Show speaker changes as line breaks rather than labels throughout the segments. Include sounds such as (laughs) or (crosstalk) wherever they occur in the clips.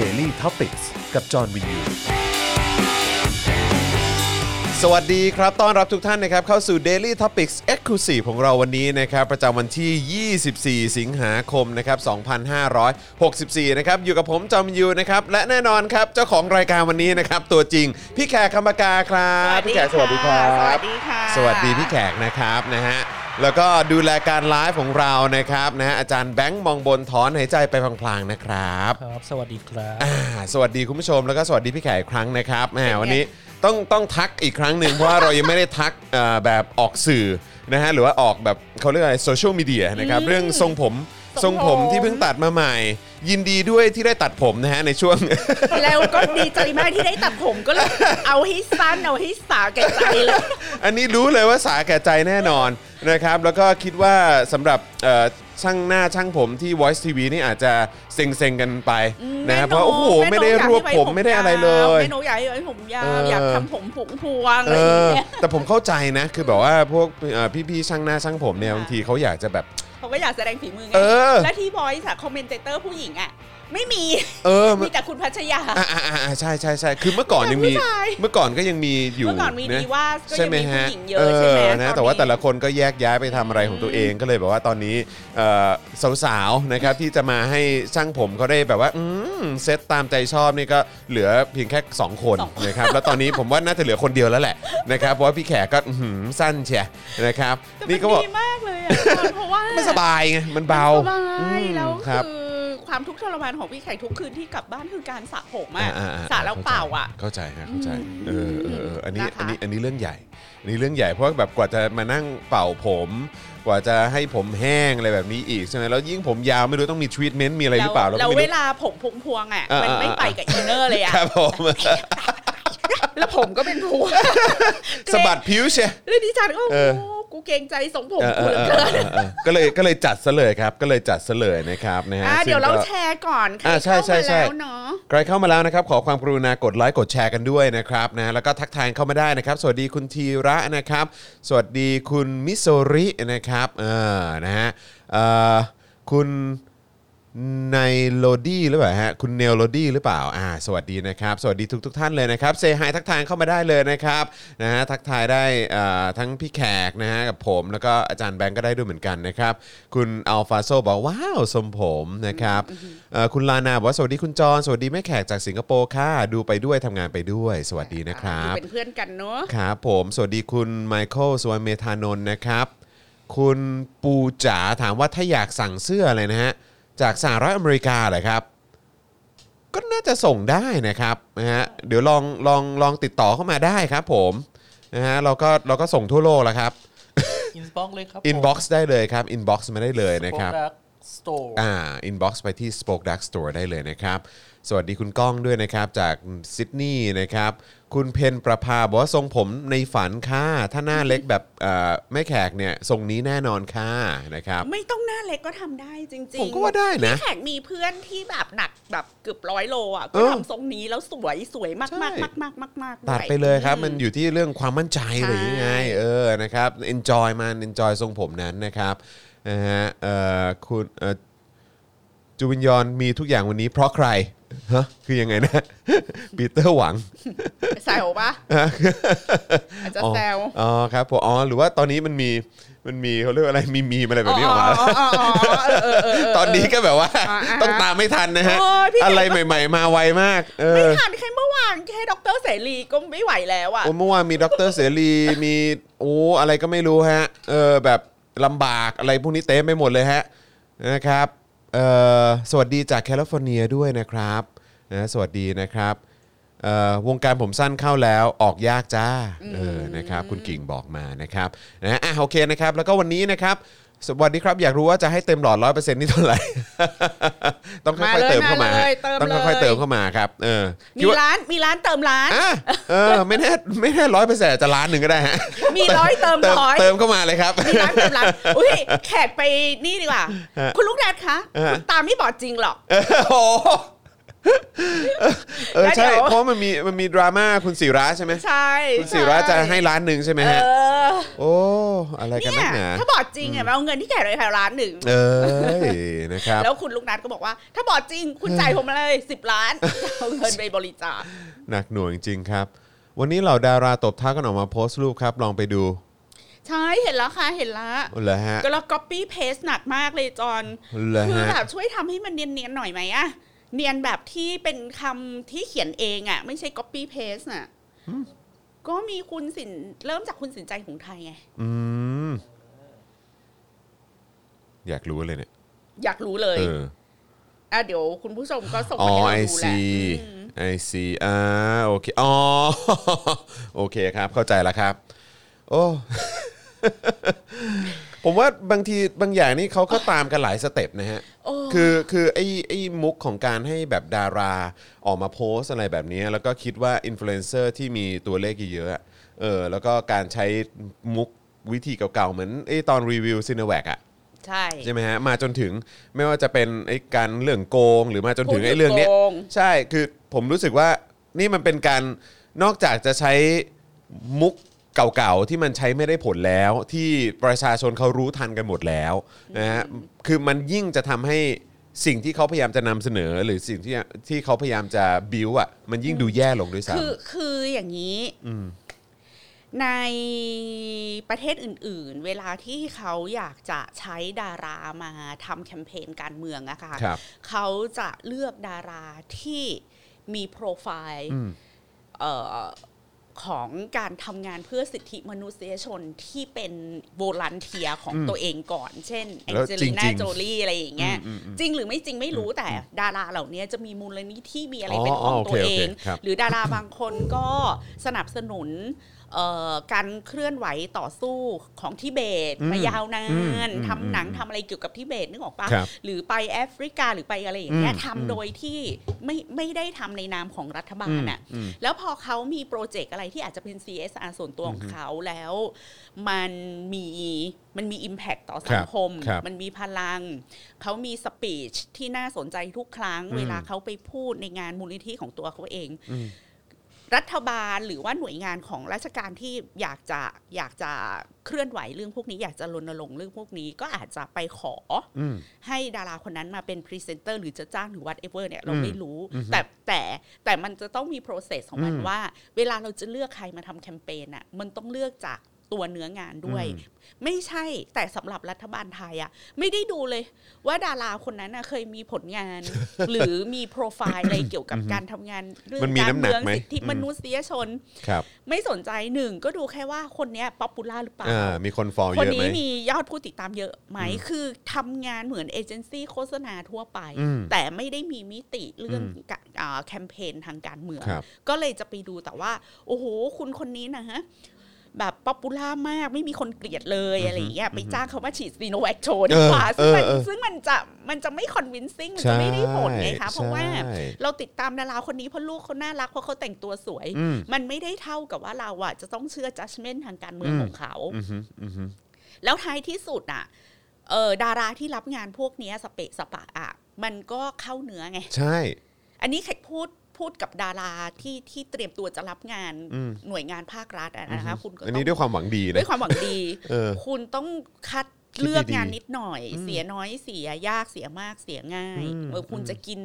Daily t o p i c กกับจอห์นวินยู
สวัสดีครับ ต้อนรับทุกท่านนะครับ เข้าสู่ Daily Topics Exclusive ของเราวันนี้นะครับ ประจำวันที่ 24 สิงหาคมนะครับ 2564 นะครับ อยู่กับผมจอมยูนะครับ และแน่นอนครับ เจ้าของรายการวันนี้นะครับ ตัวจริง พี่แขกคำปากาครับ พี่แขกสวัสดีครั
ส
บ
วัสดีค่ะ
สวัสดีพี่แขกนะครับนะฮะแล้วก็ดูแลการไลฟ์ของเรานะครับนะฮะอาจารย์แบงค์มองบนถอนหายใจไปพลางๆนะครับ
ครับ สวัสดีครับ
อ่าสวัสดีคุณผู้ชมแล้วก็สวัสดีพี่แขกอีกครั้งนะครับแหมวันนี้ต้องต้องทักอีกครั้งหนึ่งเพราะว่าเรายังไม่ได้ทักเอ่อแบบออกสื่อนะฮะหรือว่าออกแบบเขาเรียกอะไรโซเชียลมีเดียนะครับเรื่องทรงผมท
ท
ร
รง ง
ผ
ผม ม
ที่เพิ่งตัดมาใหม่ ยินดีด้วยที่ได้ตัดผมนะฮะในช่วง
แล้วก็ดีใจมากที่ได้ตัดผมก็
(laughs)
เลยเอาให้สั้นเอาให้สาวแก่ใจเลย
อันนี้รู้เลยว่าสาแก่ใจแน่นอนนะครับ แล้วก็คิดว่าสำหรับเอ่อช่างหน้าช่างผมที่ Voice TV นี่อาจจะเซ็งๆกันไปนะฮะเพ
แม่
ราะโอ้โห
แ
ไม่ได้รวบผมไม่ได้อะไรเลย
แม่นกอยากให้ไว้ผมยาว
เอออ
อยากทำผมผงพวง
เอ
อะไรอย่าง
อ
เงี้ย
แต่ผมเข้าใจนะ คือแบบว่าพวกเอ่อพี่ๆช่างหน้าช่างผมเนี่ยบางทีเขาอยากจะแบบ
เขาก็อยากแสดงฝีมือไง
เออ
และที่บอยส์อะคอมเมนเตอร์ผู้หญิงอะไม่มี
เออมั
มี
น
แต่คุณพัชยา
อ่ะอ่ะอ่ะอ่ะใช่ใช่ใช่คือเมื่อก่อนยังมี
แต่ผู้ชาย
เมื่อก่อนก็ยังมีอยู่
เมื่อก่อนมี
ะ
ดีว่าก็
ใช่
ยัง
ไหม
มีผู้
ฮะ
หญิงเยอะใช่ไหม
เออนะแต่ว่า
อนนี้
แต่ละคนก็แยกย้ายไปทำอะไรของตัวเองก็เลยแบบว่าตอนนี้เอ่อสาวๆนะครับที่จะมาให้ช่างผมเขาได้แบบว่าอืมเซตตามใจชอบนี่ก็เหลือเพียงแค่ 2 คน
สองคน
นะครับแล้วตอนนี้ผมว่าน่าจะเหลือคนเดียวแล้วแหละนะครับเพราะว่าพี่แขกก็อื้อหือสั้นเชียนะครับ
แต่
นี่
มั
ก็บอก
ดีมากเลยอะเพราะว่า
ไม่สบายไงมันเบา
สบายแล้ว
อืมค
คื
รับ
อความทุกข์ทรมานของพี่ไข่ทุกคืนที่กลับบ้านคือการสระผมอะ
อ่าๆๆ
สระแล้วเปล่าอะ
เข้าใจฮะเข้าใจ
อื
เอ
ม
อเออเอออันนี้
นะคะ
อันนี้อันนี้เรื่องใหญ่อันนี้เรื่องใหญ่เพราะแบบกว่าจะมานั่งเป่าผม กว่าจะให้ผมแห้งอะไรแบบนี้อีกใช่ไหมแล้วยิ่งผมยาวไม่รู้ต้องมีทรีทเมนต์มีอะไรหรือเปล่าเรา
แล้
ก็
ว
ไม่
เว
รู้
ลาผมพวงพวงๆอะ
อ่าๆๆ
มันไม่ไปกับอินเนอร์เลยอะ
ครับ
(laughs)
ผม
แล้วผมก็เป็นพวง
สะบัดผิวเชีย
แล้วดิฉันก็
เอ
โอ้
อ
โหกูเกรงใจทรงผม
เออเออ
กูเหลือ
เออนเอ
เกิ
อเออก็เลยก็เลยจัดซะเลยครับ ก็เลยจัดซะเลยนะครับนะฮะ
อ่ะเดี๋ยวเรา
ซึ่งก็
แชร์ก่อนใคร
อ่าใช่
เข้า
ใช่
มา
ใช่
แล้วเนาะ
ใครเข้ามาแล้วนะครับ ขอความกรุณากดไลค์กดแชร์กันด้วยนะครับนะแล้วก็ทักทายเข้ามาได้นะครับ สวัสดีคุณธีระนะครับ สวัสดีคุณมิโซรินะครับเออนะฮะเอ่อคุณไนโลดี้หรือเปล่าฮะคุณเนโลดี้หรือเปล่าอ่าสวัสดีนะครับ สวัสดีทุกทท่านเลยนะครับเซฮายทักทายเข้ามาได้เลยนะครับนะฮะทักทายได้เอ่อทั้งพี่แขกนะฮะกับผมแล้วก็อาจารย์แบงก์ก็ได้ด้วยเหมือนกันนะครับ คุณอัลฟาโซบอกว้าวสมผมนะครับเอ่อคุณลานาบอกว่าสวัสดีคุณจอนสวัสดีแม่แขกจากสิงคโปร์ค่ะดูไปด้วยทำงานไปด้วย สวัสดีนะครับ
เป็นเพื่อนกันเนาะ
ครับผม สวัสดีคุณไมเคิลสวนเมธานนท์นะครับ คุณปูจ๋าถามว่าถ้าอยากสั่งเสื้ออะไรนะฮะ จากสหรัฐอเมริกาเหรอครับ ก็น่าจะส่งได้นะครับนะฮะเดี๋ยวลองลองลองติดต่อเข้ามาได้ครับผมนะฮะเราก็เราก็ส่งทั่วโลกแล้วครับ
อินบ็อกเลยครับ
inbox ได้เลยครับ inbox มาได้เลย
นะ
นะ
ค
ค
รั
รั
บบ สโตร์
อ่า inbox ไปที่ Spoke Dark Store ได้เลยนะครับ สวัสดีคุณก้องด้วยนะครับ จากซิดนีย์นะครับ คุณเพนประภาบอกว่าทรงผมในฝันค่ะ ถ้าหน้าเล็กแบบเอ่อแม่แขกเนี่ย ทรงนี้แน่นอนค่ะนะครับ
ไม่ต้องหน้าเล็กก็ทำได้จริงๆ
ผมก็ว่าได้นะ
พี่แขกมีเพื่อนที่แบบหนักแบบเกือบร้อยโลอ่ะก็
เออ
ทำทรงนี้แล้วสวยสวยมาก
ใช่
มากมากมากมากมาก
ตัดไป
ว
เลยครับ มันอยู่ที่เรื่องความมั่นใจ
ใช่
หรือยังไงเออนะครับ enjoy มัน enjoy ทรงผมนั้นนะครับนะฮะเอ่อคุณเอ่อจูวินยอนมีทุกอย่างวันนี้เพราะใครฮะคือยังไงนะ (laughs) ปีเตอร์หวัง
แซวปะอาจจะแซว
อ๋ออ๋อครับผมอ๋อหรือว่าตอนนี้มันมีมันมีเขาเรียกว่าอะไรมีมีมอะไรแบบนี้ออกมา
อ๋ออ๋ออ๋อเออเออเออ
ตอนนี้ก็แบบว่า
อ่าอ่า
ต้องตามไม่ทันนะฮะ
โอ้ยพี่
อะไรใหม่ ๆ มาไวมากเอ
ไม่
อ
ทันแค่เมื่อวานแค่ด็อกเตอร์เสรีก็ไม่ไหวแล้วอ่ะ
โอ้เมื่อวานมีดรเส (laughs) รีมีโอ้อะไรก็ไม่รู้ฮะเออแบบลำบากอะไรพวกนี้เต็มไปหมดเลยฮะนะครับเออสวัสดีจากแคลิฟอร์เนียด้วยนะครับนะสวัสดีนะครับเอ่อวงการผมสั้นเข้าแล้วออกยากจ้าเออนะครับคุณกิ่งบอกมานะครับนะอ่ะโอเคนะครับแล้วก็วันนี้นะครับ สวัสดีครับอยากรู้ว่าจะให้เต็มหลอดร้อยเปอร์เซ็นต์นี่เท่าไห (laughs) ร่ ต้องค่อยๆเติมเข้ามาฮะต้องค่อยๆเติมเข้ามาครับเออ
มีร้านมีร้านเติมร้าน
อ่ะเออไม่แน่ไม่แน่ร้อยเปอร์เซ็นต์จะล้านหนึ่งก็ได้ฮะ
มีร้อยเติม
เติม
ร้อย
เติมเข้ามาเลยครับ
มีร้านเติมร้านอุ้ยแขกไปนี่ดีกว่า
ฮะ
คุณลูกแดดคะ
ฮะ
คุณตาไม่บอดจริงหรอก
โอ้โห เออใช่
แล้วเดี๋ยว
เพราะมันมีมันมีดราม่าคุณศิระใช่ไหม
ใช่
คุณศิระจะให้ล้านหนึ่งใช่ไหม
เอ
ฮะ
อ
โอ้อะไรกันนักห
เนี่ย
นา
ถ้าบอดจริงอ่ะมาเอาเงินที่แจกเลยค่ะล้านหนึ่ง
เอ้ยนะครับ
แล้วคุณลูกนัดก็บอกว่า ถ้าบอดจริงคุณจ่ายผมมาเลยสิบล้าน (laughs) เอาเงินไปบริจาค
หนักหน่วงจริงๆครับ วันนี้เหล่าดาราตบเท้ากันออกมาโพสต์รูปครับ ลองไปดู
ใช่เห็นแล้วค่ะเห็นแล้ว
เหรอฮะ
ก็เรา copy paste หนักมากเลยจอน
เหรอ
คือ
ฮะ
แบบช่วยทำให้มันเนียนๆหน่อยไหมอะเนียนแบบที่เป็นคำที่เขียนเองอะไม่ใช่ copy paste น่ะก็มีคุณสินเริ่มจากคุณสินใจหงไทยไง
อืมอยากรู้เลยเนี่ย
อยากรู้เลย
เออ
อ่ะเดี๋ยวคุณผู้ชมก็ส่ง
อ๋อ
มา
ไอ
ให้เราดูแหละ
ซี
อืม
ไอซีอ่าโอเคอ๋อ (laughs) โอเคครับ เข้าใจแล้วครับ โอ้ (laughs) ผมว่าบางทีบางอย่างนี่เขาก็ตามกันหลายสเต็ปนะฮะ
โอ้
คือคือไอ้ไอ้มุกของการให้แบบดาราออกมาโพสต์อะไรแบบนี้ แล้วก็คิดว่าอินฟลูเอนเซอร์ที่มีตัวเลขเยอะๆอะเออแล้วก็การใช้มุกวิธีเก่าๆ เหมือนไอ้ตอนรีวิวซี n นแวกอะ
ใช่
ใช่ไหมฮะ มาจนถึงไม่ว่าจะเป็นไอ้การเรื่องโกง หรือมาจนถึง
พูด
ไอ้เรื่องเนี้ย
โกง
ใช่ คือผมรู้สึกว่านี่มันเป็นการนอกจากจะใช้มุกเก่าๆ ที่มันใช้ไม่ได้ผลแล้ว ที่ประชาชนเขารู้ทันกันหมดแล้วนะฮะ คือมันยิ่งจะทำให้สิ่งที่เขาพยายามจะนำเสนอ หรือสิ่งที่ที่เขาพยายามจะบิวอ่ะ มันยิ่งดูแย่ลงด้วยซ้
คือคืออย่างนี้
อืม
ในประเทศอื่นๆ เวลาที่เขาอยากจะใช้ดารามาทำแคมเปญการเมืองอะค่ะ
ำครับ
เขาจะเลือกดาราที่มีโปรไฟล์
อืม
เอ่อของการทำงานเพื่อสิทธิมนุษยชนที่เป็นโวลันเทียของ
อืม
ตัวเองก่อน เช่นแอง
แล้วจ
เจ
ริ
ลิ
งๆ
นาโจลี่อะไรอย่างเงี้ย
อืมอืม
จริงหรือไม่จริงไม่รู้แต่ดาราเหล่านี้จะมีมูลนิธิมีอะไร
อ๋อ
เป็นของ
โอเค
ตั
ว โอ
เอ
เค
ง
ครับ
หรือดาราบางคนก็สนับสนุนเอ่อการเคลื่อนไหวต่อสู้ของทิเบตมายาวนานทำหนังทำอะไรเกี่ยวกับทิเบตนึกออกปะ
ครับ
หรือไปแอฟริกาหรือไปอะไรอย่างเงี้ย
อืมอืม
ทำโดยที่ไม่ไม่ได้ทำในนามของรัฐบาลน่ะ
อืม
แล้วพอเขามีโปรเจกต์อะไรที่อาจจะเป็น CSR ส่วนตัวของเขาแล้ว มันมีมันมี Impact ต่อสังคม
ครับครับ
มันมีพลัง เขามีสปีชที่น่าสนใจทุกครั้ง
อืม
เวลาเขาไปพูดในงานมูลนิธิของตัวเขาเอง
อืม
รัฐบาลหรือว่าหน่วยงานของราชการที่อยากจะอยากจะเคลื่อนไหวเรื่องพวกนี้ อยากจะรณรงค์เรื่องพวกนี้ก็อาจจะไปขอ
อืม
ให้ดาราคนนั้นมาเป็นพรีเซนเตอร์หรือจะจ้างหรือ whatever เนี่ยเรา
อืม
ไม่รู้
อือฮึ
แต่แต่แต่มันจะต้องมี process ของมัน
อืม
ว่า เวลาเราจะเลือกใครมาทำแคมเปญอ่ะมันต้องเลือกจากตัวเนื้องานด้วย
อืม
ไม่ใช่แต่สำหรับรัฐบาลไทยอ่ะไม่ได้ดูเลยว่าดาราคนนั้นน่ะเคยมีผล
(laughs)
งาน หรือมีโปรไฟล์อะไรเกี่ยวกับการทำงานเรื่อง
มันมี
การ
น้ำหนัก
เมือง
ไหม
สิทธิ
อืม
มนุษยชน
ครับ
ไม่สนใจหนึ่งก็ดูแค่ว่าคนเนี้ยป๊อปปูล่าหรือเปล่า
อ่ามีคนฟอล
ค
เย
น
อะไหม
นี้มียอดผู้ติดตามเยอะไหม คือทำงานเหมือนเอเจนซี่โฆษณาทั่วไป
อืม
แต่ไม่ได้มีมิติเรื่อง
อืม
กะอ่าแคมเปญทางการเมือง
ครับ
ก็เลยจะไปดูแต่ว่า โอ้โห คุณคนนี้นะฮะ แบบป๊อปปูล่ามากไม่มีคนเกลียดเลยอะไรอย่างเงี้ยไปจ้างเขามาฉีดซีโนแวคโชว์ดีกว่า
เอ
ซึ่
อ
งมัน
เออเออ
ซึ่งมันจะมันจะไม่คอนวินซิ่งมันจะไม่ได้ผลไงคะเพราะว่า
ใช่
เราติดตามดาราคนนี้เพราะลูกเขาน่ารักเพราะเขาแต่งตัวสวย
อืม
มันไม่ได้เท่ากับว่าเราอะจะต้องเชื่อ judgment ทางการเมืองของเขา
อือฮึอือฮึ
แล้วท้ายที่สุดอ่ะ เออดาราที่รับงานพวกเนี้ยสเปะสปะอ่ะ มันก็เข้าเนื้อไง
ใช่
อันนี้แขกพูดพูดกับดาราที่ที่เตรียมตัวจะรับงาน
อืม
หน่วยงานภาครัฐอะนะคะ คุณก็
อัน
ต้อ
นี้
ง
ด้วยความหวังดี
ด้
นะ
วยความหวังดี
เออ
คุณต้องคัด
คิด
เลือก
ดีๆ
งานนิดหน่อย เสียน้อยเสียยากเสียมากเสียง่าย
อืม
เออคุณ
อืม
จะกิน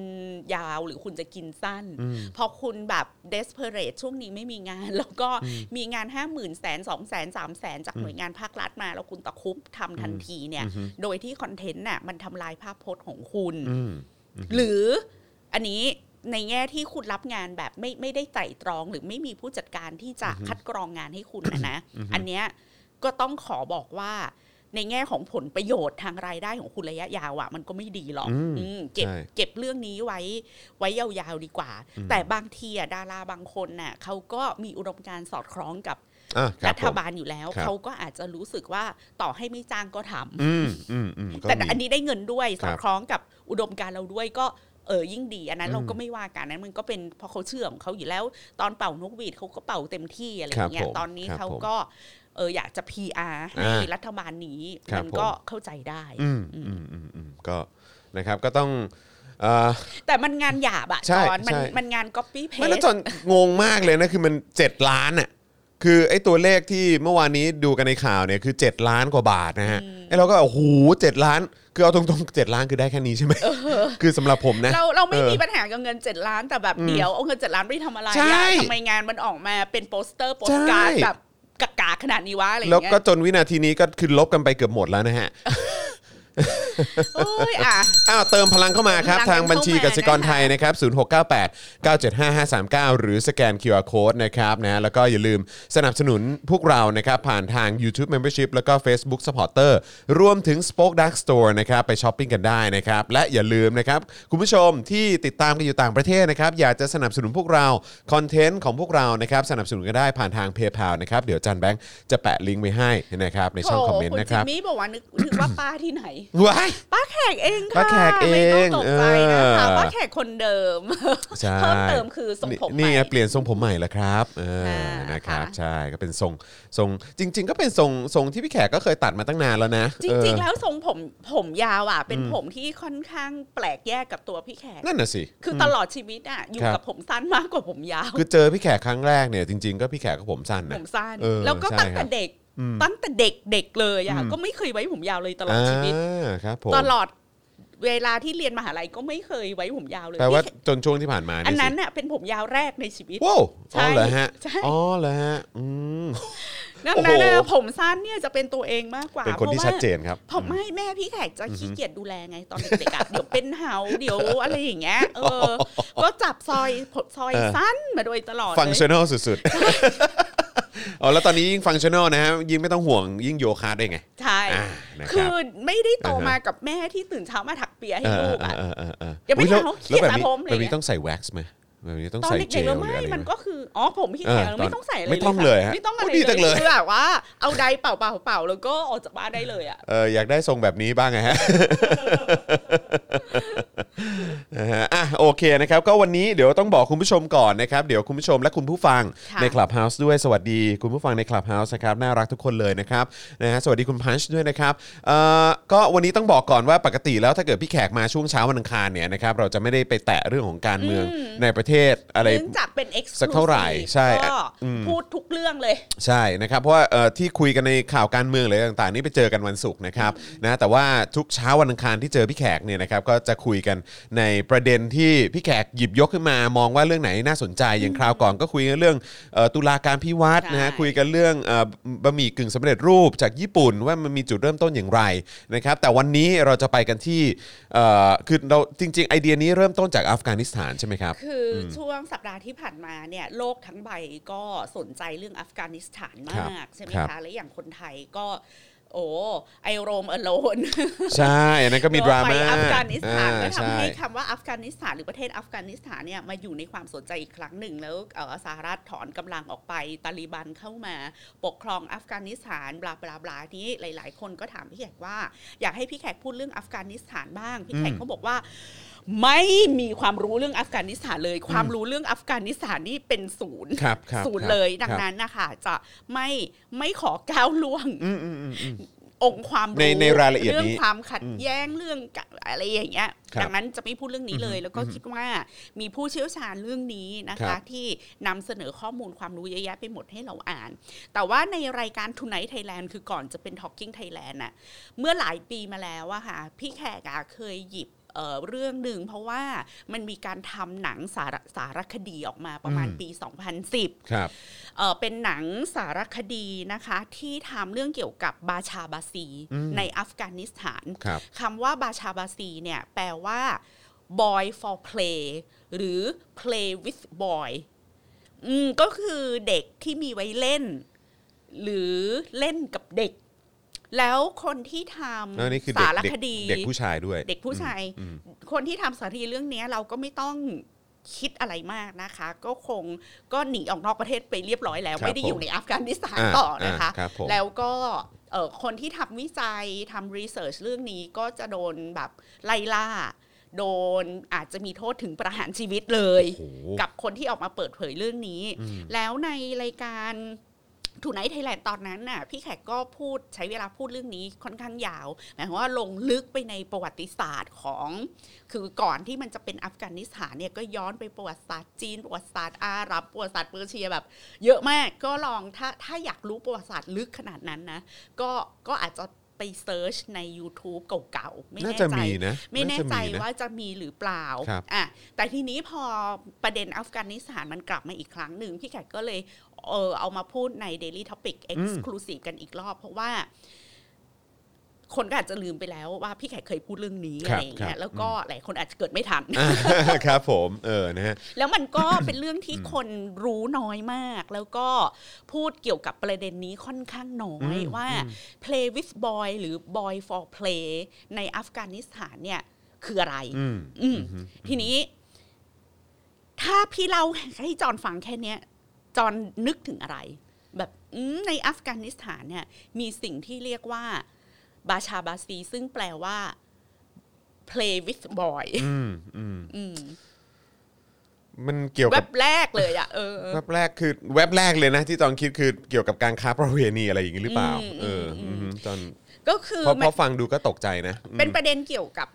ยาวหรือคุณจะกินสั้น
อืม
พอคุณแบบ desperate ช่วงนี้ไม่มีงาน (laughs) แล้วก็มีงาน 5 0 0 0 0แสนสองแสนสามแสนจากหน่วยงานภาครัฐมา แล้วคุณตะครุบทำทันทีเนี่ย
อืม
โดยที่คอนเทนต์น่ะมันทำลายภาพพจน์ของคุณ
อืม
หรืออันนี้ในแง่ที่คุณรับงานแบบไม่ไม่ได้ไตร่ตรองหรือไม่มีผู้จัดการที่จะคัดกรองงานให้คุณนะนะ อันเนี้ยก็ต้องขอบอกว่าในแง่ของผลประโยชน์ทางรายได้ของคุณระยะยาวอะ่ะมันก็ไม่ดีหรอก
อืม
อืมเก็บ
ใช่
เก็บเรื่องนี้ไว้ไว้ยาวๆดีกว่า แต่บางทีอ่ะดาราบางคนน่ะเขาก็มีอุดมการณ์สอดคล้องกับ
อ่ะครั
รับ ฐ
ผม
บาลอยู่แล้ว
ครับ
เขาก็อาจจะรู้สึกว่าต่อให้ไม่จ้างก็ทำ
อืมอืมอืมก็
แต่
มี
อันนี้ได้เงินด้วย
ค
ส
รั
อบ ดคล้องกับอุดมการณ์เราด้วยก็เออยิ่งดีอันนั้น
อืม
เราก็ไม่ว่ากันอันนั้นมันก็เป็นเพราะเขาเชื่อของเขาอยู่แล้ว ตอนเป่านกหวีดเขาก็เป่าเต็มที่อะไรอย่างเงี้
ค
ย
รับผม
ตอนนี้
ครับ
เขา
ผม
ก็เอออยากจะ PR ให้
อ่า
รัฐบาลนี้
ครับ
มั
ผ
น
ม
ก็เข้าใจได้
อืมอืมอืมอืมก็นะครับก็ต้อง เอ่อ
แต่มันงานหยาบอะ
ใช่
จอนมัน
ใช่
มันงาน copy
ไม่แล้ว
paste
จอนงงมากเลยนะ คือมัน 7 ล้านอ่ะคือไอ้ตัวเลขที่เมื่อวานนี้ดูกันในข่าวเนี่ยคือ 7 ล้านกว่าบาทนะฮะไอ้เราก็แบบโอ้โหเจ็ดล้าน คือเอาตรงๆ 7 ล้านคือได้แค่นี้ใช่ไหมคือสำหรับผมนะ
เราเราไม่
เออ
มีปัญหากับเงิน 7 ล้านแต่แบบเดี๋ยวเอาเงิน 7 ล้านไปทำอะไรอะ
ใช่
ทำไมงานมันออกมาเป็นโปสเตอร์โปสการ์ด
ใช่
แบบกากาขนาดนี้วะอะไรอย่าง
แล้ว
เงี้ย
ก็จนวินาทีนี้ก็คือลบกันไปเกือบหมดแล้วนะฮะ
โอ้ยอ่ะ
อ้าวเติมพลังเข้ามาครับ
เติมพลั
ทาง ง
กัน
บัญชีกสิกรไทยนะครับ 0698 975 539 หรือสแกน QR Code นะครับนะแล้วก็อย่าลืมสนับสนุนพวกเรานะครับ ผ่านทาง YouTube Membership แล้วก็ Facebook Supporter รวมถึง Spoke Dark Store นะครับ ไปช้อปปิ้งกันได้นะครับ และอย่าลืมนะครับ คุณผู้ชมที่ติดตามกันอยู่ต่างประเทศนะครับ อยากจะสนับสนุนพวกเรา คอนเทนต์ของพวกเรานะครับ สนับสนุนก็ได้ผ่านทาง PayPal นะครับเดี๋ยวจันแบงค์จะแปะลิงก์ไว้ให้นะครับในช่องคอมเมนต์นะครั
ณ
บ
จิมมี่บอกว่านึกนึกว่าป้าที่ไหน (coughs)
ว้าย
ป้าแขกเองค่ะ
ป้าแขกเอง
ไม่ต้องตกใจนะคะ
เออ
ป้าแขกคนเดิม
ใช่
เพิ่มเติมคือทรงผม
นี่นี่ไง
ใหม่
เปลี่ยนทรงผมใหม่แล้วครับเออ
อ่าน
นะครับ
ค่ะ
ใช่ก็เป็นทรงทรงจริง ๆ ก็เป็นทรงทรงที่พี่แขกก็เคยตัดมาตั้งนานแล้วนะ
จริง ๆ
เออ
แล้วทรงผมผมยาวอ่ะ เป็นผมที่ค่อนข้างแปลกแยกกับตัวพี่แขก
นั่นน่ะสิ
คือตลอดชีวิตอ่ะ อยู่
ครับ
กับผมสั้นมากกว่าผมยาว
คือเจอพี่แขกครั้งแรกเนี่ยจริง ๆ ก็พี่แขกก็ผมสั้น
ผ
นะ
มสั้น
เออ
แล้วก็
ใช่
ตั้งแต่เด็ก
อืม
ตั้งแต่เด็กเด็กเลยอ่ะ
อืม
ก็ไม่เคยไว้ผมยาวเลยตลอดชีวิต
อ่าครับผม
ตลอดเวลาที่เรียนมหาลัยก็ไม่เคยไว้ผมยาวเลย
แปลว่า
พี่แขก
จนช่วงที่ผ่านมา
อัน
เยสิ
นั้นอ่ะเป็นผมยาวแรกในชีวิต
ว้าวอ๋อเหรอฮะ
ใช่ใช่
อ๋อเหรอฮะอืม
นั่น
โอ้โห
นะผมสั้นเนี่ยจะเป็นตัวเองมากกว่า
เป็นคนที่
พราะว่า
ชัดเจนครับ
เพราะไม่แม่พี่แขกจะขี้เกียจดูแลไงตอนเด็กๆอะเดี๋ยวเป็นเฮาเดี๋ยวอะไรอย่างเงี้ยเออ
(laughs)
ก็จับซอยผมซอย
เออ
สั้นมาโดยตลอด
ฟัง
เลย
ชั่นอลสุดๆ อ๋อแล้วตอนนี้ยิ่งฟังชั่นอลนะฮะยิ่งไม่ต้องห่วงยิ่งโยคะด้วยไง
ใช่
อ่านะค
คื
รับ
อไม่ได้โต
อ่าฮะ
มากับแม่ที่ตื่นเช้ามาถักเปียให้
เอ
ลู
อก
อ่ะ
เออเออเออ
ยังไม่
อุ๊แล้ว
เอาเขี
แล้ว
ยน
แบบ
สระ
นี้
ผมอะไร
แบบนี้
เงี้ย
ต้องใส่แว็กซ์ไหมแบบนี้ต้อง
ตอน
ใส่เจ
เด็ก
ล
ๆแล้ว
หรือ
ไม่
อะไรไหม
มันก็คืออ๋อผมพี่แข
เอ
ก
อ
เราไม่ต้องใส่อะไร
ไม่ต้องเลยฮะ
ไม่ต้องอะไร
โอ้ดีจังเลย
คือแบบว่าเอาใดเป่าเป่าเป่าๆๆแล้วก็ออกจากบ้านได้เลยอ่ะ
เอออยากได้ทรงแบบนี้บ้างไงฮะ นะฮะอ่ะโอเคนะครับก็วันนี้เดี๋ยวต้องบอกคุณผู้ชมก่อนนะครับ เดี๋ยวคุณผู้ชมและคุณผู้ฟัง
ค่ะ
ใน Clubhouse ด้วยสวัสดีคุณผู้ฟังใน Clubhouse นะครับน่ารักทุกคนเลยนะครับนะฮะสวัสดีคุณพันช์ด้วยนะครับเอ่อก็วันนี้ต้องบอกก่อนว่าปกติแล้วถ้าเกิดพี่แขกมาช่วงเช้าวันอังคารเนี่ยนะครับเราจะไม่ได้ไปแตะเรื่องของการเมืองในประเทศอะไร
เนื่องจากเป็น exclusive
สักเท่าไหร่ใช่
ก็
อืม
พูดทุกเรื่องเลย
ใช่นะครับเพราะว่าเอ่อที่คุยกันในข่าวการเมืองหรืออะไรต่างๆนี่ไปเจอกันวันศุกร์นะครับนะแต่ว่าทุกเช้าวันอังคารที่เจอพี่แขกเนี่ยนะครับก็จะคุยกันในประเด็นที่พี่แขกหยิบยกขึ้นมามองว่าเรื่องไหนน่าสนใจอย่างคราวก่อนก็คุยกันเรื่องเอ่อตุลาการพิวัตรนะฮะ
ใช่
คุยกันเรื่องเอ่อบะหมี่กึ่งสำเร็จรูปจากญี่ปุ่นว่ามันมีจุดเริ่มต้นอย่างไรนะครับแต่วันนี้เราจะไปกันที่เอ่อคือเราจริง ๆ ไอเดียนี้เริ่มต้นจากอัฟกานิสถานใช่ไหมครับ
คืออช่วงสัปดาห์ที่ผ่านมาเนี่ยโลกทั้งใบก็สนใจเรื่องอัฟกานิสถานม
ครับ
าก ใช่ไหม
ครับ
คะ และอย่างคนไทยก็ โอ้ไอโรมอโลน
ใช่อันนั้นก็มีดราม่า
อัฟกานิสถานก็
อ่า
ทำให้
ช่
คำว่าอัฟกานิสถานหรือประเทศอัฟกานิสถานเนี่ยมาอยู่ในความสนใจอีกครั้งหนึ่ง แล้วเอ่อสหรัฐถอนกำลังออกไปตาลีบันเข้ามาปกครองอัฟกานิสถานบลาบลาบลานี้หลาย ๆ คนก็ถามพี่แขกว่า อยากให้พี่แขกพูดเรื่องอัฟกานิสถานบ้าง พี่แขกเขาบอกว่า ไม่มีความรู้เรื่องอัฟกานิสถานเลย ความรู้เรื่องอัฟกานิสถานนี่เป็นศูนย์
ครับครับ
ศูนย์
ครับ
เลย
ครับ
ดังนั้นนะคะจะไม่ไม่ขอก้าวล่วง
อืมอืมอืมอืม
องค์ความรู้
ในในรายละเอียดนี้
เรื่องความขัดแย้งเรื่องกะอะไรอย่างเงี้ย
ครับ
ดันั้นจะไม่พูดเรื่องนี้เลย แล้วก็คิดว่ามีผู้เชี่ยวชาญเรื่องนี้นะ
ครั
คะ
บ
ที่นำเสนอข้อมูลความรู้เยอะแยะไปหมดให้เราอ่าน แต่ว่าในรายการ Tonight Thailand คือก่อนจะเป็น Talking Thailand น่ะ เมื่อหลายปีมาแล้วอะค่ะ พี่แขกอะเคยหยิบเอ่อเรื่องหนึ่งเพราะว่ามันมีการทำหนังสารสารคดีออกมาประมาณ
อืม
ปี 2010
ครับ
เอ่อเป็นหนังสารคดีนะคะที่ทำเรื่องเกี่ยวกับบาชาบาซี
อืม
ในอัฟกานิสถาน
ครับ
คำว่าบาชาบาซีเนี่ยแปลว่า boy for play หรือ play with boy อืมก็คือเด็กที่มีไว้เล่น หรือเล่นกับเด็ก แล้วคนที่ท
แล้วนี่คือ
ำ
เด็ก
สาร
เด็ก
คดี
เด็กผู้ชายด้วย
เด็กผู้ชาย
อืม
คนที่ทำสารคดีเรื่องเนี้ยเราก็ไม่ต้องคิดอะไรมากนะคะ ก็คงก็หนีออกนอกประเทศไปเรียบร้อยแล้ว
ครับ
ไม่ได้อยู่ในอัฟกานิสถาน
อ่า
ต่อนะคะ
อ่าครับผม
แล้วก็เอ่อคนที่ทำวิจัยทำรีเสิร์ชเรื่องนี้ก็จะโดนแบบไล่ล่า โดนอาจจะมีโทษถึงประหารชีวิตเลย
โอ้โห
กับคนที่ออกมาเปิดเผยเรื่องนี้ แล้วในรายการ ทูไนท์ไทยแลนด์ตอนนั้นน่ะพี่แขกก็พูดใช้เวลาพูดเรื่องนี้ค่อนข้างยาวหมายความว่าลงลึกไปในประวัติศาสตร์ของ คือก่อนที่มันจะเป็นอัฟกานิสถานเนี่ยก็ย้อนไปประวัติศาสตร์จีนประวัติศาสตร์อาหรับประวัติศาสตร์เปอร์เซียแบบ เยอะมากก็ลองถ้าถ้าอยากรู้ประวัติศาสตร์ลึกขนาดนั้นนะก็ก็อาจจะไปเซิร์ชใน YouTube เก่าๆไม่
น่า
แน่
จะ
ใจ
มีนะ
ไม่แน่
าะ
ใจ
นะ
ว่าจะมีหรือเปล่า
ครับ
อ่ะแต่ทีนี้พอประเด็นอัฟกานิสถานมันกลับมาอีกครั้งหนึ่งพี่แขกก็เลยเออเอามาพูดใน Daily Topic Exclusive กันอีกรอบ เพราะว่า คนก็อาจจะลืมไปแล้วว่าพี่แขกเคยพูดเรื่องนี้
ครับ
อะไรอย่างเงี้
ครั
ย
บ
แล้วก็หลายคนอาจจะเกิดไม่ทัน
อ่า (laughs) ครับผมเออนะฮะ
แล้วมันก็ เป็นเรื่องที่คนรู้น้อยมาก แล้วก็พูดเกี่ยวกับประเด็นนี้ค่อนข้างน้อย
อืม
ว่า play with boy หรือ boy for play ในอัฟกานิสถานเนี่ย คืออะไร
อืม
อืมทีนี้ ถ้าพี่เล่าให้จอนฟังแค่เนี้ยจอนนึกถึงอะไร แบบอืมในอัฟกานิสถานเนี่ย มีสิ่งที่เรียกว่า บาชาบาซี ซึ่งแปลว่า play with boy
อืมอืม
อืม
มันเกี่ยว
แว
กับบ
แรกเลยอะเออ
แวบแรกคือแวบแรกเลยนะที่ตอนคิดคือเกี่ยวกับการค้าประเวณีอะไรอย่างนี้หรือเปล่า
อืม
เอออ
ม
อืมตอน
ก็คือ
พอ
มัน
พอฟังดูก็ตกใจนะอืม
เป็นประเด็นเกี่ยวกับ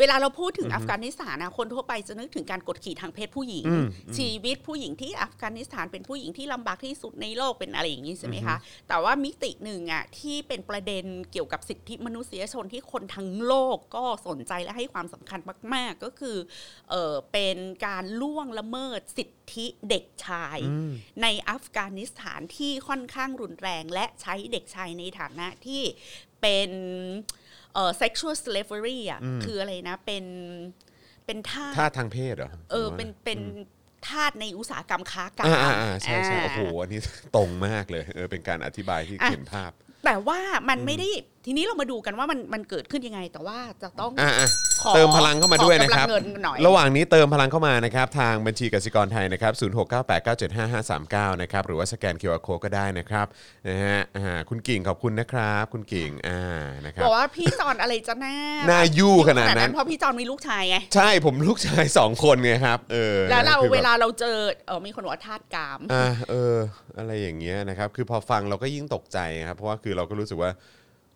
เวลาเราพูดถึงอัฟกานิสถานนะคนทั่วไปจะนึกถึงการกดขี่ทางเพศผู้หญิง
อืม
ชีวิตผู้หญิงที่อัฟกานิสถานเป็นผู้หญิงที่ลำบากที่สุดในโลกเป็นอะไรอย่างนี้ใช่ไหมคะ แต่ว่ามิติหนึ่งอ่ะที่เป็นประเด็นเกี่ยวกับสิทธิมนุษยชนที่คนทั้งโลกก็สนใจและให้ความสำคัญมาก ๆ ก็คือเออเป็นการล่วงละเมิดสิทธิเด็กชาย
อืม
ในอัฟกานิสถานที่ค่อนข้างรุนแรงและใช้เด็กชายในฐานะที่เป็นเอ่อ sexual slavery อ่ะ
อืม
คืออะไรนะ เป็นเป็นท่าส
ท่าทางเพศเหรอ
เออเป็นเป็นทาสในอุตสาหกรรมค้ากรรม
อ่าอ่าอ่าใช่ใช่
อ่า
โอ้โหอันนี้ (laughs) ตรงมากเลยเออเป็นการอธิบายที่เห็นภาพ
แต่ว่ามันไม่ได้ ทีนี้เรามาดูกันว่ามันมันเกิดขึ้นยังไง แต่ว่าจะต้อง
อ่ะอ่ะ
ขอ
เติมพลังเข้ามาด้วยนะครับ
ขอกำลังเงินหน่อย
ระหว่างนี้เติมพลังเข้ามานะครับ ทางบัญชีกสิกรไทยนะครับ 0698975539 นะครับ หรือว่าสแกน QR Code ก็ได้นะครับนะฮะอ่าคุณกิ่งขอบคุณนะครับ คุณกิ่งอ่านะครับ
บอกว่าพี่จอนอะไรจะหน้า
หน้ายู่ขนาดนั้น
เพราะพี่จอนมีลูกชายไง
ใช่ผมลูกชาย 2 คนไงครับ เออ
แล้วเรา
คือบบ
เวลาเราเจอเออมีคนบอกว่าทาสกาม
อ่าเออ อะไรอย่างเงี้ยนะครับ คือพอฟังเราก็ยิ่งตกใจครับ เพราะว่าคือเราก็รู้สึกว่า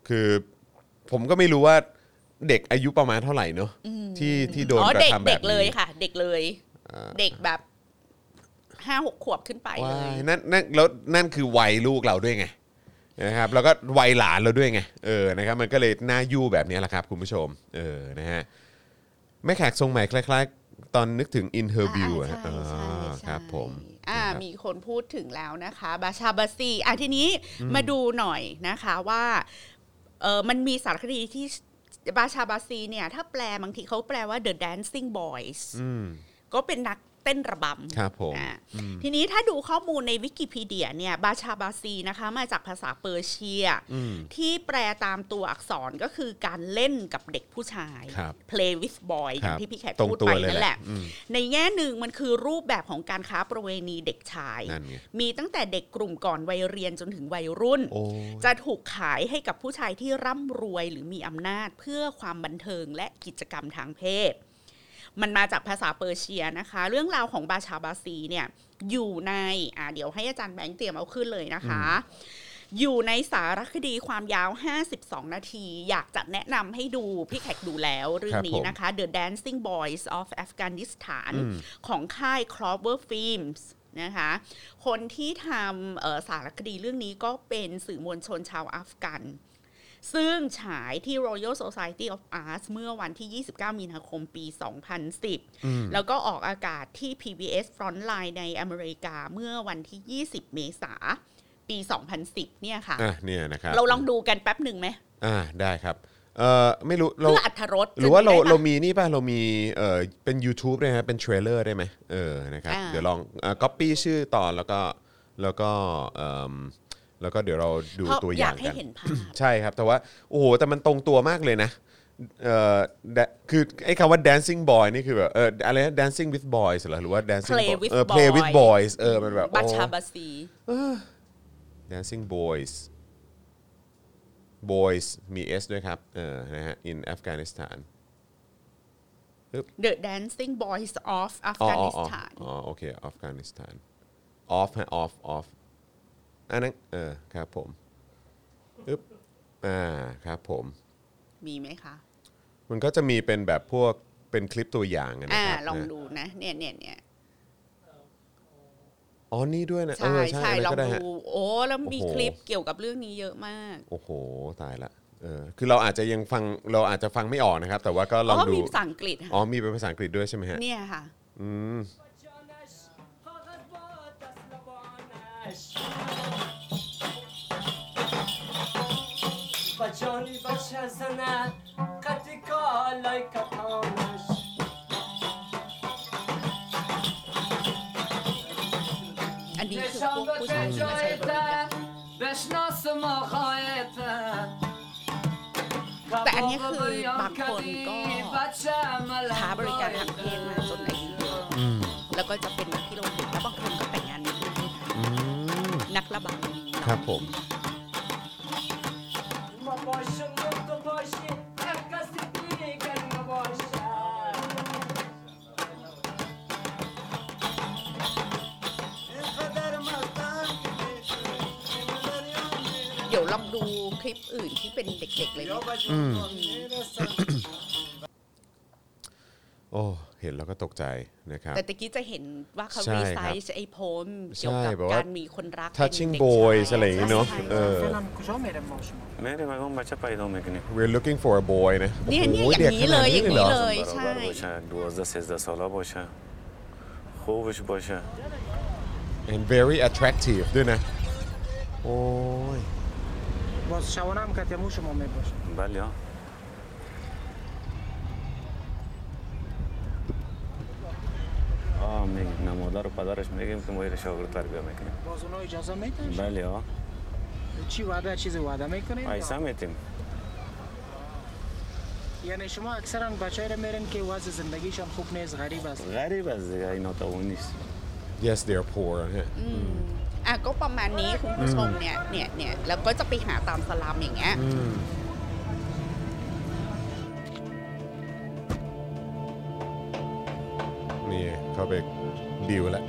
คือผมก็ไม่รู้ว่าเด็กอายุประมาณเท่าไหร่เนอะที่ที่โดน
อ๋อก
ระ
เด็ก
ทำแบ
เด็
บ
กเล
นี้
ยค่ะ เด็กเลย เด็กแบบห้าหกขวบขึ้นไปเล
ว้าย
ย
นั่นนั่นแล้วนั่นคือวัยลูกเราด้วยไงนะครับ แล้วก็วัยหลานเราด้วยไงเออนะครับ มันก็เลยหน้ายู่แบบนี้แหละครับ คุณผู้ชม เออนะฮะแม่แขกทรงใหม่คล้ายๆ ตอนนึกถึง In Her View อะ
อ่าใช่ใช่
อ๋อ
ใช่
ครับผม
อ่า
ครับ
มีคนพูดถึงแล้วนะคะ บาชาบาซีอ่ะทีนี้มาดูหน่อยนะคะว่าเออมันมีสารคดีที่บาชาบาซีเนี่ย ถ้าแปลบางทีเขาแปลว่า The Dancing Boys
อืม
ก็เป็นนักเต้นระบำ
ครับผม
อ่าทีนี้ถ้าดูข้อมูลในวิกิพีเดียเนี่ย บาชาบาซีนะคะ มาจากภาษาเปอร์เซีย
อืม
ที่แปลตามตัวอักษรก็คือการเล่นกับเด็กผู้ชาย
ครับ
play with boy
ค
อย่า
รั
ง
บ
ที่พี่แขก
ตรง
พูด
ตั
ไป
วเลย
นั่น
แห
แห
ละ
ละ
อืม
ในแง่หนึ่งมันคือรูปแบบของการค้าประเวณีเด็กชาย
นั่นไง
มีตั้งแต่เด็กกลุ่มก่อนวัยเรียนจนถึงวัยรุ่น
โอ้
จะถูกขายให้กับผู้ชายที่ร่ำรวยหรือมีอำนาจเพื่อความบันเทิงและกิจกรรมทางเพศ มันมาจากภาษาเปอร์เซียนะคะ เรื่องราวของบาชาบาซีเนี่ยอยู่ในอ่าเดี๋ยวให้อาจารย์แบงค์เตรียมเอาขึ้นเลยนะคะ อยู่ในสารคดีความยาว 52 นาที อยากจะแนะนำให้ดูพี่แขกดูแล้วเรื่องนี้นะคะ The Dancing Boys of Afghanistan ของค่าย Clover Films นะคะ คนที่ทำเอ่อสารคดีเรื่องนี้ก็เป็นสื่อมวลชนชาวอัฟกัน ซึ่งฉายที่ Royal Society of Arts เมื่อวันที่ 29 มีนาคมปี 2010 แล้วก็ออกอากาศที่ PBS Frontline ในอเมริกาเมื่อวันที่ 20 เมษาปี 2010 เนี่ยค่ะ
อ่ะเนี่ยนะครับ
เราลองดูกันแป๊บหนึ่งไหม
อ่าได้ครับเออไม่รู้เรา
เพื่ออัธรส
หรือว่าเรา
จะได้ปะ
เรามีนี่ป่ะ เรามีเออเป็น YouTube ด้วยนะเป็นเทรลเลอร์ได้ไหมเออนะครับ
อ่า
เดี๋ยวลองก๊อปปี้ชื่อตอนแล้วก็แล้วก็เอ่มแล้วก็เดี๋ยวเราดู
เพราะ
ตัวอ
อยา
ย่าง
กให้
กัน
เห็นภาพ
ใช่ครับ แต่ว่า โอ้โห แต่มันตรงตัวมากเลยนะเอ่อ da- คือไอ้คำว่า dancing boy นี่คือแบบเอออะไรนะ dancing with boys เหรอหรือว่า dancing
Play
boy-
with
เออ play with
boy
boys เออมันแบบ
บัช
โอ้
ชาบาซี
dancing boys boys มี s ด้วยครับเออนะฮะ in Afghanistan
The Dancing Boys of
อ๋ออ๋อ
Afghanistan
อ๋อโอเค Afghanistan off ฮะ off off อันนั้นเออครับผมอึ๊บอ่าครับผม
มีไหมคะ
มันก็จะมีเป็นแบบพวกเป็นคลิปตัวอย่างอะนะ
อ่า
ครับ
ลอง
นะ
ดูนะเนี่ยเนี่ยเนี่ย
อ๋อนี่ด้วยนะเออ
ใช่ใช่
น
ล
นั้
อง
นก็ไฮะ
ดู โอ้แล้วมี
โอ้โห
คลิปเกี่ยวกับเรื่องนี้เยอะมาก
โอ้โหตายละเออคือเราอาจจะยังฟังเราอาจจะฟังไม่ออกนะครับ แต่ว่าก็ล
อ๋
อง
อ
ดู
มีภาษาอังกฤษค่ะ
อ๋อมีเป็นภาษาอังกฤษด้วยใช่ไหมฮะ
เนี่ยค่ะ
อืม
با جانی بچه زنه قدی گالای کتانش
อันนี้คือพวก
نشان
ผู้
به
ชายที่มาใช้บริการ
تجایده بشناس ما خواهیته
แต่อันนี้คือบางคนก็ค้าบริการทางเพศมาจนอายุเยอะแล้วก็จะเป็นแบบที่เราเห็นแล้วบางคนก็แต่งงานมีลูกด้วยนะนักระบำ
ครับผม
ما باشیم و تو باشیم هر کسی دیگر نباشد اینقدر مستم که می‌شوی، که دنیا می‌ری.
เดี๋ยวลองดูคลิปอื่นที่เป็นเด็กๆเลยนะ
โอ้เห็นแล้วก็ตกใจนะครับ
แต่ตะกี้จะเห็นว่าเขา
ใช่
รี
ค
ไซ
รับ
ส์ไอ้โพมเกี่ยวกับ
ใช่แบบว่า
การมีคนรัก
touching
ป็นด็กชา
boys อะไรอย่างงี้เนาะ
ใช่
เออ
فعلا کجا میره ما شما
میریم و اون بچه پیدا میکنیم
we're looking for a boy นะโอ้
เนี่ย
โห
เนี่ยอย่างนี้เลยอย่าง
หร
นี้เลยใช่
برابر باشه 12 13 ساله باشه خوبش باشه
and very attractive ด้วยนะ โอ้ย
باز شبانه هم کتیمو شما میباشه
بله ها. آه میگیم نه مادر و پدرش میگیم که ما یه شاگرد تربیه میکنیم
باز اونا اجازه میدن
بله ها
چی وعده چیزی وعده میکنین
ایسا میتیم
یعنی شما اکثرا بچه رو میرین که وضع زندگیشان خوب نیست غریب است
غریب از دیگه این ناتوان نیست
yes they're poor ฮะ
อ่ะก็ประมาณนี้คุณผู้ชมเนี่ยเนี่ยเนี่ยแล้วก็จะไปหาตามสลามอย่างเงี้ย
นี่เขาไปดิวแล้ว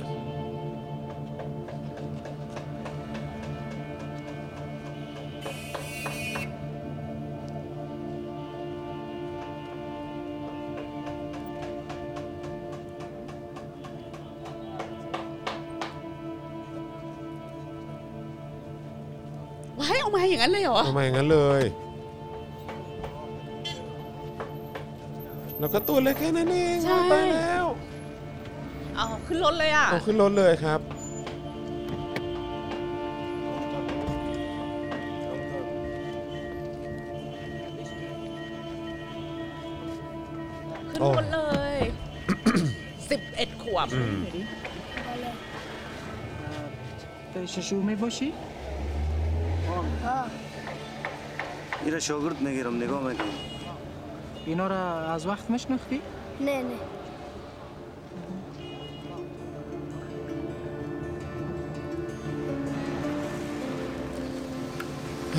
ว้ายออกมาอย่างนั้นเลยเหรอ
ทำไมอย่างนั้นเลย แล้วก็ตัวเล็กแค่นั้นเอง
ใช่
ตายแล้ว
เอาขึ้นรถเลยอ่ะ
เอาขึ้นรถเลยครับ
ขึ้นรถเลย 11 ขวบ
ششو میباشی؟
این شاگرد میگیرم نگاه میکنم
اینا را از وقت میشناختی؟
نه نه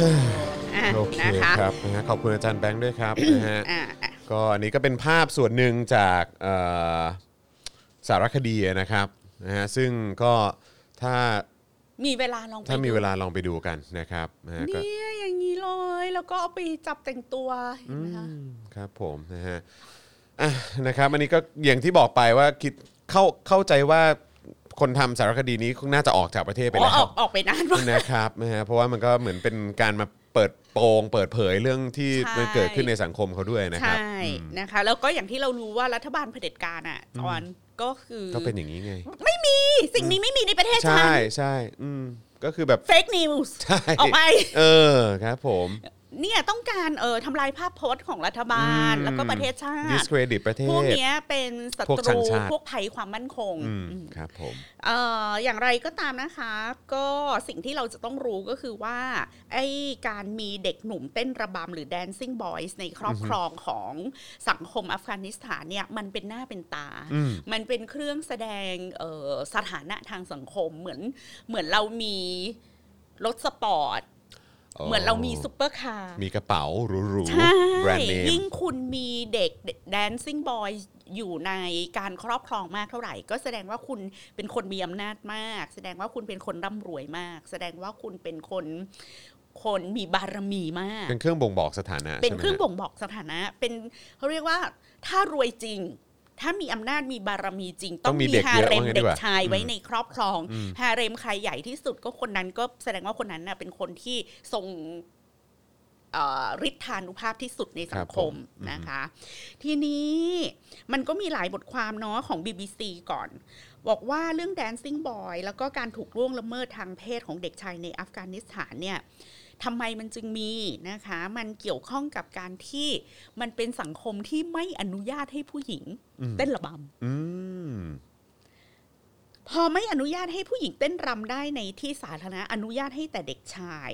อ่ะ
โอเค
นะคะ
ครับนะฮะขอบคุณอาจารย์แบงค์ด้วยครับนะฮะ
อ่ะอ่ะ
ก็อันนี้ก็เป็นภาพส่วนหนึ่งจากเอ่อสารคดีนะครับนะฮะซึ่งก็ถ้า
มีเวลาลองไป
ถ้ามีเวลาลองไปดูกันนะครับนะฮะก็
เนี่ยอย่างนี้เลย แล้วก็เอาไปจับแต่งตัวเห็นไหมคะ
ครับผมนะฮะอ่ะนะครับอันนี้ก็อย่างที่บอกไปว่าคิดเข้าเข้าใจว่าคนทำสารคดีนี้คงน่าจะออกจากประเทศไป
อ๋อ
แล้
อ
ว
อกออกไปนานมาก
นะครับนะฮะเพราะว่ามันก็เหมือนเป็นการมาเปิดโปงเปิดเผยเรื่องที่
ใช่
มันเกิดขึ้นในสังคมเขาด้วยนะครับ
ใช่นะคะ แล้วก็อย่างที่เรารู้ว่ารัฐบาลเผด็จการอ่ะตอนก็คือ
ก็เป็นอย่างนี้ไง
ไม่มีสิ่งนี้ไม่มีในประเทศฉั
ใช่
น
ใช่อืมก็คือแบบ (laughs)
เฟกนิวส์
ใช่
ออกไป
เออครับผม
เนี่ยต้องการเออทำลายภาพพจน์ของรัฐบาล
อืม
แล้วก็ประเทศชาติ
discredit ประเทศ
พวกเนี้ยเป็นศั
พวก
ต
ชัง
รู
ชาติ
พวกภัยความมั่นคง
อืม
อืม
ครับผม
เอ่ออย่างไรก็ตามนะคะ ก็สิ่งที่เราจะต้องรู้ก็คือว่าไอ้การมีเด็กหนุ่มเต้นระบำหรือ dancing boys ในครอบครองของสังคมอัฟกานิสถานเนี่ยมันเป็นหน้าเป็นตา
อืม
มันเป็นเครื่องแสดงเอ่อสถานะทางสังคมเหมือนเหมือนเรามีรถสปอร์ต เหมือนเรามีซุปเปอร์คาร์
มีกระเป๋าหรู
ใช่ (laughs)
ๆแบรนด์เนม
ยิ่งคุณมีเด็ก dancing boy อยู่ในการครอบครองมากเท่าไหร่ ก็แสดงว่าคุณเป็นคนมีอำนาจมาก แสดงว่าคุณเป็นคนร่ำรวยมาก แสดงว่าคุณเป็นคนคนมีบารมีมาก
เป็นเครื่องบ่งบอกสถานะ
เป็น
ใช่ไหม
เครื่อง
ฮะ
บ่งบอกสถานะ เป็นเขาเรียกว่าถ้ารวยจริง ถ้ามีอำนาจมีบารมีจริง
ต้
ต้
อ
อง ง
มี
มี
เด็ก
ฮา
เยอะ
เร็ม
ว่างั้นดี
เด็
ก
ก
ว่า
ชายไว้ในครอบครองฮาเร็มใครใหญ่ที่สุดก็คนนั้นก็แสดงว่าคนนั้นน่ะเป็นคนที่ทรงเอ่อฤทธานุภาพที่สุดในสังคมนะคะ ทีนี้มันก็มีหลายบทความเนาะของ BBC ก่อน บอกว่าเรื่อง Dancing Boy แล้วก็การถูกล่วงละเมิดทางเพศของเด็กชายในอัฟกานิสถานเนี่ย ทำไมมันจึงมีนะคะ มันเกี่ยวข้องกับการที่มันเป็นสังคมที่ไม่อนุญาตให้ผู้หญิงเต้นระบ
อืม
ำพอไม่อนุญาตให้ผู้หญิงเต้นรำได้ในที่สาธารณะอนุญาตให้แต่เด็กชาย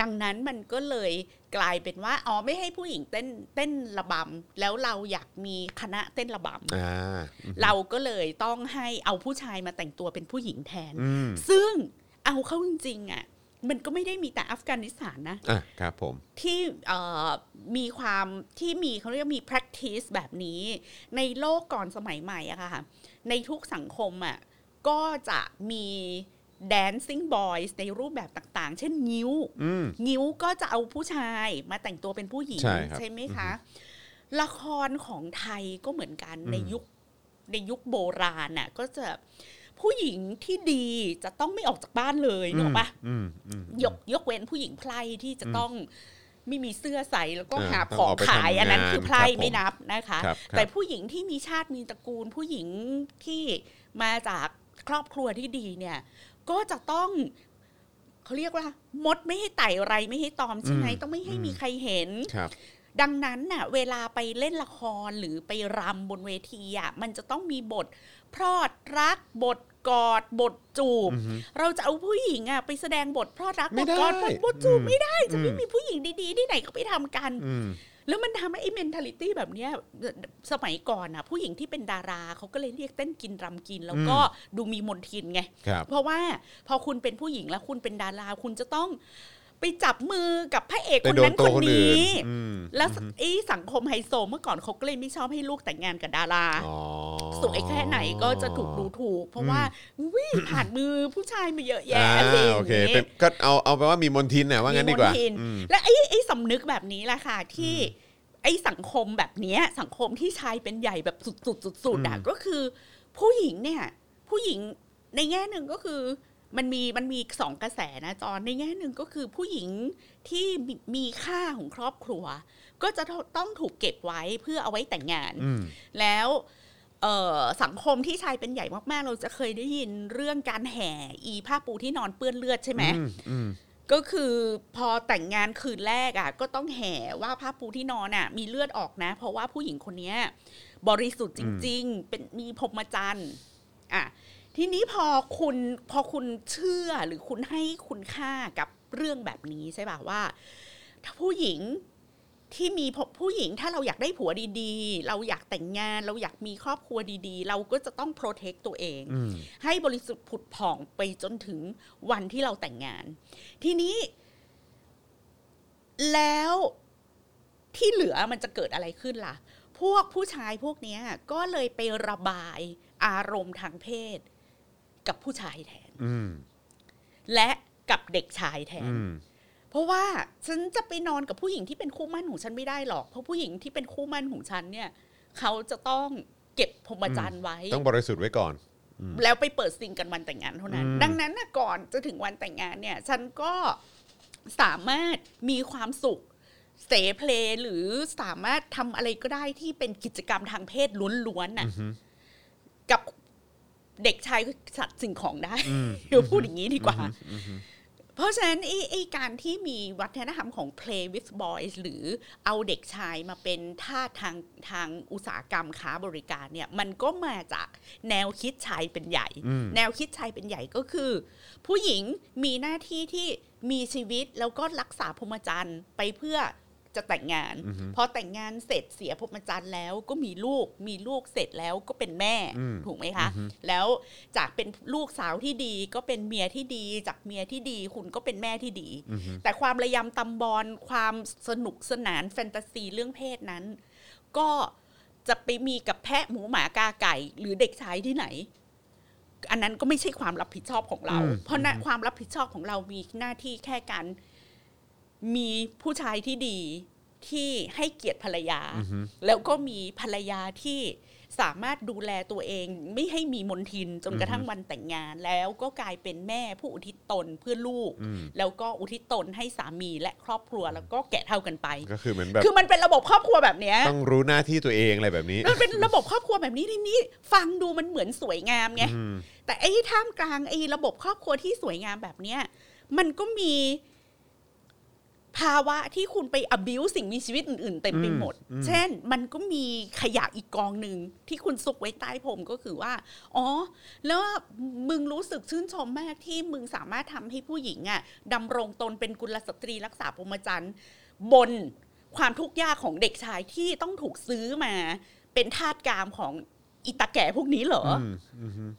ดังนั้นมันก็เลยกลายเป็นว่าอ๋อไม่ให้ผู้หญิงเต้นเต้นระบำแล้วเราอยากมีคณะเต้นระบำ
อ่า
เราก็เลยต้องให้เอาผู้ชายมาแต่งตัวเป็นผู้หญิงแทน
อืม
ซึ่งเอาเข้าจริงๆอ่ะมันก็ไม่ได้มีแต่อัฟกานิสถานนะ
อ่ะครับผม
ที่เอ่อมีความที่มีเขาเรียกมี practice แบบนี้ ในโลกก่อนสมัยใหม่อะค่ะ ในทุกสังคมอะก็จะมี dancing boys ในรูปแบบต่างๆ เช่นงิ้ว
อืม
งิ้วก็จะเอาผู้ชายมาแต่งตัวเป็นผู้หญิง
ใช่ครับ
ไหมคะ ละครของไทยก็เหมือนกัน
อืม
ในยุคในยุคโบราณน่ะก็จะผู้หญิงที่ดีจะต้องไม่ออกจากบ้านเลยเนกอะปะ
อืมอืม
ยกยกเว้นผู้หญิงไพร่ที่จะต้องไม่มีเสื้อใส่แล้วก็
เออ
หา
ต้อง
ขอ
อ
ง
อกไป
ขาย
ทำงาน
อันนั้นคือไพร่
ครับผม
ไม่นับนะคะ
ครับครับ
แต่ผู้หญิงที่มีชาติมีตระกูล ผู้หญิงที่มาจากครอบครัวที่ดีเนี่ย ก็จะต้องเขาเรียกว่า มดไม่ให้ไต่อะไรไม่ให้ตอมใช่ไหมต้องไม่ให้มีใครเห็น
ครับ
ดังนั้นน่ะเวลาไปเล่นละครหรือไปรำบนเวทีอ่ะมันจะต้องมีบทพรอดรักบทกอดบทจูบ เราจะเอาผู้หญิงอ่ะไปแสดงบทพรอดรัก
ไม่
บท
ได้
กอดบทบทจูบไม่ได้
อื
จะ
ม
ไม่มีผู้หญิงดีๆที่ไหนก็ไปทำกัน
อืม
แล้วมันทำให้ไอ้ mentality แบบเนี้ยสมัยก่อนอ่ะผู้หญิงที่เป็นดาราเขาก็เลยเรียกเต้นกินรำกิน แล้วก็ดูมีมนทินไง
ครับ
เพราะว่าพอคุณเป็นผู้หญิงแล้วคุณเป็นดารา คุณจะต้องไปจับมือกับพระเอก
ไป
คน
โดน
นั้น
ตั
คว
คน น
นี
อื่น้ อืม
แล้วไอ้สังคมไฮโซเมื่อก่อนเขาก็เลยไม่ชอบให้ลูกแต่งงานกับดารา
อ๋อ
สวยแค่ไหนก็จะถูกดูถูก เพราะว่าวิผ่านมือผู้ชายมาเยอะ
อ่า
แยะอะไรอ
โอย่างเค
เงี้
เป็น
ย
ก็เอาเอาไปนว่ามีมนทินน่ะว่างั้นดีกว่า
มทิน
อืม
และไอ้ไอ้สำนึกแบบนี้แหละค่ะ ที่ไอ้สังคมแบบเนี้ยสังคมที่ชายเป็นใหญ่แบบสุดๆสุดๆอ่ะ
อืม
ก็คือ ผู้หญิงเนี่ย ผู้หญิงในแง่หนึ่งก็คือ มันมีมันมีสองกระแสนะจอนในแง่หนึ่งก็คือผู้หญิงที่มีมีค่าของครอบครัว ก็จะต้องถูกเก็บไว้เพื่อเอาไว้แต่งงาน
อืม
แล้วเอ่อสังคมที่ชายเป็นใหญ่มากๆ เราจะเคยได้ยินเรื่องการแห่ อีผ้าปูที่นอนเปื้อนเลือดใช่ไหม
อืมอืม
ก็คือพอแต่งงานคืนแรกอ่ะก็ต้องแห่ว่าผ้าปูที่นอนอ่ะ มีเลือดออกนะ เพราะว่าผู้หญิงคนเนี้ย บริสุทธิ์จริง ๆ เป็นมีพรหมจรรย์อ่ะทีนี้พอคุณพอคุณเชื่อหรือคุณให้คุณค่ากับเรื่องแบบนี้ใช่ป่ะว่า ถ้าผู้หญิงที่มีพผู้หญิงถ้าเราอยากได้ผัวดีๆ เราอยากแต่งงาน เราอยากมีครอบครัวดีๆ เราก็จะต้องโปรเทคตัวเอง
อืม
ให้บริสุทธิ์ผุดผ่องไปจนถึงวันที่เราแต่งงาน ทีนี้ แล้วที่เหลือมันจะเกิดอะไรขึ้นล่ะ พวกผู้ชายพวกเนี้ย ก็เลยไประบายอารมณ์ทางเพศ กับผู้ชายแทน
อืม
และกับเด็กชายแทน
อืม
เพราะว่าฉันจะไปนอนกับผู้หญิงที่เป็นคู่มั่นของฉันไม่ได้หรอก เพราะผู้หญิงที่เป็นคู่มั่นของฉันเนี่ย เขาจะต้องเก็บพรหมจรรย์ไว้
ต้องบริสุทธิ์ไว้ก่อน
แล้วไปเปิดซิงกันวันแต่งงานเท่านั้น
อืม
ดังนั้นนะก่อนจะถึงวันแต่งงานเนี่ย ฉันก็สามารถมีความสุข เสเพลหรือสามารถทำอะไรก็ได้ที่เป็นกิจกรรมทางเพศล้วนๆน่ะ กับเด็กชายคือสัตว์สิ่งของได้เดี๋ยวพูดอย่างนี้ดีกว่า เพราะฉะนั้นไอ้ไอ้การที่มีวัฒนธรรมของ play with boys หรือเอาเด็กชายมาเป็นท่าสทางทางอุตสาหกรรมค้าบริการเนี่ย มันก็มาจากแนวคิดชายเป็นใหญ่ แนวคิดชายเป็นใหญ่ก็คือ ผู้หญิงมีหน้าที่ที่มีชีวิตแล้วก็รักษาพรหมจรรย์ไปเพื่อ จะแต่งงาน พอแต่งงานเสร็จเสียพรหมจรรย์แล้วก็มีลูกมีลูกเสร็จแล้วก็เป็นแม่ถูกไหมคะ แล้วจากเป็นลูกสาวที่ดีก็เป็นเมียที่ดี จากเมียที่ดีคุณก็เป็นแม่ที่ดี แต่ความระยำตำบอลความสนุกสนานแฟนตาซีเรื่องเพศนั้น ก็จะไปมีกับแพะหมูหมากาไก่ หรือเด็กชายที่ไหน อันนั้นก็ไม่ใช่ความรับผิดชอบของเรา
อืม
เพราะหน้าความรับผิดชอบของเรามีหน้าที่แค่การมีผู้ชายที่ดีที่ให้เกียรติภรรยา แล้วก็มีภรรยาที่สามารถดูแลตัวเอง ไม่ให้มีมนทินจนกระทั่งวันแต่งงาน แล้วก็กลายเป็นแม่ผู้อุทิศตนเพื่อลูก แล้วก็อุทิศตนให้สามีและครอบครัวแล้วก็แก่เท่ากันไป
ก็คือเหมือนแบบ
คือมันเป็นระบบครอบครัวแบบเนี้ย
ต้องรู้หน้าที่ตัวเองอะไรแบบนี้
มันเป็น (laughs) ระบบครอบครัวแบบนี้นี่นี่ฟังดูมันเหมือนสวยงามไงแต่ไอ้ท่ามกลางไอ้ระบบครอบครัวที่สวยงามแบบเนี้ยมันก็มีภาวะที่คุณไป abuse สิ่งมีชีวิตอื่นๆเต็มไปหมด เช่น มันก็มีขยะอีกกองหนึ่งที่คุณซุกไว้ใต้ผมก็คือว่า อ๋อ แล้วมึงรู้สึกชื่นชมมากที่มึงสามารถทำให้ผู้หญิงอะ่ะดำรงตนเป็นกุลสตรีรักษาพรหมจรรย์ บนความทุกข์ยากของเด็กชายที่ต้องถูกซื้อมาเป็นทาสกามของอิตาแก่พวกนี้เหรออ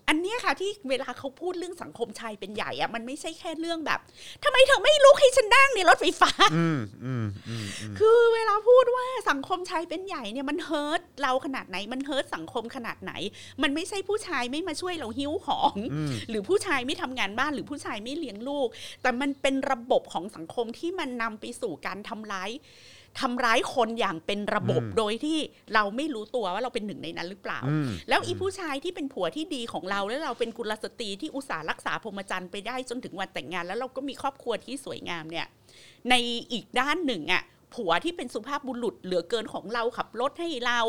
อันเนี้ยค่ะที่เวลาเขาพูดเรื่องสังคมชายเป็นใหญ่อะมันไม่ใช่แค่เรื่องแบบทำไมเธอไม่ลุกให้ฉันนั่งในรถไฟฟ้า
อืมอืมอืม
คือเวลาพูดว่าสังคมชายเป็นใหญ่เนี่ยมันเฮิร์ตเราขนาดไหนมันเฮิร์ตสังคมขนาดไหน มันไม่ใช่ผู้ชายไม่มาช่วยเราหิ้วของ หรือผู้ชายไม่ทำงานบ้านหรือผู้ชายไม่เลี้ยงลูก แต่มันเป็นระบบของสังคมที่มันนำไปสู่การทำร้ายทำร้ายคนอย่างเป็นระบบโดยที่เราไม่รู้ตัวว่าเราเป็นหนึ่งในนั้นหรือเปล่า
อืม
แล้วอีผู้ชายที่เป็นผัวที่ดีของเรา แล้วเราเป็นกุลสตรีที่อุตส่าห์รักษาพรหมจรรย์ไปได้จนถึงวันแต่งงาน แล้วเราก็มีครอบครัวที่สวยงามเนี่ย ในอีกด้านหนึ่งอะผัวที่เป็นสุภาพบุรุษเหลือเกินของเราขับรถให้เรา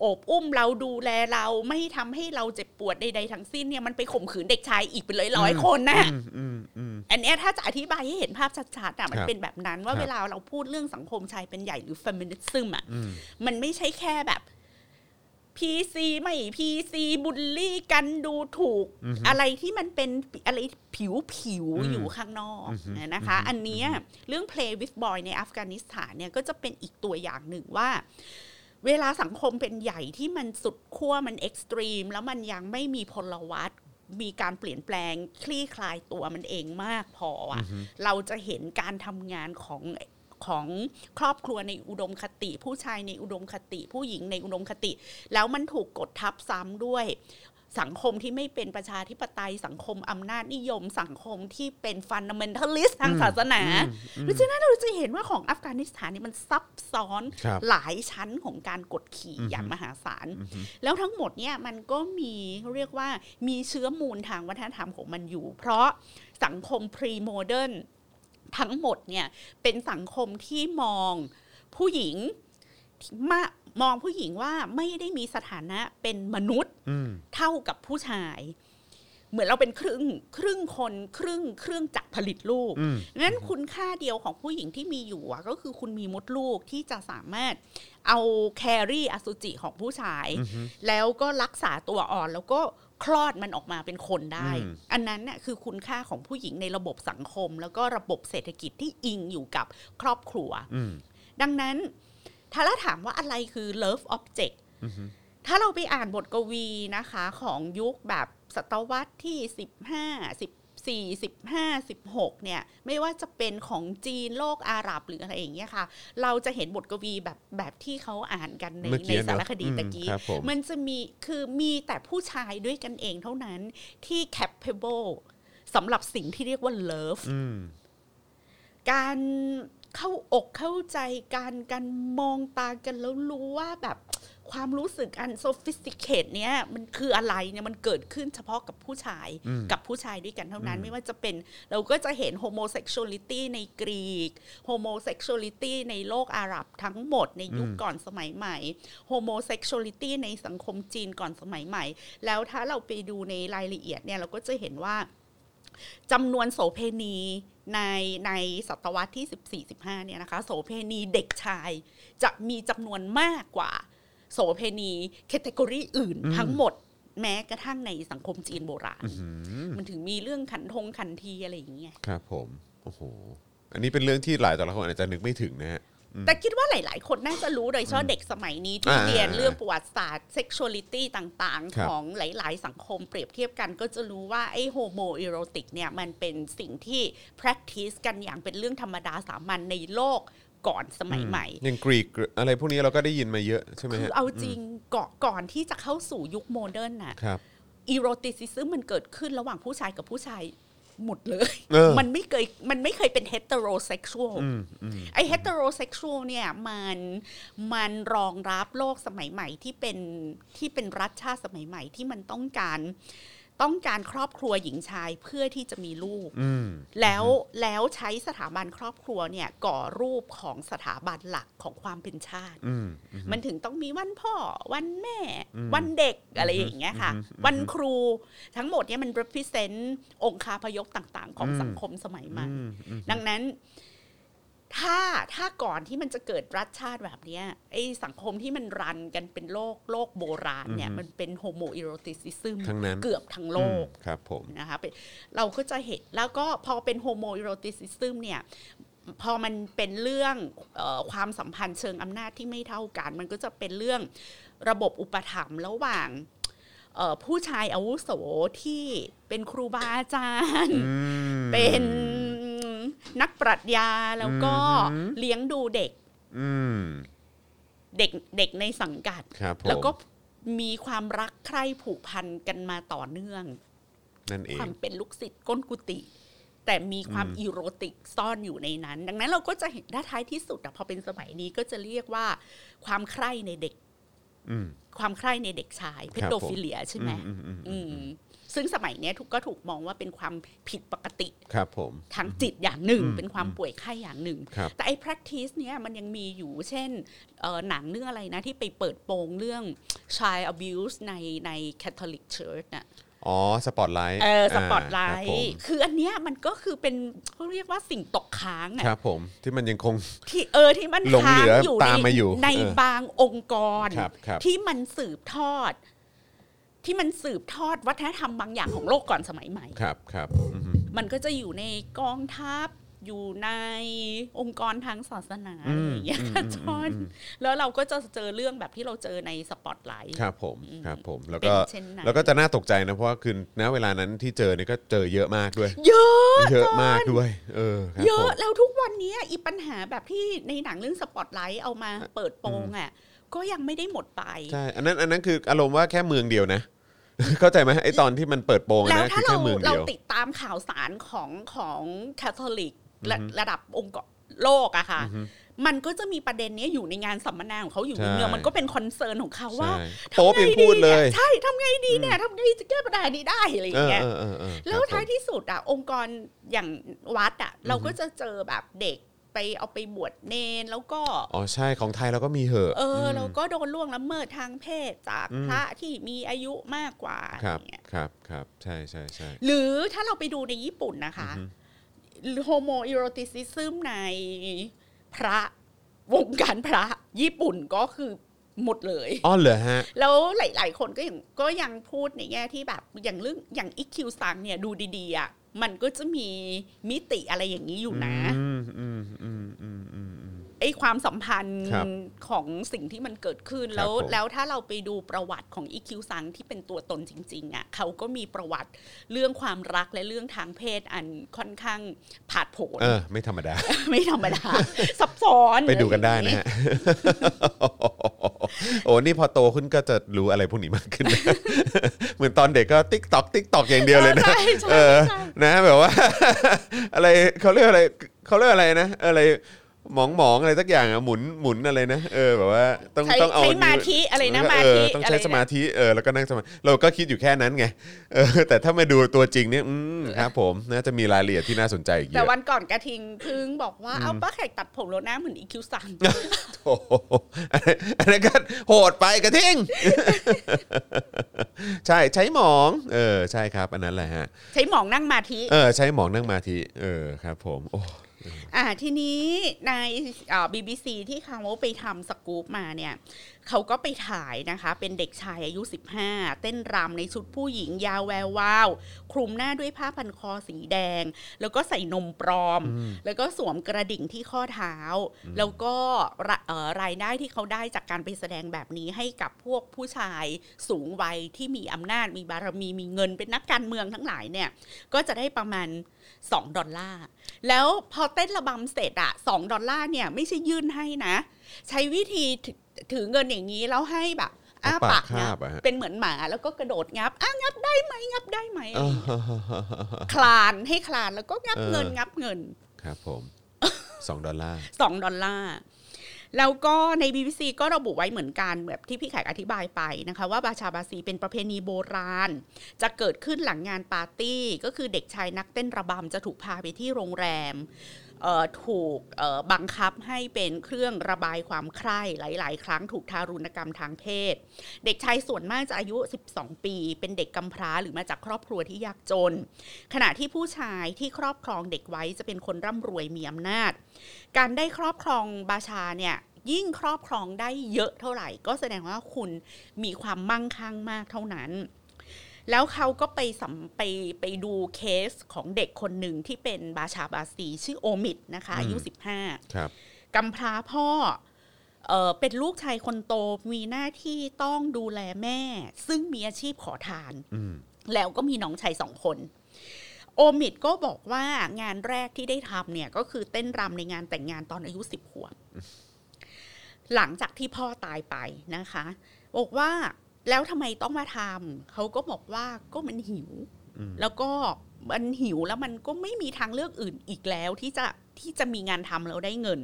โอบอุ้มเราดูแลเราไม่ทำให้เราเจ็บปวดใดๆทั้งสิ้นเนี่ยมันไปข่มขืนเด็กชายอีกเป็นร้อยๆคนนะ
อืมอืมอืม
อันเนี้ยถ้าจะอธิบายให้เห็นภาพชัดๆอะมัน
ครับ
เป็นแบบนั้นว่า
ครับ
เวลาเราพูดเรื่องสังคมชายเป็นใหญ่หรือเฟมินิซึมอะมันไม่ใช่แค่แบบพีซีไม่พีซีบุลลี่กันดูถูก อะไรที่มันเป็นอะไรผิวผิวๆอยู่ข้างนอกนะคะ อันเนี้ยเรื่อง play with boy ในอัฟกานิสถานเนี่ยก็จะเป็นอีกตัวอย่างหนึ่งว่า เวลาสังคมเป็นใหญ่ที่มันสุดขั้วมันเอ็กซ์ตรีม แล้วมันยังไม่มีพลวัตมีการเปลี่ยนแปลงคลี่คลายตัวมันเองมากพออะเราจะเห็นการทำงานของของครอบครัวในอุดมคติ ผู้ชายในอุดมคติ ผู้หญิงในอุดมคติ แล้วมันถูกกดทับซ้ำด้วย สังคมที่ไม่เป็นประชาธิปไตยสังคมอำนาจนิยม สังคมที่เป็นฟันดัมเมนทัลลิสทางศาสนาเพราะฉะนั้นเราจะเห็นว่าของอัฟกานิสถานนี่มันซับซ้อน
ครับ
หลายชั้นของการกดขี่อย่างมหาศาล แล้วทั้งหมดเนี่ยมันก็มีเขาเรียกว่ามีเชื้อมูลทางวัฒนธรรมของมันอยู่ เพราะสังคมพรีโมเดิร์นทั้งหมดเนี่ยเป็นสังคมที่มองผู้หญิงมามองผู้หญิงว่าไม่ได้มีสถานะเป็นมนุษย์
อืม
เท่ากับผู้ชาย เหมือนเราเป็นครึ่งครึ่งคนครึ่งเครื่องจักรผลิตลูก
อืม
งั้นคุณค่าเดียวของผู้หญิงที่มีอยู่อะก็คือคุณมีมดลูกที่จะสามารถเอาแครี่อสุจิของผู้ชาย แล้วก็รักษาตัวอ่อนแล้วก็คลอดมันออกมาเป็นคนได้
อืม
อันนั้นน่ะคือคุณค่าของผู้หญิงในระบบสังคม แล้วก็ระบบเศรษฐกิจที่อิงอยู่กับครอบครัว
อืม
ดังนั้นถ้าเราถามว่าอะไรคือ love object ถ้าเราไปอ่านบทกวีนะคะ ของยุคแบบศตวรรษที่ 15 14 15 16 เนี่ย ไม่ว่าจะเป็นของจีนโลกอาหรับหรืออะไรอย่างเงี้ยค่ะ เราจะเห็นบทกวีแบบแบบที่เขาอ่านกันใน
เมื่อกี้
ในสาร
เนอะ
คดี
อืม
ตะกี้
ครับผม
มันจะมีคือมีแต่ผู้ชายด้วยกันเองเท่านั้นที่ capable สำหรับสิ่งที่เรียกว่า love
อืม
การเข้าอกเข้าใจการการมองตากันแล้วรู้ว่าแบบความรู้สึกอันโซฟิสติเคตเนี้ยมันคืออะไรเนี่ยมันเกิดขึ้นเฉพาะกับผู้ชาย
อืม
กับผู้ชายด้วยกันเท่านั้น ไม่ว่าจะเป็นเราก็จะเห็นโฮโมเซ็กชวลิตี้ในกรีกโฮโมเซ็กชวลิตี้ในโลกอาหรับทั้งหมดในยุคก่อนสมัยใหม่โฮโมเซ็กชวลิตี้ในสังคมจีนก่อนสมัยใหม่ แล้วถ้าเราไปดูในรายละเอียดเนี่ยเราก็จะเห็นว่า จำนวนโสเพณีในในศตวรรษที่ 14-15 เนี่ยนะคะ โสเพณีเด็กชายจะมีจำนวนมากกว่า โสเพณีแคตตากรีอื่นทั้งหมดแม้กระทั่งในสังคมจีนโบราณ มันถึงมีเรื่องขันธงขันทีอะไรอย่างเงี้ย
ครับผม โอ้โห อันนี้เป็นเรื่องที่หลายต่อหลายคนอาจจะนึกไม่ถึงนะฮะ
แต่คิดว่าหลาย ๆ คนน่าจะรู้โดยเฉพาะเด็กสมัยนี้ที่
อ่า
เรียน
อ่า
เรื่องประวัติศาสตร์เซ็กชวลิตี้ต่าง
ครับ
ๆของหลาย ๆ สังคมเปรียบเทียบกันก็จะรู้ว่า ไอ้โฮโมอ r โรติกเนี่ย มันเป็นสิ่งที่ practice กันอย่างเป็นเรื่องธรรมดาสามัญในโลกก่อนสมัยใหม่
อย่างกรีกอะไรพวกนี้เราก็ได้ยินมาเยอะใช่ไหม
คือ
ฮะ
เอาจริงก่อนก่อนที่จะเข้าสู่ยุคโมเดิร์นน่ะ
ครับ
อีโรติซิซึมมันเกิดขึ้นระหว่างผู้ชายกับผู้ชายหมดเลย
เออ
มันไม่เคยมันไม่เคยเป็นเฮต e โรเซ็กชวลไอเฮต e โรเซ็กชวลเนี่ยมันมันรองรับโลกสมัยใหม่ที่เป็นที่เป็นรัฐชาติสมัยใหม่ที่มันต้องการต้องการครอบครัวหญิงชายเพื่อที่จะมีลูก
อืม
แล้วแล้วใช้สถาบันครอบครัวเนี่ยก่อรูปของสถาบันหลักของความเป็นชาติ
อืม
มันถึงต้องมีวันพ่อวันแม่ วันเด็กอะไรอย่างเงี้ยค่ะ วันครูทั้งหมดเนี่ยมัน represent องค์คาพยพต่างๆ ของ
อืม
สังคมสมัยใหม่
อืมอืม
ดังนั้น ถ้าถ้าก่อนที่มันจะเกิดรัฐชาติแบบเนี้ยไอ้สังคมที่มันรันกันเป็นโลกโลกโบราณเนี่ย มันเป็นโฮโมอ r โรติซิซึม
ทั้งนั้น
เกือบทั้งโล
อืม
ก
ครับผม
นะคะเป็นเราก็จะเห็นแล้วก็พอเป็นโฮโมอ r โรติซิซึมเนี่ย พอมันเป็นเรื่องเออความสัมพันธ์เชิงอำนาจที่ไม่เท่ากัน มันก็จะเป็นเรื่องระบบอุปถัมภ์ระหว่างเอ่อผู้ชายอาวุโสที่เป็นครูบาอาจารย์ เป็นนักปรัชญาแล้วก็
อืม
เลี้ยงดูเด็ก
อืม
เด็กเด็กในสังกัด
ครับผม
แล้วก็มีความรักใคร่ผูกพันกันมาต่อเนื่อง
นั่นเอง
ความเป็นลูกศิษย์ก้นกุฏิแต่มีความอีโรติกซ่อนอยู่ในนั้น ดังนั้นเราก็จะเห็นถ้าท้ายที่สุดอะพอเป็นสมัยนี้ก็จะเรียกว่า ความใคร่ในเด็ก
อืม
ความใคร่ในเด็กชายเพ
ครับผม
โดฟิเลียใช่ไหม
อืมอืมอืม
อืมซึ่งสมัยเนี้ยถูกก็ถูกมองว่าเป็นความผิดปกติ
ครับผม
ทางจิตอย่างหนึ่ง
อืม
เป็นความป่วยไข้อย่างหนึ่ง
ครับ
แต่ไอ้ practice เนี้ยมันยังมีอยู่เช่นเอ่อหนังเรื่องอะไรนะ ที่ไปเปิดโปงเรื่อง child abuse ในใน Catholic Church น่ะ
อ๋อ สปอตไลท์
เออสปอตไล
าครับผม
ท์คืออันเนี้ยมันก็คือเป็นเขาเรียกว่าสิ่งตกค้างอะ
ครับผม ที่มันยังคง
ที่เออที่มัน
หลง
ค้า
เห
ง
ลือ
อยู่
ตามมาอยู่
ในใน
เออบ
างองค์กร
ครับครับ
ที่มันสืบทอด ที่มันสืบทอดวัฒนธรรมบางอย่างของโลกก่อนสมัยใหม่
ครับครับอืม
มันก็จะอยู่ในกองทัพอยู่ในองค์กรทางศาสนาอะไรอย่างเงี้ยค่ะจอนแล้วเราก็จะเจอเรื่องแบบที่เราเจอในสปอตไลท์
ครับผมครับผมแล้ว
เป็น
ก็
เช่นนั้น
แล้วก็จะน่าตกใจนะเพราะว่าคือณเวลานั้นที่เจอเนี่ยก็เจอเยอะมากด้วย
เยอะ
เยอะมากด้วยเออครับ
เย
ผ
อะ
ม
แล้วทุกวันนี้อีปัญหาแบบที่ในหนังเรื่องสปอตไลท์เอามาเปิดโปงอ่ะ ก็ยังไม่ได้หมดไป
ใช่อันนั้นอันนั้นคืออารมณ์ว่าแค่เมืองเดียวนะ (laughs) เข้าใจไหมไอตอนที่มันเปิดโปงอะ
แล้ว
นะคื
ถ้า
อ
เรา
แค่เมือง
เรา
เดียว
ติดตามข่าวสารของของคาทอลิกระระดับองค์กรโลกอะค่ะ มันก็จะมีประเด็นเนี้ยอยู่ในงานสัมมนาของเขาอยู่
ใช่
เนืองๆมันก็เป็นคอนเซิร์นของเขาว่า
ใช่โป๊ป
ทำไง
ยังพูดเลย
นี่ใช่ทำไงดีเนี่ยทำไงจะแก้ปัญหานี้ได้อะไรอ
เอย่างอ
เงี้ย
เออเออเออ
แล้วท้า
ค
ย
รับ
ที่สุดอ่ะองค์กรอย่างวัดอ่ะ เราก็จะเจอแบบเด็กไปเอาไปบวชเนนแล้วก็
ผมอ๋อใช่ของไทยเราก็มีเหอะ
เออเราก็โดนล่วงละเมิดทางเพศจาก
อืม
พระที่มีอายุมากกว่า
ครับ
อย่างเงี้ย
ครับครับใช่ใช่ใช่
หรือถ้าเราไปดูในญี่ปุ่นนะคะ
อือฮึ
โฮโมอ r โรติซิซึมในพระวงการพระญี่ปุ่นก็คือหมดเลย
อ๋อเหรอฮะ
แล้วหลาย ๆ คนก็ยังก็ยังพูดในแง่ที่แบบอย่างเรื่องอย่างอิคิวซังเนี่ยดูดีๆอ่ะมันก็จะมีมิติอะไรอย่างนี้อยู่นะ
อืมอืมอืมอืมอืมอืม
ไอ้ความสัมพันธ์
ครับ
ของสิ่งที่มันเกิดขึ้น
ครับ
แล้ว
ผม
แล้วถ้าเราไปดูประวัติของอีคิวซังที่เป็นตัวตนจริงๆอ่ะเขาก็มีประวัติเรื่องความรักและเรื่องทางเพศอันค่อนข้างผาดโผน
เออ ไม่ธรรมดา
ไม่ธรรมดา (laughs) ซับซ้อน
ไปดูกันได้นะฮะ โอ้ นี่พอโตขึ้นก็จะรู้อะไรพวกนี้มากขึ้นนะ เหมือนตอนเด็กก็ติ๊กตอกติ๊กตอกอย่างเดียวเลยนะ
ใช่ใช่
เออ
ใช่
นะแบบว่า อะไรเขาเรียกอะไรเขาเรียกอะไรนะ อะไรหมองหมองๆอะไรสักอย่างอะหมุนหมุนอะไรนะ เออแบบว่าต้อง
ใช้
ต้องเอา
ใช้
นิ้ว
มาธิอะไรนะมาธิ
เออต้องใช้
อะไรนะ
สมาธิเออแล้วก็นั่งสมาธิเราก็คิดอยู่แค่นั้นไงเออ แต่ถ้ามาดูตัวจริงเนี่ยอืมครับ ผมน่าจะมีรายละเอียดที่น่าสนใจอีกเย
แต่
อะ
วันก่อนกระทิงพึ่งบอกว่าเอาป้าแขกตัดผมแล้วนะเหมือนอี (laughs) คิวซัง
โอ้โห (laughs) อันนั้นก็โหดไปกระทิง (laughs) ใช่ใช้หมอง เออใช่ครับอันนั้นแหละฮะ
ใช้หมองนั่งมาธิ
เออใช้หมองนั่งมาทีเออครับ ผมโอ้ (laughs)
อ่าทีนี้ในบีบีซีที่เขาไปทำสกู๊ปมาเนี่ย เขาก็ไปถ่ายนะคะ เป็นเด็กชายอายุ 15 เต้นรำในชุดผู้หญิงยาวแวววาว คลุมหน้าด้วยผ้าพันคอสีแดง แล้วก็ใส่นมปลอม แล้วก็สวมกระดิ่งที่ข้อเท้า แล้วก็ระเอ่อรายได้ที่เขาได้จากการไปแสดงแบบนี้ให้กับพวกผู้ชายสูงวัยที่มีอำนาจมีบารมีมีเงินเป็นนักการเมืองทั้งหลายเนี่ย ก็จะได้ประมาณ 2 ดอลลาร์ แล้วพอเต้นระบำเสร็จอะสองดอลลาร์เนี่ยไม่ใช่ยื่นให้นะ ใช้วิธีถถือเงินอย่างนี้แล้วให้แบบอ้า
เอาปา
ปาก ก
คา
งั
บบ อะฮะ
เป็นเหมือนหมาแล้วก็กระโดดงับอ้างับได้ไหมงับได้ไหมอะไรอย่างเงี้ย คลานให้คลานแล้วก็งับ
เออ
เงินงับเงิน
ครับผม 2 ดอลลาร์
2 ดอลลาร์ แล้วก็ใน BBC ก็ระบุไว้เหมือนกันแบบที่พี่แขกอธิบายไปนะคะ ว่าบาชาบาซีเป็นประเพณีโบราณ จะเกิดขึ้นหลังงานปาร์ตี้ ก็คือเด็กชายนักเต้นระบำจะถูกพาไปที่โรงแรมเอ่อถูกเอ่อบังคับให้เป็นเครื่องระบายความใคร่หลาย ๆ ครั้งถูกทารุณกรรมทางเพศ เด็กชายส่วนมากจะอายุ 12 ปี เป็นเด็กกำพร้าหรือมาจากครอบครัวที่ยากจน ขณะที่ผู้ชายที่ครอบครองเด็กไว้จะเป็นคนร่ำรวยมีอำนาจ การได้ครอบครองบาชาเนี่ยยิ่งครอบครองได้เยอะเท่าไหร่ ก็แสดงว่าคุณมีความมั่งคั่งมากเท่านั้น แล้วเขาก็ไปสัมไปไปดูเคสของเด็กคนหนึ่งที่เป็นบาชาบาซีชื่อโอมิดนะคะอายุ
อืม
15
ครับ
กำพร้าพ่อเอ่อเป็นลูกชายคนโตมีหน้าที่ต้องดูแลแม่ ซึ่งมีอาชีพขอทาน
อืม
แล้วก็มีน้องชายสองคน โอมิดก็บอกว่างานแรกที่ได้ทำเนี่ยก็คือเต้นรำในงานแต่งงานตอนอายุสิบขวบ หลังจากที่พ่อตายไปนะคะ บอกว่าแล้วทำไมต้องมาทำเขาก็บอกว่าก็มันหิว
อืม
แล้วก็มันหิวแล้วมันก็ไม่มีทางเลือกอื่นอีกแล้วที่จะที่จะมีงานทำแล้วได้เงิน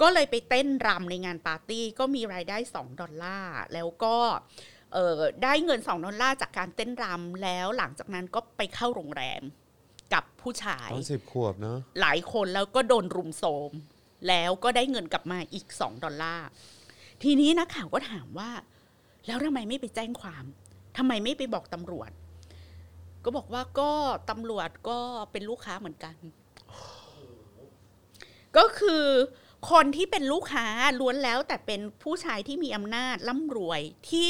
ก็เลยไปเต้นรำในงานปาร์ตี้ก็มีรายได้ 2 ดอลลาร์แล้วก็ เอ่อได้เงิน 2 ดอลลาร์จากการเต้นรำแล้วหลังจากนั้นก็ไปเข้าโรงแรมกับผู้ชาย
ตอนสิบขวบเนาะ
หลายคนแล้วก็โดนรุมโทรมแล้วก็ได้เงินกลับมาอีก 2 ดอลลาร์ ทีนี้นักข่าวก็ถามว่า แล้วทำไมไม่ไปแจ้งความทำไมไม่ไปบอกตำรวจ ก็บอกว่าก็ตำรวจก็เป็นลูกค้าเหมือนกัน ก็คือคนที่เป็นลูกค้าล้วนแล้วแต่เป็นผู้ชายที่มีอำนาจร่ำรวยที่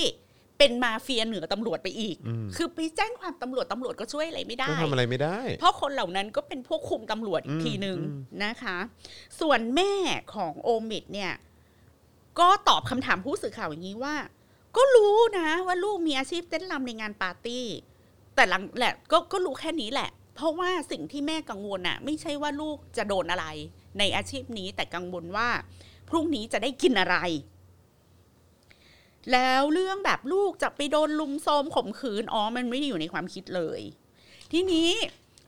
เป็นมาเฟียเหนือตำรวจไปอีก
อืม
คือไปแจ้งความตำรวจตำรวจก็ช่วยอะไรไม่ได้
ก็ทำอะไรไม่ได้
เพราะคนเหล่านั้นก็เป็นพวกคุมตำรวจอีก
อืม
ทีหนึ่ง
อืม
นะคะ ส่วนแม่ของโอมิดเนี่ย ก็ตอบคำถามผู้สื่อข่าวอย่างนี้ว่า ก็รู้นะว่าลูกมีอาชีพเต้นรำในงานปาร์ตี้ แต่หลังแหละก็ก็รู้แค่นี้แหละ เพราะว่าสิ่งที่แม่กังวลอะไม่ใช่ว่าลูกจะโดนอะไร ในอาชีพนี้แต่กังวลว่า พรุ่งนี้จะได้กินอะไร แล้วเรื่องแบบลูกจะไปโดนลุมโทรมข่มขืนอ๋อมันไม่ได้อยู่ในความคิดเลย ทีนี้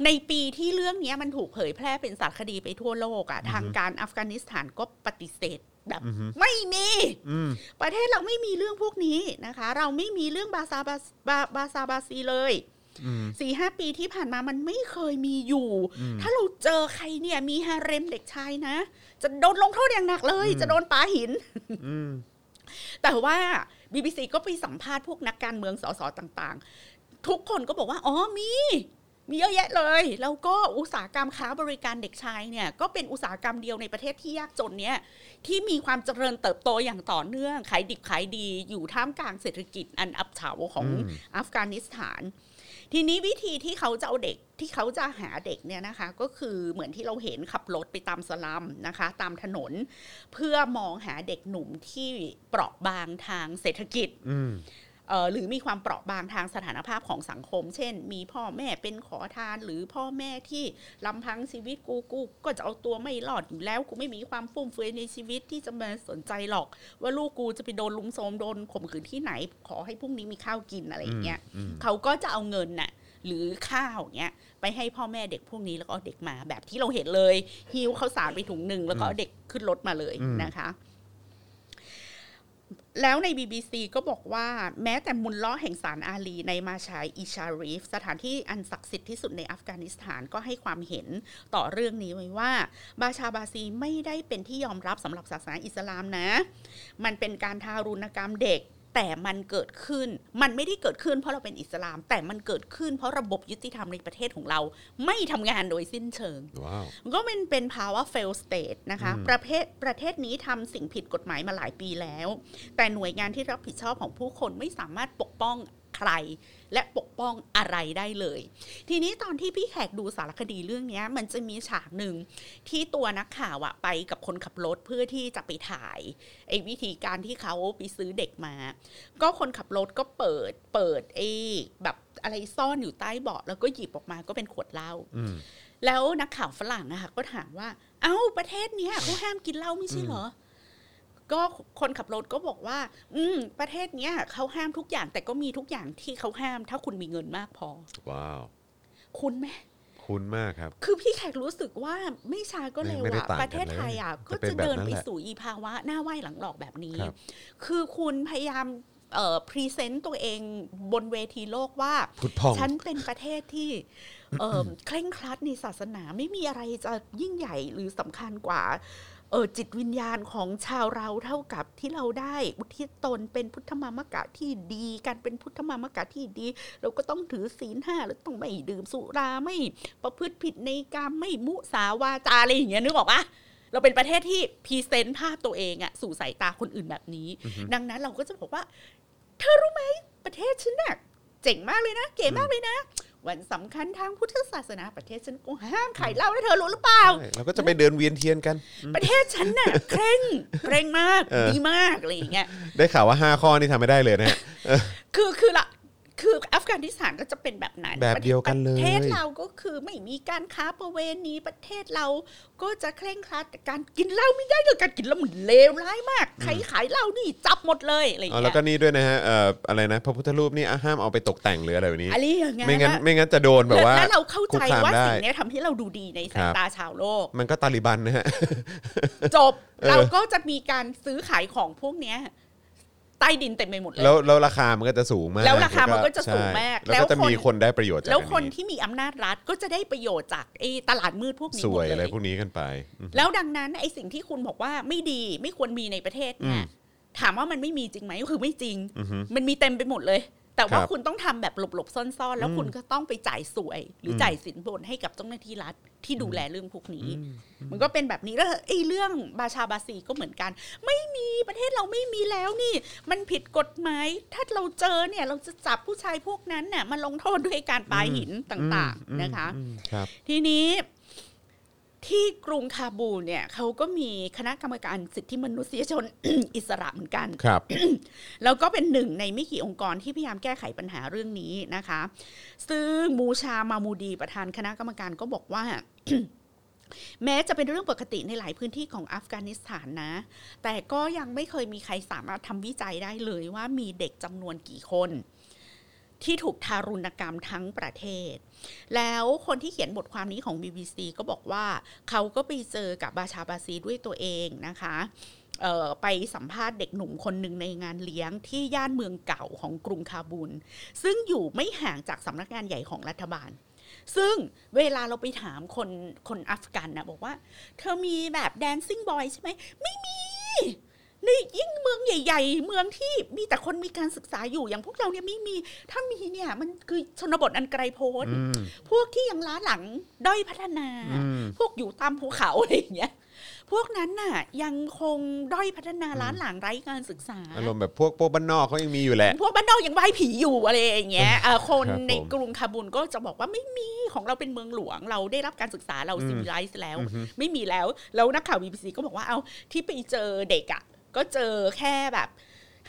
ในปีที่เรื่องเนี้ยมันถูกเผยแพร่เป็นสารคดีไปทั่วโลกอะทางการอัฟกานิสถานก็ปฏิเสธแบบ
อือฮึ
ไม่มี
อืม
ประเทศเราไม่มีเรื่องพวกนี้นะคะ เราไม่มีเรื่องบาซาบาบาบาซาบาซีเลย
อืม
สี่ห้าปีที่ผ่านมามันไม่เคยมีอยู่
อืม
ถ้าเราเจอใครเนี่ยมีฮาเร็มเด็กชายนะ จะโดนลงโทษอย่างหนักเลย
อืม
จะโดนปาหิน
อืม
แต่ว่า BBC ก็ไปสัมภาษณ์พวกนักการเมืองสสต่างๆ ทุกคนก็บอกว่า อ๋อมี มีเยอะแยะเลย แล้วก็อุตสาหกรรมค้าบริการเด็กชายเนี่ย ก็เป็นอุตสาหกรรมเดียวในประเทศที่ยากจนเนี่ย ที่มีความเจริญเติบโตอย่างต่อเนื่อง ขายดิบขายดีอยู่ท่ามกลางเศรษฐกิจอันอับเฉาของ
อืม
อัฟกานิสถาน ทีนี้วิธีที่เขาจะเอาเด็กที่เขาจะหาเด็กเนี่ยนะคะ ก็คือเหมือนที่เราเห็นขับรถไปตามสลัมนะคะ ตามถนน เพื่อมองหาเด็กหนุ่มที่เปราะบางทางเศรษฐกิจ
อืม
เอ่อหรือมีความเปราะบางทางสถานภาพของสังคม เช่น มีพ่อแม่เป็นขอทาน หรือพ่อแม่ที่ลำพังชีวิตกูกู ก็จะเอาตัวไม่รอดอยู่แล้ว กูไม่มีความฟุ่มเฟือยในชีวิตที่จะมาสนใจหรอก ว่าลูกกูจะไปโดนลุมโทรมโดนข่มขืนที่ไหน ขอให้พรุ่งนี้มีข้าวกินอะไรอย่างเงี้ย
อืม
เขาก็จะเอาเงินน่ะ หรือข้าวเงี้ยไปให้พ่อแม่เด็กพวกนี้แล้วก็เอาเด็กมาแบบที่เราเห็นเลยหิวข้าวสารไปถุงหนึ่งแล้วก็เอาเด็กขึ้นรถมาเลย
อืม
นะคะ แล้วใน BBC ก็บอกว่าแม้แต่มุลล้อแห่งสารอาลีในมาชายอิชารีฟ สถานที่อันศักดิ์สิทธิ์ที่สุดในอัฟกานิสถานก็ให้ความเห็นต่อเรื่องนี้ไว้ว่า บาชาบาซีไม่ได้เป็นที่ยอมรับสำหรับศาสนาอิสลามนะ มันเป็นการทารุณกรรมเด็ก แ แต่มันเกิดขึ้น มันไม่ได้เกิดขึ้นเพราะเราเป็นอิสลาม แต่มันเกิดขึ้นเพราะระบบยุติธรรมในประเทศของเรา ไม่ทำงานโดยสิ้นเชิง
ว้าว
ก็เป็นเป็นภาวะ fail state นะคะ ประเภทประเทศนี้ทำสิ่งผิดกฎหมายมาหลายปีแล้ว แต่หน่วยงานที่รับผิดชอบของผู้คนไม่สามารถปกป้องใคร และปกป้องอะไรได้เลย ทีนี้ตอนที่พี่แขกดูสารคดีเรื่องเนี้ย มันจะมีฉากหนึ่งที่ตัวนักข่าวอะไปกับคนขับรถเพื่อที่จะไปถ่ายไอ้วิธีการที่เขาไปซื้อเด็กมา ก็คนขับรถก็เปิดเปิดไอ้แบบอะไรซ่อนอยู่ใต้เบาะแล้วก็หยิบออกมาก็เป็นขวดเหล้า
อืม
แล้วนักข่าวฝรั่งอะค่ะก็ถามว่า เอ้าประเทศเนี้ยเขาห้ามกินเหล้าไม่ใช่เหรอ ก็คนขับรถก็บอกว่า อืม ประเทศเนี้ยเขาห้ามทุกอย่างแต่ก็มีทุกอย่างที่เขาห้าม ถ้าคุณมีเงินมากพอ
ว้าว
คุณไหม
คุ้นมากครับ
คือพี่แขกรู้สึกว่าไม่ช้าก็เร็ว
ไม่ได้
อะ
ต่างกัน
ประเทศไทยอะ
เลย
ก็
จะเป็น
จะ
แบบ
เดิน
นั้น
ไป
แหละ
สู่อีภาวะหน้าไหว้หลังหลอกแบบนี้
ครับ
คือคุณพยายามเอ่อพรีเซนต์ตัวเองบนเวทีโลกว่า
พุทธพอง
ฉันเป็นประเทศที่เอ่อ เคร่งครัดในศาสนาไม่มีอะไรจะยิ่งใหญ่หรือสำคัญกว่าเออจิตวิญญาณของชาวเราเท่ากับที่เราได้อุทิศตนเป็นพุทธมามกะที่ดี การเป็นพุทธมามกะที่ดี เราก็ต้องถือศีลห้าแล้วต้องไม่ดื่มสุราไม่ประพฤติผิดในกามไม่มุสาวาจาอะไรอย่างเงี้ยนึกออกปะเราเป็นประเทศที่พรีเซนต์ภาพตัวเองอะสู่สายตาคนอื่นแบบนี้ ดังนั้นเราก็จะบอกว่า เธอรู้ไหมประเทศฉันน่ะ เจ๋งมากเลยนะ เก๋มากเลยนะ วันสำคัญทางพุทธศาสนาประเทศฉันก็ห้ามขายเหล้านะเธอรู้หรือเปล่า
ใช่เราก็จะไปเดินเวียนเทียนกัน
ประเทศฉันน่ะ เคร่งเคร่งมาก
เออ
ดีมากอะไรอย่างเงี้ย
ได้ข่าวว่า 5 ข้อนี่ทำไม่ได้เลยนะ
(laughs)
ฮะ
คือคือละคืออัฟกานิสถานก็จะเป็นแบบนั้น
แบบเดียวกันเลย
ประเทศเราก็คือไม่มีการค้าประเวณีประเทศเราก็จะเคร่งครัดแต่การกินเหล้าไม่ได้เลยการกินเหล้ามันเลวร้ายมากใครขายเหล้านี่จับหมดเลยอะไรอย่าง
อ๋อแล้
เงี้
วก็
ย
นี่ด้วยนะฮะเอ่ออะไรนะพระพุทธรูปนี่อ่ะห้ามเอาไปตกแต่งหรืออะไรแบบนี้
อะไรอย่างเงี้ย
ไม่งั้น
แล้ว
ไม่งั้นจะโดนแบบว่า
แล้วเราเข้าใจ
คุกคม
ว่า
ได้
สิ่งเนี้ยทำให้เราดูดีในสา
ค
ย
รับ
ตาชาวโลก
มันก็ตาลิบันนะฮะ
จบ
เออ
เราก็จะมีการซื้อขายของพวกเนี้ยใต้ดินเต็มไปหมดเลย
แล้วแล้วราคามันก็จะสูงมาก
แล้วราคามันก็จะ
ใช่
สูงมาก
แล้วก็จะ
แล้วคน
มีคนได้ประโยชน์จาก
แล้วคน
อั
ที่มีอำนาจรัฐก็จะได้ประโยชน์จากไอ้ตลาดมืดพวกนี้
ส
หม
ว
ด
ยอะไร
เลย
พวกนี้กันไปอืม
แล้วดังนั้นไอ้สิ่งที่คุณบอกว่าไม่ดีไม่ควรมีในประเทศเนี่ยถามว่ามันไม่มีจริงไหมก็คือไม่จริง
อือฮึ
มันมีเต็มไปหมดเลย แต่ว่า
ครับ
คุณต้องทำแบบหลบๆซ่อนๆ แล้วคุณก็ต้องไปจ่ายสวย หรืออจ่ายสินบนให้กับเจ้าหน้าที่รัฐที่ดูแลเรื่องพวกนี้ มันก็เป็นแบบนี้แล้วไอ้เรื่องบาชาบาซีก็เหมือนกัน ไม่มีประเทศเราไม่มีแล้วนี่ มันผิดกฎหมายถ้าเราเจอเนี่ยเราจะจับผู้ชายพวกนั้นน่ะมาลงโทษด้วยการปาหินต่าง
อืม
ๆนะคะ
อืมครับ
ทีนี้ที่กรุงคาบูลเนี่ยเขาก็มีคณะกรรมการสิทธิมนุษยชน (coughs) อิสระเหมือนกัน (coughs)
ครับ
แล้วก็เป็นหนึ่งในไม่กี่องค์กรที่พยายามแก้ไขปัญหาเรื่องนี้นะคะ ซึ่งมูชามามูดีประธานคณะกรรมการก็บอกว่า (coughs) แม้จะเป็นเรื่องปกติในหลายพื้นที่ของอัฟกานิสถานนะ แต่ก็ยังไม่เคยมีใครสามารถทำวิจัยได้เลยว่ามีเด็กจำนวนกี่คน ที่ถูกทารุณกรรมทั้งประเทศ แล้วคนที่เขียนบทความนี้ของ BBC ก็บอกว่า เขาก็ไปเจอกับบาชาบาซีด้วยตัวเองนะคะเอ่อไปสัมภาษณ์เด็กหนุ่มคนหนึ่งในงานเลี้ยงที่ย่านเมืองเก่าของกรุงคาบูล ซึ่งอยู่ไม่ห่างจากสำนักงานใหญ่ของรัฐบาล ซึ่งเวลาเราไปถามคนคนอัฟกันนะบอกว่า เธอมีแบบแดนซิ่งบอยใช่ไหม ไม่มี ในยิ่งเมืองใหญ่ ๆ เมืองที่มีแต่คนมีการศึกษาอยู่อย่างพวกเราเนี่ยไม่มี ถ้ามีเนี่ยมันคือชนบทอันไกลโพ้น
อืม
พวกที่ยังล้าหลังด้อยพัฒนา
อืม
พวกอยู่ตามภูเขาอะไรอย่างเงี้ย พวกนั้นน่ะ ยังคงด้อยพัฒนาล้าหลังไร้การศึกษา
อารมณ์แบบพวกพวกบ้านนอกเขายังมีอยู่แหละ
พวกบ้านนอกยังไหว้ผีอยู่อะไรอย่างเงี้ยเอ่อคน
ครับผม
ในกรุงคาบุลก็จะบอกว่าไม่มีของเราเป็นเมืองหลวง เราได้รับการศึกษาเรา
อืม
ซิมิไลซ์แล้ว
อือฮึ
ไม่มีแล้ว แล้วนักข่าว BBC ก็บอกว่าเอาที่ไปเจอเด็กอ่ะ ก็เจอแค่แบบ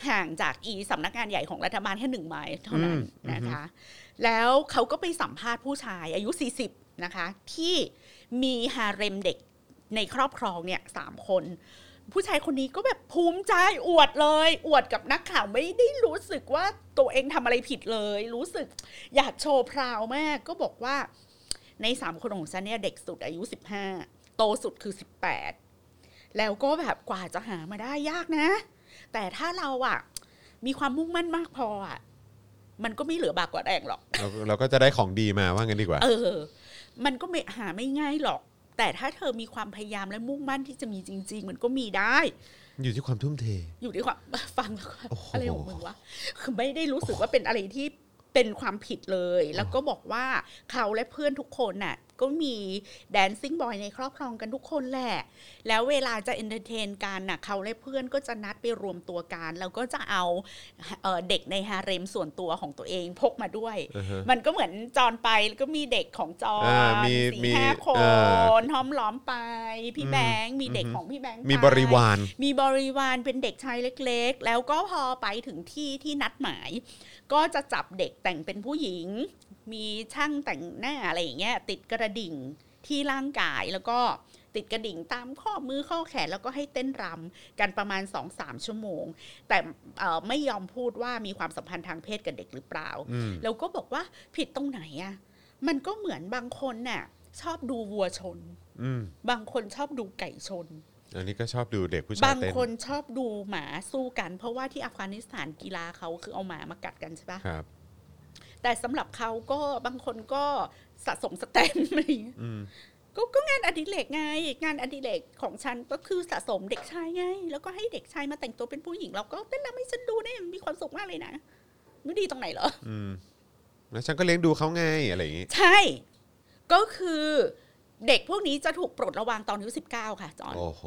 ห่างจากอีสำนักงานใหญ่ของรัฐบาลแค่หนึ่งไมล์เท่านั้นนะคะ แล้วเขาก็ไปสัมภาษณ์ผู้ชายอายุ 40 นะคะ ที่มีฮาเร็มเด็กในครอบครองเนี่ยสามคน ผู้ชายคนนี้ก็แบบภูมิใจอวดเลย อวดกับนักข่าวไม่ได้รู้สึกว่าตัวเองทำอะไรผิดเลย รู้สึกอยากโชว์พราวมาก ก็บอกว่าในสามคนของฉันเนี่ยเด็กสุดอายุ 15 โตสุดคือ 18 แล้วก็แบบกว่าจะหามาได้ยากนะ แต่ถ้าเราอะมีความมุ่งมั่นมากพออะมันก็ไม่เหลือบากกว่าแดงหรอก
เราเราก็จะได้ของดีมาว่างั้นดีกว่า
เออ มันก็ไม่หาไม่ง่ายหรอก แต่ถ้าเธอมีความพยายามและมุ่งมั่นที่จะมีจริง ๆ มันก็มีได้
อยู่ที่ความทุ่มเท
อยู่ที่ความ (laughs) ฟังแล้วก็
โอ้โห
อะไรของมึงวะคือไม่ได้รู้สึกว่าเป็นอะไรที่เป็นความผิดเลย แล้วก็บอกว่าเขาและเพื่อนทุกคนน่ะ ก็มีแดนซิ่งบอยในครอบครองกันทุกคนแหละ แล้วเวลาจะเอนเตอร์เทนกันน่ะเขาและเพื่อนก็จะนัดไปรวมตัวกัน แล้วก็จะเอาเอ่อเด็กในฮาเร็มส่วนตัวของตัวเองพกมาด้วย
อือฮะ
มันก็เหมือนจอนไปแล้วก็มีเด็กของจอน
อ่ามี
สี่
มี
ห้าคน
เอ่อ
ห้อมล้อมไป พี่
อืม
แบงค์มีเด็ก
อือฮึ
ของพี่แบงค์
มี
ไป
บริวาร
มีบริวารเป็นเด็กชายเล็กๆ แล้วก็พอไปถึงที่ที่นัดหมาย ก็จะจับเด็กแต่งเป็นผู้หญิง มีช่างแต่งหน้าอะไรอย่างเงี้ยติดกระดิ่งที่ร่างกายแล้วก็ติดกระดิ่งตามข้อมือข้อแขนแล้วก็ให้เต้นรำกันประมาณ 2-3 ชั่วโมง แต่เอ่อไม่ยอมพูดว่ามีความสัมพันธ์ทางเพศกับเด็กหรือเปล่า
อืม
แล้วก็บอกว่าผิดตรงไหนอะมันก็เหมือนบางคนน่ะชอบดูวัวชน
อืม
บางคนชอบดูไก่ชน
อันนี้ก็ชอบดูเด็กผู้ชาย
บาง
เต้น
คนชอบดูหมาสู้กัน เพราะว่าที่อัฟกานิสถานกีฬาเขาคือเอาหมามากัดกันใช่ปะ
ครับ
แต่สำหรับเขาก็บางคนก็สะสมสแตมป์ อะไรอย่างเงี้ย
อืม
ก็ก็งานอดิเรกไง งานอดิเรกของฉันก็คือสะสมเด็กชายไง แล้วก็ให้เด็กชายมาแต่งตัวเป็นผู้หญิง แล้วก็เต้นรำให้ฉันดูเนี่ยมีความสุขมากเลยนะไม่ดีตรงไหนเหรอ
อืมแล้วฉันก็เลี้ยงดูเขาไงอะไรอย่างงี้
ใช่ ก็คือเด็กพวกนี้จะถูกปลดระวางตอนอายุสิบเก้าค่ะจอน
โอ้โห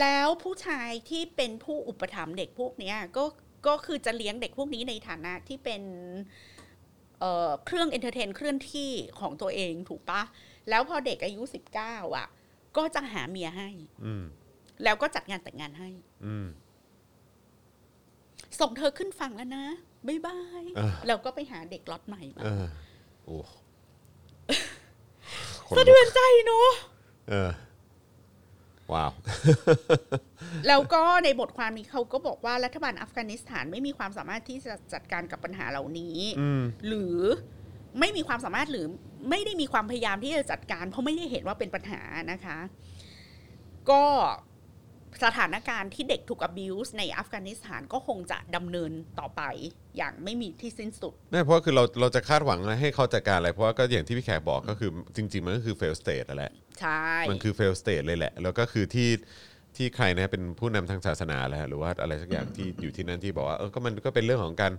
แล้วผู้ชายที่เป็นผู้อุปถัมภ์เด็กพวกเนี้ยก็ก็คือจะเลี้ยงเด็กพวกนี้ในฐานะที่เป็นเอ่อเครื่องเอนเตอร์เทนเคลื่อนที่ของตัวเองถูกปะแล้วพอเด็กอายุ 19 อ่ะ ก็จะหาเมียให้
อืม
แล้วก็จัดงานแต่งงานให้
อืม
ส่งเธอขึ้นฝั่งแล้วนะบ๊ายบาย
อ่า
แล้วก็ไปหาเด็กล็อตใหม่มา
เออโอ้
(laughs) สะเทือนใจเนอะ
เออ ว้าว
แล้วก็ในบทความนี้เขาก็บอกว่ารัฐบาลอัฟกานิสถานไม่มีความสามารถที่จะจัดการกับปัญหาเหล่านี้
อืม
หรือไม่มีความสามารถหรือไม่ได้มีความพยายามที่จะจัดการ เพราะไม่ได้เห็นว่าเป็นปัญหานะคะ ก็สถานการณ์ที่เด็กถูก abuse ในอัฟกานิสถานก็คงจะดำเนินต่อไปอย่างไม่มีที่สิ้นสุด
ไม่เพราะว่าคือเราเราจะคาดหวังให้เขาจัดการอะไร เพราะว่าก็อย่างที่พี่แขกบอกก็คือจริง ๆ มันก็คือ fail state นั่นแหละ
ใช่
มันคือ fail state เลยแหละ แล้วก็คือที่ที่ใครนะเป็นผู้นำทางศาสนาแล้ว หรือว่าอะไรสักอย่างที่อยู่ที่นั่นที่บอกว่าเออก็มันก็เป็นเรื่องของการ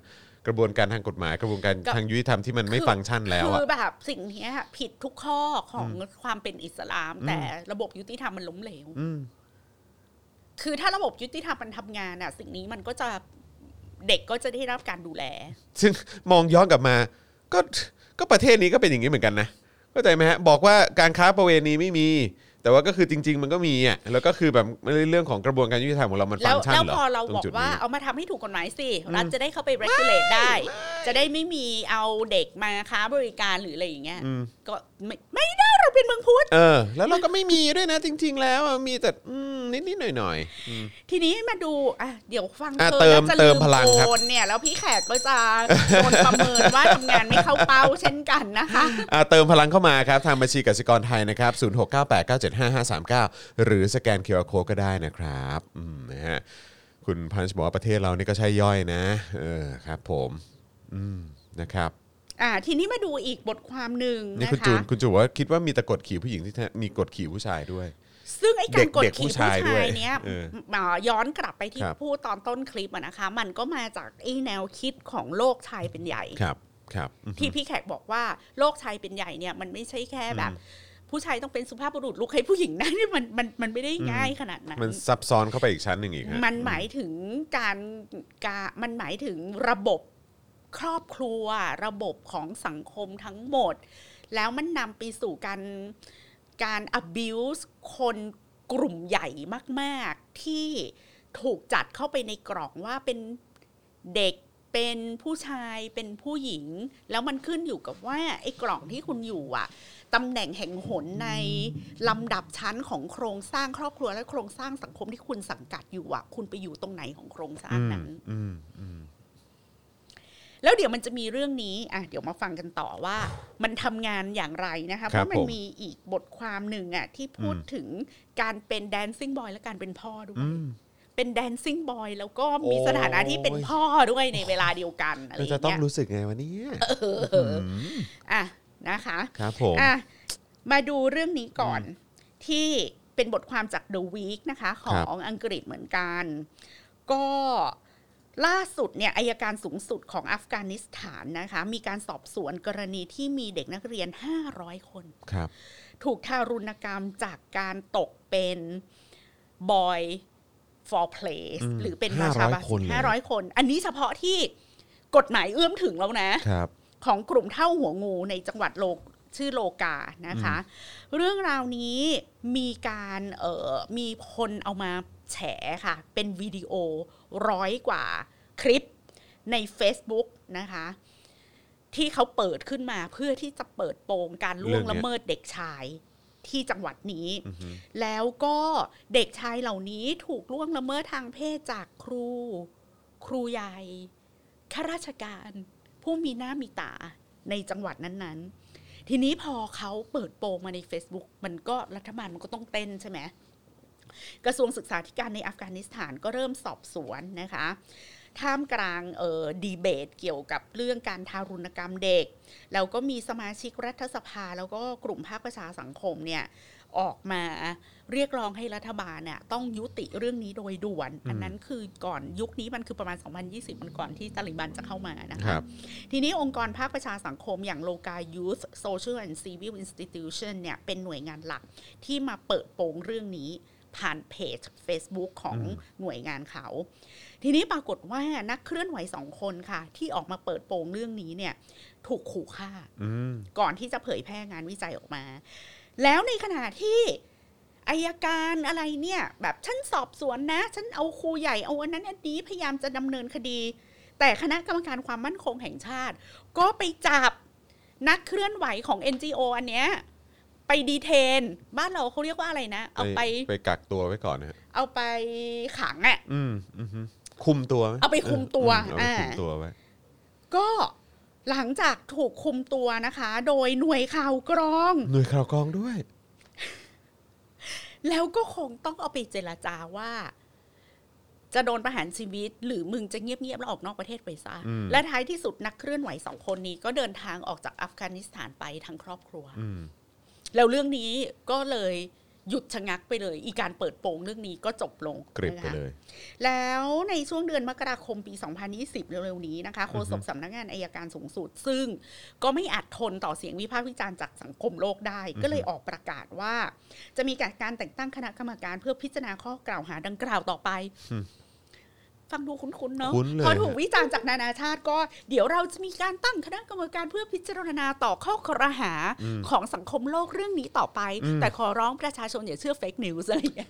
กระบวนการทางกฎหมายกระบวนการทางยุติธรรมที่มันไม่ฟังก์ชันแล้ว
คื
อะ
อแบบสิ่งเนี้ยผิดทุกข้อของความเป็นอิสลาม แต่ระบบยุติธรรมมันล้มเหลว
อืม
คือถ้าระบบยุติธรรมมันทำงานอะสิ่งนี้มันก็จะเด็กก็จะได้รับการดูแล
ซึ่ง (laughs) มองย้อนกลับมา ก็ก็ประเทศนี้ก็เป็นอย่างนี้เหมือนกันนะเข้าใจไหมฮะบอกว่าการค้าประเวณีไม่มี แต่ว่าก็คือจริง ๆ มันก็มีอ่ะแล้วก็คือแบบเรื่องของกระบวนการยุติธรรมของเรามันฟั
แล้ว
งก์ชัน
แล้ว
เหรอ
พอเรา
ตรง
บอก
จุด
ว่า
นี้
เอามาทำให้ถูกกฎหมายสิรัฐจะได้เข้าไป regulate ได้ จะได้ไม่มีเอาเด็กมาค้าบริการหรืออะไรอย่างเงี้ย
อืม
ก็ไม่ไม่ได้เราเป็นเมืองพุทธ
เออ แล้วเราก็ไม่มีด้วยนะจริง ๆ แล้วอ่ะมีแต่อืมนิดๆหน่อย
ทีนี้มาดูอ่ะเดี๋ยวฟัง
อ่ะ
เธอ
เติม
แล้วจะ
เติ
ลื
ม
ม
พลังครับ
โกนเนี่ยแล้วพี่แขกก็จะโดนประเมินว่าทำงานไม่เข้าเป้าเช่นกันนะคะ
ๆอ่ะเติมพลังเข้ามาครับทางบัญชีกสิกรไทยนะครับ 0698975539 หรือสแกนเคอร์โคก็ได้นะครับอืมนะฮะคุณพันช์บอกว่าประเทศเรานี่ก็ใช่ย่อยนะ เออครับ ผมอืมนะครับ
อ่าทีนี้มาดูอีกบทความหนึ่ง
นี่
นะ
คุณจู
คะ
นคุณจูนบอกว่าคิดว่ามีแต่กดขี่ผู้หญิงที่แท้มีกดขี่ผู้ชายด้วย
ซึ่งไอ้การกด
เด็กๆผู้
ขี่ผู้
ชา
ชาย ย
ด้วย
เนี้ย
เออ
อ่าย้อนกลับไปที่
ครับ
พูดตอนต้นคลิปอะนะคะ มันก็มาจากไอ้แนวคิดของโลกชายเป็นใหญ่
ครับครับอืม
ที่พี่แขกบอกว่าโลกชายเป็นใหญ่เนี่ยมันไม่ใช่แค่แบบ ผู้ชายต้องเป็นสุภาพบุรุษลุกให้ผู้หญิงนะ (laughs) นี่มันมันมันไม่ได้ง่ายขนาดนั้น
มันซับซ้อนเข้าไปอีกชั้นหนึ่งอีกฮะ
มันหมายถึงการการมันหมายถึงระบบครอบครัว ระบบของสังคมทั้งหมด แล้วมันนำไปสู่การการ abuse คนกลุ่มใหญ่มาก ๆ ที่ถูกจัดเข้าไปในกรอบว่าเป็นเด็กเป็นผู้ชายเป็นผู้หญิง แล้วมันขึ้นอยู่กับว่าไอ้กล่องที่คุณอยู่อะตำแหน่งแห่งหนในลำดับชั้นของโครงสร้างครอบครัวและโครงสร้างสังคมที่คุณสังกัดอยู่อะคุณไปอยู่ตรงไหนของโครงสร้างนั้น
อืมอืม
แล้วเดี๋ยวมันจะมีเรื่องนี้ อ่ะ เดี๋ยวมาฟังกันต่อว่า มันทำงานอย่างไรนะคะ เพราะมันมีอีกบทความหนึ่งอ่ะที่พูดถึงการเป็น dancing boy และการเป็นพ่อด้วย
อืม
เป็น dancing boy แล้วก็มี
โอ้ย
สถานะที่เป็นพ่อด้วยในเวลาเดียวกันอะไรอ
เรา
ย่าง
จะต้อง
เงี้ย
รู้สึกไงวันนี้ม
อ่ะนะคะ
ครับผม
อ่ะ มาดูเรื่องนี้ก่อนที่เป เป็นบทความจาก The Week นะคะ ข
ครั
อบ งอังกฤษเหมือนกัน ก็ล่าสุดเนี่ยอายการสูงสุดของอัฟกานิสถานนะคะ มีการสอบสวนกรณีที่มีเด็กนักเรียน 500 คน
ครับ
ถูกทารุณกรรมจากการตกเป็นบอย for place
อืม
หรือเป็นราชาบัส
500คนเลย
ห้าร้อยคน อันนี้เฉพาะที่กฎหมายเอื้อมถึงแล้วนะ
ครับ
ของกลุ่มเท่าหัวงูในจังหวัดโลชื่อโลกานะคะ เรื่องราวนี้มีการเอ่อมีคนเอามาแฉค่ะ เป็นวิดีโอร้อยกว่าคลิปใน Facebook นะคะ ที่เขาเปิดขึ้นมาเพื่อที่จะเปิดโปงการล่วงละเมิดเด็กชายที่จังหวัดนี้ แล้วก็เด็กชายเหล่านี้ถูกล่วงละเมิดทางเพศจากครู ครูใหญ่ ข้าราชการผู้มีหน้ามีตาในจังหวัดนั้นๆ ทีนี้พอเขาเปิดโปงมาใน Facebook มันก็รัฐบาลมันก็ต้องเต้นใช่ไหม กระทรวงศึกษาธิการในอัฟกานิสถานก็เริ่มสอบสวนนะคะ ท่ามกลางเอ่อดีเบตเกี่ยวกับเรื่องการทารุณกรรมเด็ก แล้วก็มีสมาชิกรัฐสภา แล้วก็กลุ่มภาคประชาสังคมเนี่ยออกมาเรียกร้องให้รัฐบาลเนี่ยต้องยุติเรื่องนี้โดยด่วน อันนั้นคือก่อนยุคนี้มันคือประมาณ 2020 มันก่อนที่ตาลิบันจะเข้ามานะ
ค
คะ
รับ
ทีนี้องค์กรภาคประชาสังคมอย่างโลกา Youth Social and Civil Institution เนี่ยเป็นหน่วยงานหลักที่มาเปิดโปงเรื่องนี้ผ่านเพจ Facebook ของหน่วยงานเขา ทีนี้ปรากฏว่านักเคลื่อนไหวสองคนค่ะ ที่ออกมาเปิดโปงเรื่องนี้เนี่ยถูกขู่ฆ่า
อืม
ก่อนที่จะเผยแพร่งานวิจัยออกมา แล้วในขณะที่อายการอะไรเนี่ย แบบฉันสอบสวนนะ ฉันเอาครูใหญ่เอาอันนั้นอันนี้พยายามจะดำเนินคดี แต่คณะกรรมการความมั่นคงแห่งชาติ ก็ไปจับนักเคลื่อนไหวของ NGO อันเนี้ยไปดีเทน บ้านเราเขาเรียกว่าอะไรนะ เอาไป
ไปกักตัวไว้ก่อนนะฮะ
เอาไปขังอะ่ะ
อืมอือฮึคุมตัวห
เอาไปคุมตัว
เอออืมเอาไป
อ่า
คุมตัวไว้
ก็หลังจากถูกคุมตัวนะคะ โดยหน่วยข่าวกรอง
หน่วยข่าวกรองด้วย
แล้วก็คงต้องเอาไปเจรจาว่า จะโดนประหารชีวิต หรือมึงจะเงียบๆแล้วออกนอกประเทศไปซะ
อืม
และท้ายที่สุดนักเคลื่อนไหวสองคนนี้ ก็เดินทางออกจากอัฟกานิสถานไปทั้งครอบครัว
อืม
แล้วเรื่องนี้ก็เลยหยุดชะงักไปเลย อีการเปิดโปงเรื่องนี้ก็จบลง
กริบไป
นะคะ
เลย
แล้วในช่วงเดือนมกราคมปี 2020 เร็วๆนี้นะคะโฆษกสำนักงานอายการสูงสุด ซึ่งก็ไม่อาจทนต่อเสียงวิพากษ์วิจารณ์จากสังคมโลกได้ ก็เลยออกประกาศว่า จะมีการแต่งตั้งคณะกรรมการเพื่อพิจารณาข้อกล่าวหาดังกล่าวต่อไป
อืม
ฟังดูคุ้นๆเนาะ
คุ้นเลย
พอถูกวิจารณ์จากนานาชาติก็ เดี๋ยวเราจะมีการตั้งคณะกรรมการเพื่อพิจารณาต่อข้อกล่าวหาของสังคมโลกเรื่องนี้ต่อไป แต่ขอร้องประชาชนอย่าเชื่อเฟกนิวส์อะไรอย่างเงี้ย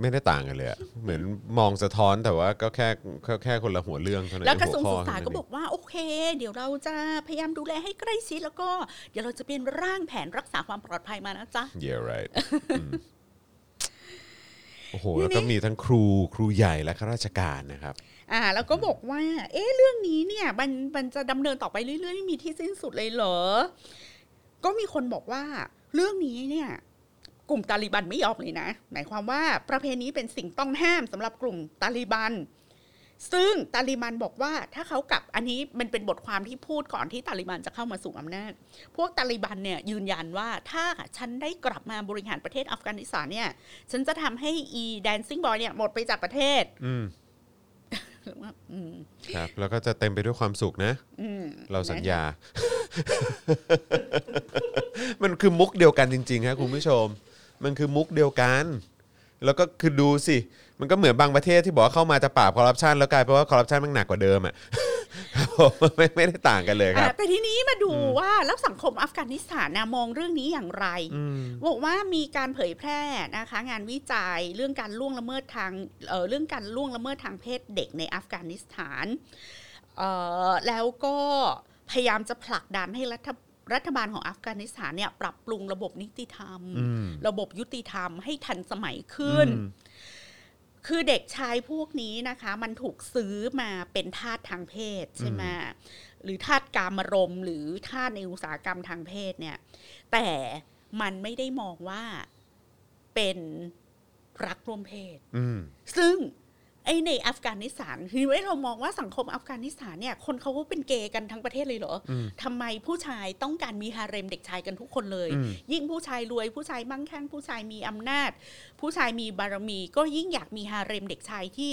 ไม่ได้ต่างกันเลยอะเหมือนมองสะท้อนแต่ว่าก็แค่แค่แค่คนละหัวเรื่องเท่านั้น
แล้วกระทรวง
หั
ศึ
ข้
กษา
เท่
ก็
นั้น
บอกว่าโอเค เดี๋ยวเราจะพยายามดูแลให้ใกล้ชิดแล้วก็ เดี๋ยวเราจะเป็นร่างแผนรักษาความปลอดภัยมานะจ๊ะ
เอง yeah right
(laughs)
อืมโอ้โห แล้วก็มีทั้งครูครูใหญ่และข้าราชการนะครับ
อ่า แล้วก็บอกว่า เอ๊ะเรื่องนี้เนี่ยมันมันจะดำเนินต่อไปเรื่อยๆไม่มีที่สิ้นสุดเลยเหรอ ก็มีคนบอกว่า เรื่องนี้เนี่ย กลุ่มตาลิบันไม่ยอมเลยนะ หมายความว่าประเพณีเป็นสิ่งต้องห้ามสำหรับกลุ่มตาลิบัน ซึ่งตาลิบันบอกว่าถ้าเขากลับอันนี้มันเป็นบทความที่พูดก่อนที่ตาลิบันจะเข้ามาสู่อำนาจ พวกตาลิบันเนี่ยยืนยันว่าถ้าฉันได้กลับมาบริหารประเทศอัฟกานิสถานเนี่ย ฉันจะทำให้อีแดนซิ่งบอยเนี่ยหมดไปจากประเทศ
อืม
อืม
ครับ แล้วก็จะเต็มไปด้วยความสุขนะ
อืม
เราสัญญา มันคือมุกเดียวกันจริงๆครับคุณผู้ชม มันคือมุกเดียวกัน แล้วก็คือดูสิ มันก็เหมือนบางประเทศที่บอกว่าเข้ามาจะปราบคอร์รัปชันแล้วกลายเป็นว่าคอร์รัปชันมันหนักกว่าเดิมอ่ะ (laughs) ครับผมไม่ไม่ได้ต่างกันเลยค
อ่ะ
รับ
แต่ทีนี้มาดูว่าแล้วสังคมอัฟกานิสถานนะมองเรื่องนี้อย่างไร บอกว่ามีการเผยแพร่นะคะ งานวิจัยเรื่องการล่วงละเมิดทางเอ่อเรื่องการล่วงละเมิดทางเพศเด็กในอัฟกานิสถานเอ่อแล้วก็พยายามจะผลักดันให้รัฐรัฐบาลของอัฟกานิสถานเนี่ยปรับปรุงระบบนิติธรรม
อืม
ระบบยุติธรรมให้ทันสมัยขึ้น
อืม
คือเด็กชายพวกนี้นะคะ มันถูกซื้อมาเป็นทาสทางเพศใช่ไหมหรือทาสกามารมณ์ หรือทาสในอุตสาหกรรมทางเพศเนี่ย แต่มันไม่ได้มองว่าเป็นรักร่วมเพศ
อืม
ซึ่ง ไอ้ในอัฟกานิสถานคือว่าเรามองว่าสังคมอัฟกานิสถานเนี่ยคนเขาก็เป็นเกย์กันทั้งประเทศเลยเหรออทำไมผู้ชายต้องการมีฮาเร็มเด็กชายกันทุกคนเลย ยิ่งผู้ชายรวยผู้ชายมั่งคั่งผู้ชายมีอำนาจ ผู้ชายมีบารมี ก็ยิ่งอยากมีฮาเร็มเด็กชายที่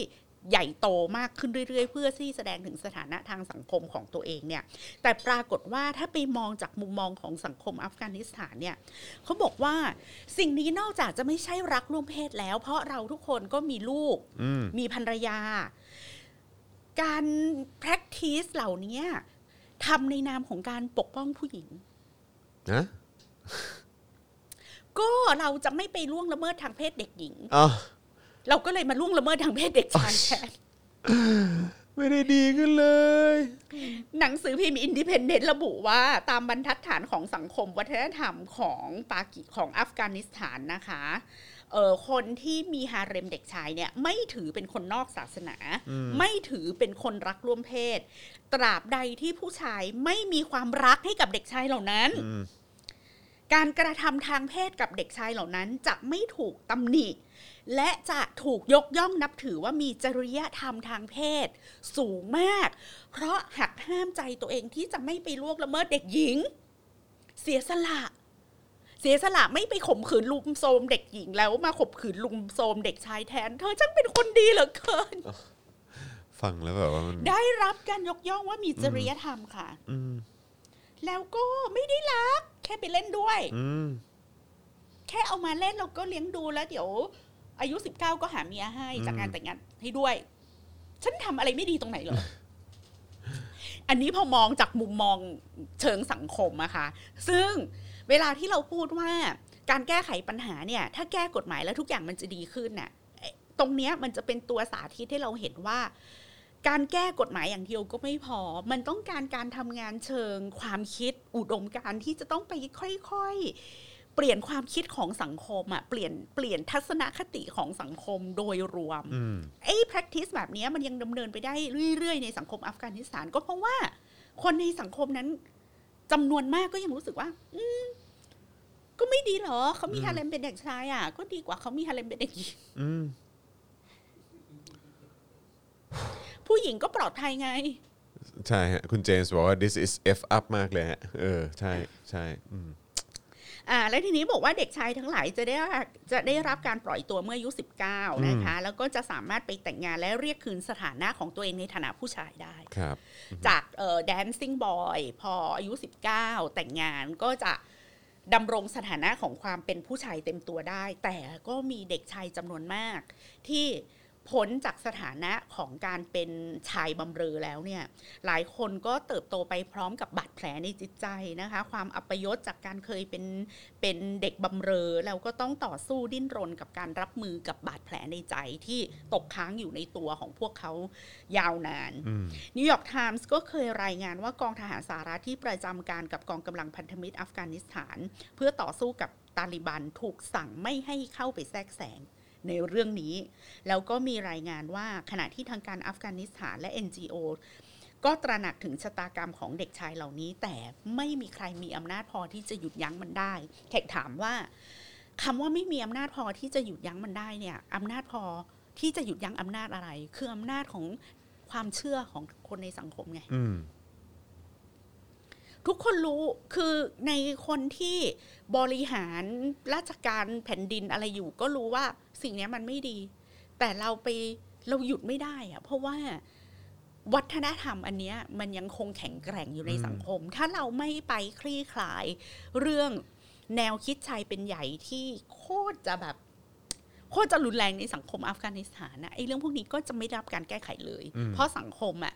ใหญ่โตมากขึ้นเรื่อยๆ เพื่อที่แสดงถึงสถานะทางสังคมของตัวเองเนี่ย แต่ปรากฏว่าถ้าไปมองจากมุมมองของสังคมอัฟกานิสถานเนี่ย เขาบอกว่าสิ่งนี้นอกจากจะไม่ใช่รักร่วมเพศแล้ว เพราะเราทุกคนก็มีลูก
อืม
มีภรรยา การ practice เหล่านี้ทำในนามของการปกป้องผู้หญิง
นะ
ก็เราจะไม่ไปล่วงละเมิดทางเพศเด็กหญิง
อ๋อ
เราก็เลยมาล่วงละเมิดทางเพศเด็กชายแทน
ไม่ได้ดีขึ้นเลย
หนังสือพิมพ์อินดิเพนเดนต์ระบุว่าตามบรรทัดฐานของสังคมวัฒนธรรมของปากีของอัฟกานิสถานนะคะเออคนที่มีฮาเร็มเด็กชายเนี่ยไม่ถือเป็นคนนอกศาสนา ไม่ถือเป็นคนรักร่วมเพศ ตราบใดที่ผู้ชายไม่มีความรักให้กับเด็กชายเหล่านั้น
อืม
การกระทำทางเพศกับเด็กชายเหล่านั้นจะไม่ถูกตำหนิ และจะถูกยกย่องนับถือว่ามีจริยธรรมทางเพศ สูงมาก เพราะหักห้ามใจตัวเองที่จะไม่ไปล่วงละเมิดเด็กหญิง เสียสละ เสียสละไม่ไปข่มขืนลุมโทรมเด็กหญิงแล้วมาข่มขืนลุมโทรมเด็กชายแทน เธอช่างเป็นคนดีเหลือเกิน
ฟังแล้วแบบว่ามัน
ได้รับการยกย่องว่ามีจริยธรรมค่ะ
อืม
แล้วก็ไม่ได้รัก แค่ไปเล่นด้วย
อืม
แค่เอามาเล่นเราก็เลี้ยงดูแล้วเดี๋ยว อายุสิบเก้าก็หาเมียให้จากงานแต่งงานให้ด้วย ฉันทำอะไรไม่ดีตรงไหนเหรอ (laughs) อันนี้พอมองจากมุมมองเชิงสังคมอะค่ะ ซึ่งเวลาที่เราพูดว่าการแก้ไขปัญหาเนี่ย ถ้าแก้กฎหมายแล้วทุกอย่างมันจะดีขึ้นน่ะเอ๊ะตรงเนี้ยมันจะเป็นตัวสาธิตให้เราเห็นว่า การแก้กฎหมายอย่างเดียวก็ไม่พอ มันต้องการการทำงานเชิงความคิดอุดมการณ์ที่จะต้องไปค่อยๆ เปลี่ยนความคิดของสังคมอะเปลี่ยนเปลี่ยนทัศนคติของสังคมโดยรวม
อืม
ไอ้ practice แบบเนี้ยมันยังดำเนินไปได้เรื่อยๆ ในสังคมอัฟกานิสถานก็เพราะว่า คนในสังคมนั้นจำนวนมากก็ยังรู้สึกว่า อืมก็ไม่ดีเหรอ เขามีฮาเลมเป็นเด็กชายอ่ะ ก็ดีกว่าเขามีฮาเลมเป็นเด็กหญิง
(laughs) อืม
(sighs) ผู้หญิงก็ปลอดภัยไง
ใช่ฮะ คุณเจมส์บอกว่า this is f up มากเลยฮะ เออ ใช่ใช่อืม
อ่าและทีนี้บอกว่าเด็กชายทั้งหลายจะได้รับจะได้รับการปล่อยตัวเมื่ออายุ 19 นะคะ แล้วก็จะสามารถไปแต่งงานและเรียกคืนสถานะของตัวเองในฐานะผู้ชายได้
ครับ
จากเอ่อ dancing boy พออายุ 19 แต่งงานก็จะดำรงสถานะของความเป็นผู้ชายเต็มตัวได้ แต่ก็มีเด็กชายจำนวนมาก ที่พ้นจากสถานะของการเป็นชายบำเรอแล้วเนี่ย หลายคนก็เติบโตไปพร้อมกับบาดแผลในจิตใจนะคะ ความอัปยศจากการเคยเป็นเป็นเด็กบำเรอ แล้วก็ต้องต่อสู้ดิ้นรนกับการรับมือกับบาดแผลในใจที่ตกค้างอยู่ในตัวของพวกเขายาวนาน นิวยอร์กไทมส์ก็เคยรายงานว่ากองทหารสหรัฐที่ประจำการกับกองกำลังพันธมิตรอัฟกานิสถาน เพื่อต่อสู้กับตาลิบันถูกสั่งไม่ให้เข้าไปแทรกแซงในเรื่องนี้ แล้วก็มีรายงานว่าขณะที่ทางการอัฟกานิสถานและ NGO ก็ตระหนักถึงชะตากรรมของเด็กชายเหล่านี้ แต่ไม่มีใครมีอำนาจพอที่จะหยุดยั้งมันได้ แขกถามว่าคำว่าไม่มีอำนาจพอที่จะหยุดยั้งมันได้เนี่ยอำนาจพอที่จะหยุดยั้งอำนาจอะไร คืออำนาจของ ความเชื่อของคนในสังคมไง
อืม
ทุกคนรู้คือในคนที่บริหารราชการแผ่นดินอะไรอยู่ ก็รู้ว่าสิ่งเนี้ยมันไม่ดี แต่เราไปเราหยุดไม่ได้อะเพราะว่าวัฒนธรรมอันเนี้ยมันยังคงแข็งแกร่งอยู่ในสังคม ถ้าเราไม่ไปคลี่คลาย เรื่องแนวคิดชายเป็นใหญ่ที่โคตรจะแบบ โคตรจะรุนแรงในสังคมอัฟกานิสถานนะไอ้เรื่องพวกนี้ก็จะไม่ได้รับการแก้ไขเลย เพราะสังคมอะ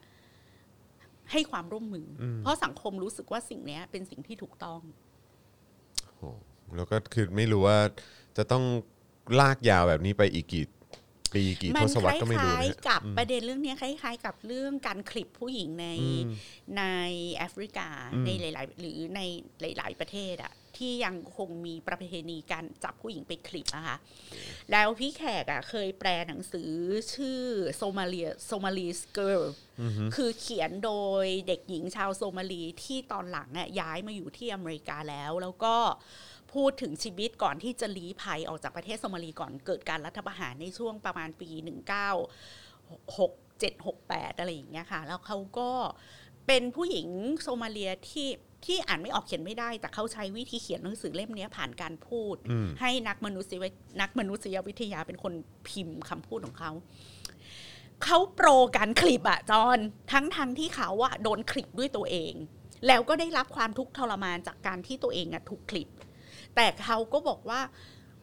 ให้ความร่วมมืออเพราะสังคมรู้สึกว่าสิ่งเนี้ยเป็นสิ่งที่ถูกต้อง
โหแล้วก็คือไม่รู้ว่าจะต้องลากยาวแบบนี้ไปอีกกี่ปีกี่
มั
ทศ
ค
รร
วล้า
ษก็ไม่รู้
ย
นะ
ๆกับ
อืม
ประเด็นเรื่องเนี้ยคล้ายๆ กับเรื่องการคลิปผู้หญิงใน
อืม
ในแอฟริกา
อืม
ในหลาย ๆ หรือในหลาย ๆ ประเทศอะที่ยังคงมีประเพณีการจับผู้หญิงไปคลิปอะค่ะแล้วพี่แขกอะเคยแปลหนังสือชื่อโซมาเลียโซมาลีสเกิร์คือเขียนโดยเด็กหญิงชาวโซมาลีที่ตอนหลังอะย้ายมาอยู่ที่อเมริกาแล้วแล้วก็ พูดถึงชีวิตก่อนที่จะลี้ภัยออกจากประเทศโซมาลีก่อนเกิดการรัฐประหารในช่วงประมาณปี 19 หกเจ็ดหกแปดอะไรอย่างเงี้ยค่ะ แล้วเขาก็เป็นผู้หญิงโซมาเลียที่ที่อ่านไม่ออกเขียนไม่ได้ แต่เขาใช้วิธีเขียนหนังสือเล่มเนี้ยผ่านการพูด
อืม
ให้นักมนุษยวินักมนุษยวิทยาเป็นคนพิมพ์คำพูดของเขา เขาโปรการคลิปอะจอนทั้งทั้งที่เขาอะโดนคลิปด้วยตัวเอง แล้วก็ได้รับความทุกข์ทรมานจากการที่ตัวเองอะถูกคลิป แต่เขาก็บอกว่า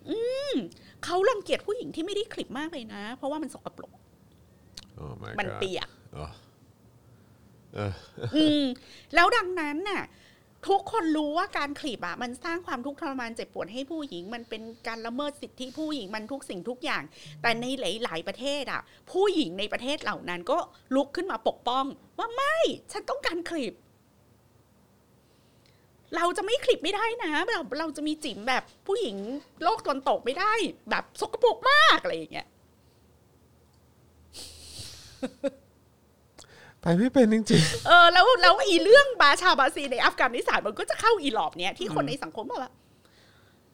อืมเขารังเกียจผู้หญิงที่ไม่ได้คลิปมากเลยนะ เพราะว่ามันสกปรก
Oh my
มัน
God
เปียก
อ๋อ
อืมแล้วดังนั้นน่ะ ทุกคนรู้ว่าการคลิปอ่ะมันสร้างความทุกข์ทรมานเจ็บปวดให้ผู้หญิง มันเป็นการละเมิดสิทธิผู้หญิงมันทุกสิ่งทุกอย่าง แต่ในหลาย ๆ ประเทศอ่ะ ผู้หญิงในประเทศเหล่านั้นก็ลุกขึ้นมาปกป้อง ว่าไม่ ฉันต้องการคลิป เราจะไม่คลิปไม่ได้นะแบบเราจะมีจิ๋มแบบผู้หญิงโลกตะวันตกไม่ได้ แบบสกปรกมากอะไรอย่างเงี้ย
ไปไม่เป็นจริง
เออแล้วแล้วอีเรื่องบาชาบาซีในอัฟกานิสถานมันก็จะเข้าอีหลอบเนี้ยที่คนในสังคมบอกว่า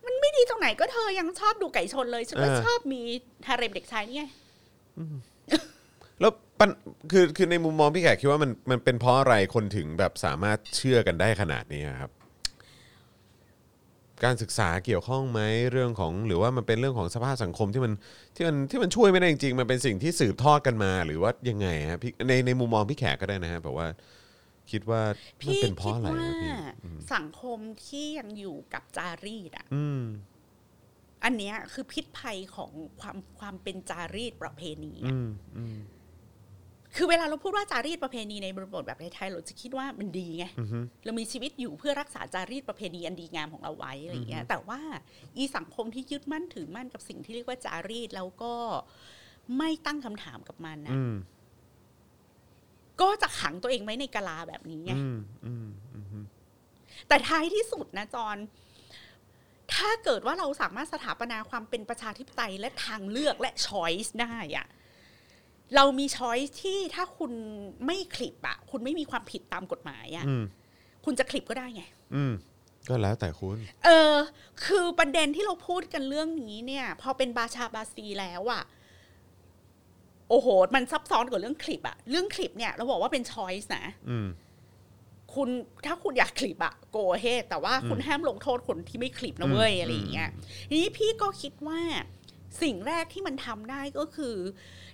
มันไม่ดีตรงไหนก็เธอยังชอบดูไก่ชนเลยฉันก็ชอบมีฮาเร็มเด็กชายนี่ไง
ๆ แล้วปันคือคือในมุมมองพี่แขกคิดว่ามันมันเป็นเพราะอะไรคนถึงแบบสามารถเชื่อกันได้ขนาดนี้ครับ การศึกษาเกี่ยวข้องไหมเรื่องของหรือว่ามันเป็นเรื่องของสภาพสังคมที่มันที่มันที่มันช่วยไม่ได้จริงๆมันเป็นสิ่งที่สืบทอดกันมา หรือว่ายังไงฮะพี่ในในมุมมองพี่แขกก็ได้นะฮะแบบว่า คิดว่ามัน
พี่
เป็นเพ
คิ
ราะ
ด
อะไร
ว่า
นะพี่
สังคมที่ยังอยู่กับจารีตอ่ะ
อืม
อันเนี้ยคือพิษภัยของความความเป็นจารีตประเพณีอะ
อืมอืม
คือเวลาเราพูดว่าจารีตประเพณีในบริบทแบบไทยๆเราจะคิดว่ามันดีไง
อือฮึ
เรามีชีวิตอยู่เพื่อรักษาจารีตประเพณีอันดีงามของเราไว้อะไรอย่างเงี้ย แต่ว่าอีสังคมที่ยึดมั่นถือมั่นกับสิ่งที่เรียกว่าจารีตแล้วก็ไม่ตั้งคำถามกับมันนะ
อืม
ก็จะขังตัวเองไว้ในกะลาแบบนี้ไง
อืมอืมอืม
แต่ท้ายที่สุดนะจอน ถ้าเกิดว่าเราสามารถสถาปนาความเป็นประชาธิปไตยและทางเลือกและช้อยส์ได้อะเรามีช้อยส์ที่ถ้าคุณไม่คลิปอะคุณไม่มีความผิดตามกฎหมายอะ
อืม
คุณจะคลิปก็ได้ไง
อืม ก็แล้วแต่คุณ
เออ คือประเด็นที่เราพูดกันเรื่องนี้เนี่ย พอเป็นบาชาบาซีแล้วอะโอ้โห มันซับซ้อนกว่าเรื่องคลิปอะเรื่องคลิปเนี่ย เราบอกว่าเป็นช้อยส์นะ
อืม
คุณถ้าคุณอยากคลิปอะโกเฮดแต่ว่าคุณห้ามลงโทษคนที่ไม่คลิปนะเว้ย
อืม
อะไรอย่างเงี้ยทีนี้พี่ก็คิดว่าสิ่งแรกที่มันทำได้ก็คือ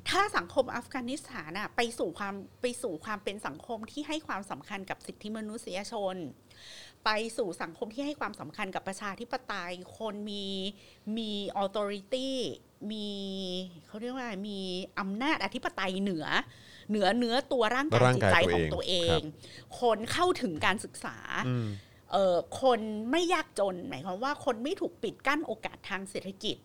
ถ้าสังคมอัฟกานิสถานอะไปสู่ความไปสู่ความเป็นสังคมที่ให้ความสำคัญกับสิทธิมนุษยชน ไปสู่สังคมที่ให้ความสำคัญกับประชาธิปไตย คนมีมีออโตริตี้มีเขาเรียกว่ามีอำนาจอธิปไตยเหนือ เหนือเนื้อตัวร่างกาย
ร่าง
จิต
กาย
ใจ
ตัวเอง
ของตัวเอ
ครั
ง
บ
คนเข้าถึงการศึกษา
อืม
เอ่อคนไม่ยากจน หมายความว่าคนไม่ถูกปิดกั้นโอกาสทางเศรษฐกิจ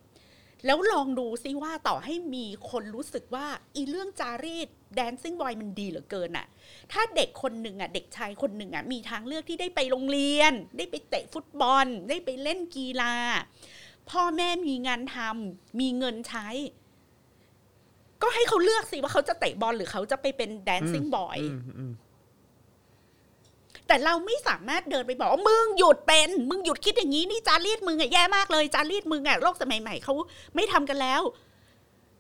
แล้วลองดูซิว่าต่อให้มีคนรู้สึกว่าอีเรื่องจารีตแดนซิ่งบอยมันดีเหลือเกินน่ะ ถ้าเด็กคนหนึ่งอ่ะเด็กชายคนหนึ่งอ่ะมีทางเลือกที่ได้ไปโรงเรียน ได้ไปเตะฟุตบอล ได้ไปเล่นกีฬา พ่อแม่มีงานทำมีเงินใช้ ก็ให้เขาเลือกสิว่าเขาจะเตะบอลหรือเขาจะไปเป็นแดนซิ่งบอย แต่เราไม่สามารถเดินไปบอกว่ามึงหยุดเป็น มึงหยุดคิดอย่างนี้นี่จารีตมึงอะแย่มากเลย จารีตมึงอะโลกสมัยใหม่เขาไม่ทำกันแล้ว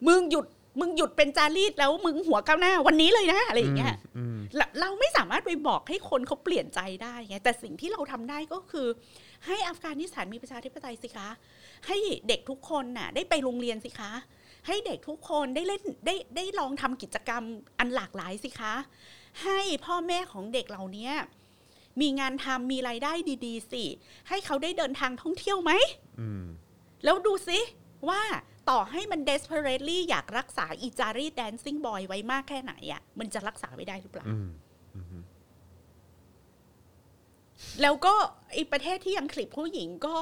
มึงหยุดมึงหยุดเป็นจารีตแล้วมึงหัวก้าวหน้า วันนี้เลยนะอะไรอย่างเงี้ยเราเราไม่สามารถไปบอกให้คนเขาเปลี่ยนใจได้ไงแต่สิ่งที่เราทำได้ก็คือ ให้อัฟกานิสถานมีประชาธิปไตยสิคะ ให้เด็กทุกคนน่ะ ได้ไปโรงเรียนสิคะ ให้เด็กทุกคนได้เล่นได้ได้ลองทำกิจกรรมอันหลากหลายสิคะ ให้พ่อแม่ของเด็กเหล่านี้ มีงานทำมีรายได้ดี ๆ สิ ให้เขาได้เดินทางท่องเที่ยวไหม
อืม
แล้วดูสิว่าต่อให้มัน desperately อยากรักษาอีจารี dancing boy ไว้มากแค่ไหนอะมันจะรักษาไว้ได้หรือเปล่า
อืม
แล้วก็ไอีประเทศที่ยังคลิปผู้หญิงก็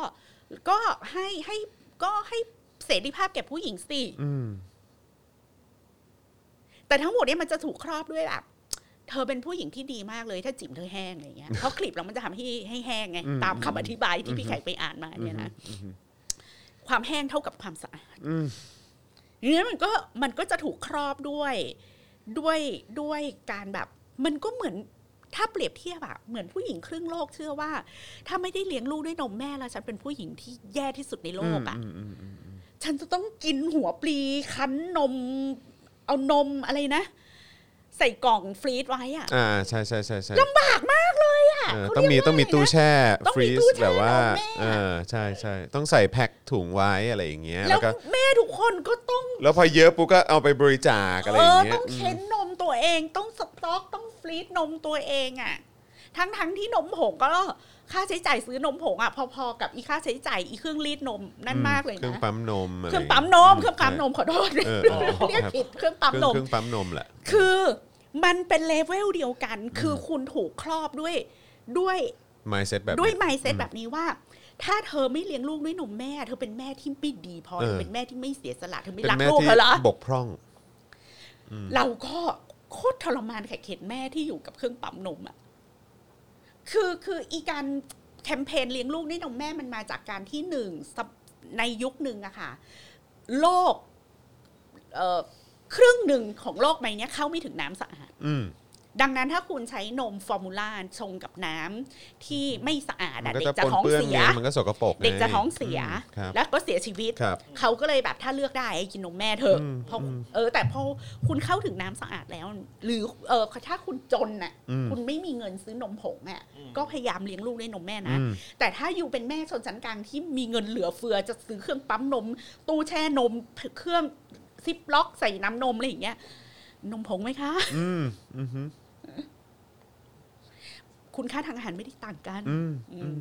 ก็ให้ให้ก็ให้เสรีภาพแก่ผู้หญิงสิ
อืม
แต่ทั้งหมดเนี่ยมันจะถูกครอบด้วยแบบเธอเป็นผู้หญิงที่ดีมากเลยถ้าจิ๋มเธอแห้งอะไรเงี้ยเพราะคลิปเรามันจะทำให้ให้แห้งไง
อืม
ตามคำอธิบายที่พี่ไข่ไปอ่านมาเนี่ยนะความแห้งเท่ากับความสะอาด
อืม
เนี่ยมันก็มันก็จะถูกครอบด้วยด้วยด้วยการแบบ มันก็เหมือนถ้าเปรียบเทียบอะเหมือนผู้หญิงครึ่งโลกเชื่อว่า ถ้าไม่ได้เลี้ยงลูกด้วยนมแม่แล้วฉันเป็นผู้หญิงที่แย่ที่สุดในโลกอะ
อืมอืมอืม
ฉันจะต้องกินหัวปลีคั้นนม เอานมอะไรนะ ใส่กล่องฟรีซไว้อะ
อ่าใช่ใช่ใช่ใช่
ลำบากมากเลยอะ
เออ
เขา
ต้องมี
เรียก
ต้องมี
ว่าะไรนะ
ตู้แช่
ต้อง
ฟรี
มี
ซ
ตู้แช่
แบบว่า
เหรอแม่
เออใช่ใช่ต้องใส่แพ็คถุงไว้อะไรอย่างเงี้ย
แล้
แล้ว วก็
แม่ทุกคนก็ต้อง
แล้วพอเยอะปุ๊บก็เอาไปบริจาคอะไร
เอ
อย่า
อง
เงี้ย
ต้องเค้นนมตัวเองต้องสต็อกต้องฟรีดนมตัวเองอะ่ะ ทั้งทั้งที่นมผงก็ค่าใช้จ่ายซื้อนมผงอะ่ะพอๆกับอีค่าใช้จ่ายอีเครื่องรีดนมนั่นมากเลย
เครื่อง
นะ
ปั๊มนมะไ
เครื่องปั๊มนมเครื่องปั๊มนมขอโทษ
เออเออ
เรียกผิดเครื่องปั๊ม
เครื่อน ง
ม
เครื่องปั๊มนมแหละ
คือมันเป็นเลเวลเดียวกัน คือคุณถูกครอบด้วยด้วย
mindset แบบนี้
ด้วยไมเซ็ต
อืม
แบบนี้ว่า ถ้าเธอไม่เลี้ยงลูกด้วยนมแม่ เธอเป็นแม่ที่ไม่ดีพอ
เออ
เธอเป็นแม่ที่ไม่เสียสละเธอไม่
เป็น
รัก
แม่
ลูก
ที่
เธอเหรอ
บกพร่อง
เราก็โคตรทรมานแขกเห็นแม่ที่อยู่กับเครื่องปั๊มนมอะคือคืออีการแคมเปญเลี้ยงลูกด้วยนมแม่มันมาจากการที่หนึ่งสัปในยุคหนึ่งอะค่ะ โลกเอ่อครึ่งหนึ่งของโลกใบเนี้ยเข้าไม่ถึงน้ำสะอาด
อืม
ดังนั้นถ้าคุณใช้นมฟอร์มูล่าชงกับน้ำที่ไม่สะอาด
มั
อะ
นก็
เด็
จะ
กจะ
ปน
ท้อง
เปื้อน
เสีย
ไงมันก็สกปรกไ
เด็กจะท้องเสีย
อืมครับ
แล้วก็เสียชีวิต
ครับ
เขาก็เลยแบบถ้าเลือกได้ให้กินนมแม่เถอะเพราะเออ แต่พอคุณเข้าถึงน้ำสะอาดแล้ว หรือเออถ้าคุณจนน่ะ
อืม
คุณไม่มีเงินซื้อนมผงอ่ะก็พยายามเลี้ยงลูกด้วยนมแม่นะ
อืม
แต่ถ้าอยู่เป็นแม่ชนชั้นกลางที่มีเงินเหลือเฟือจะซื้อเครื่องปั๊มนม ตู้แช่นมเครื่องซิปล็อกใส่น้ำนมอะไรอย่างเงี้ยนมผงไหมคะ
อืมอืม
คุณค่าทางอาหารไม่ได้ต่างกัน
อืม
อืม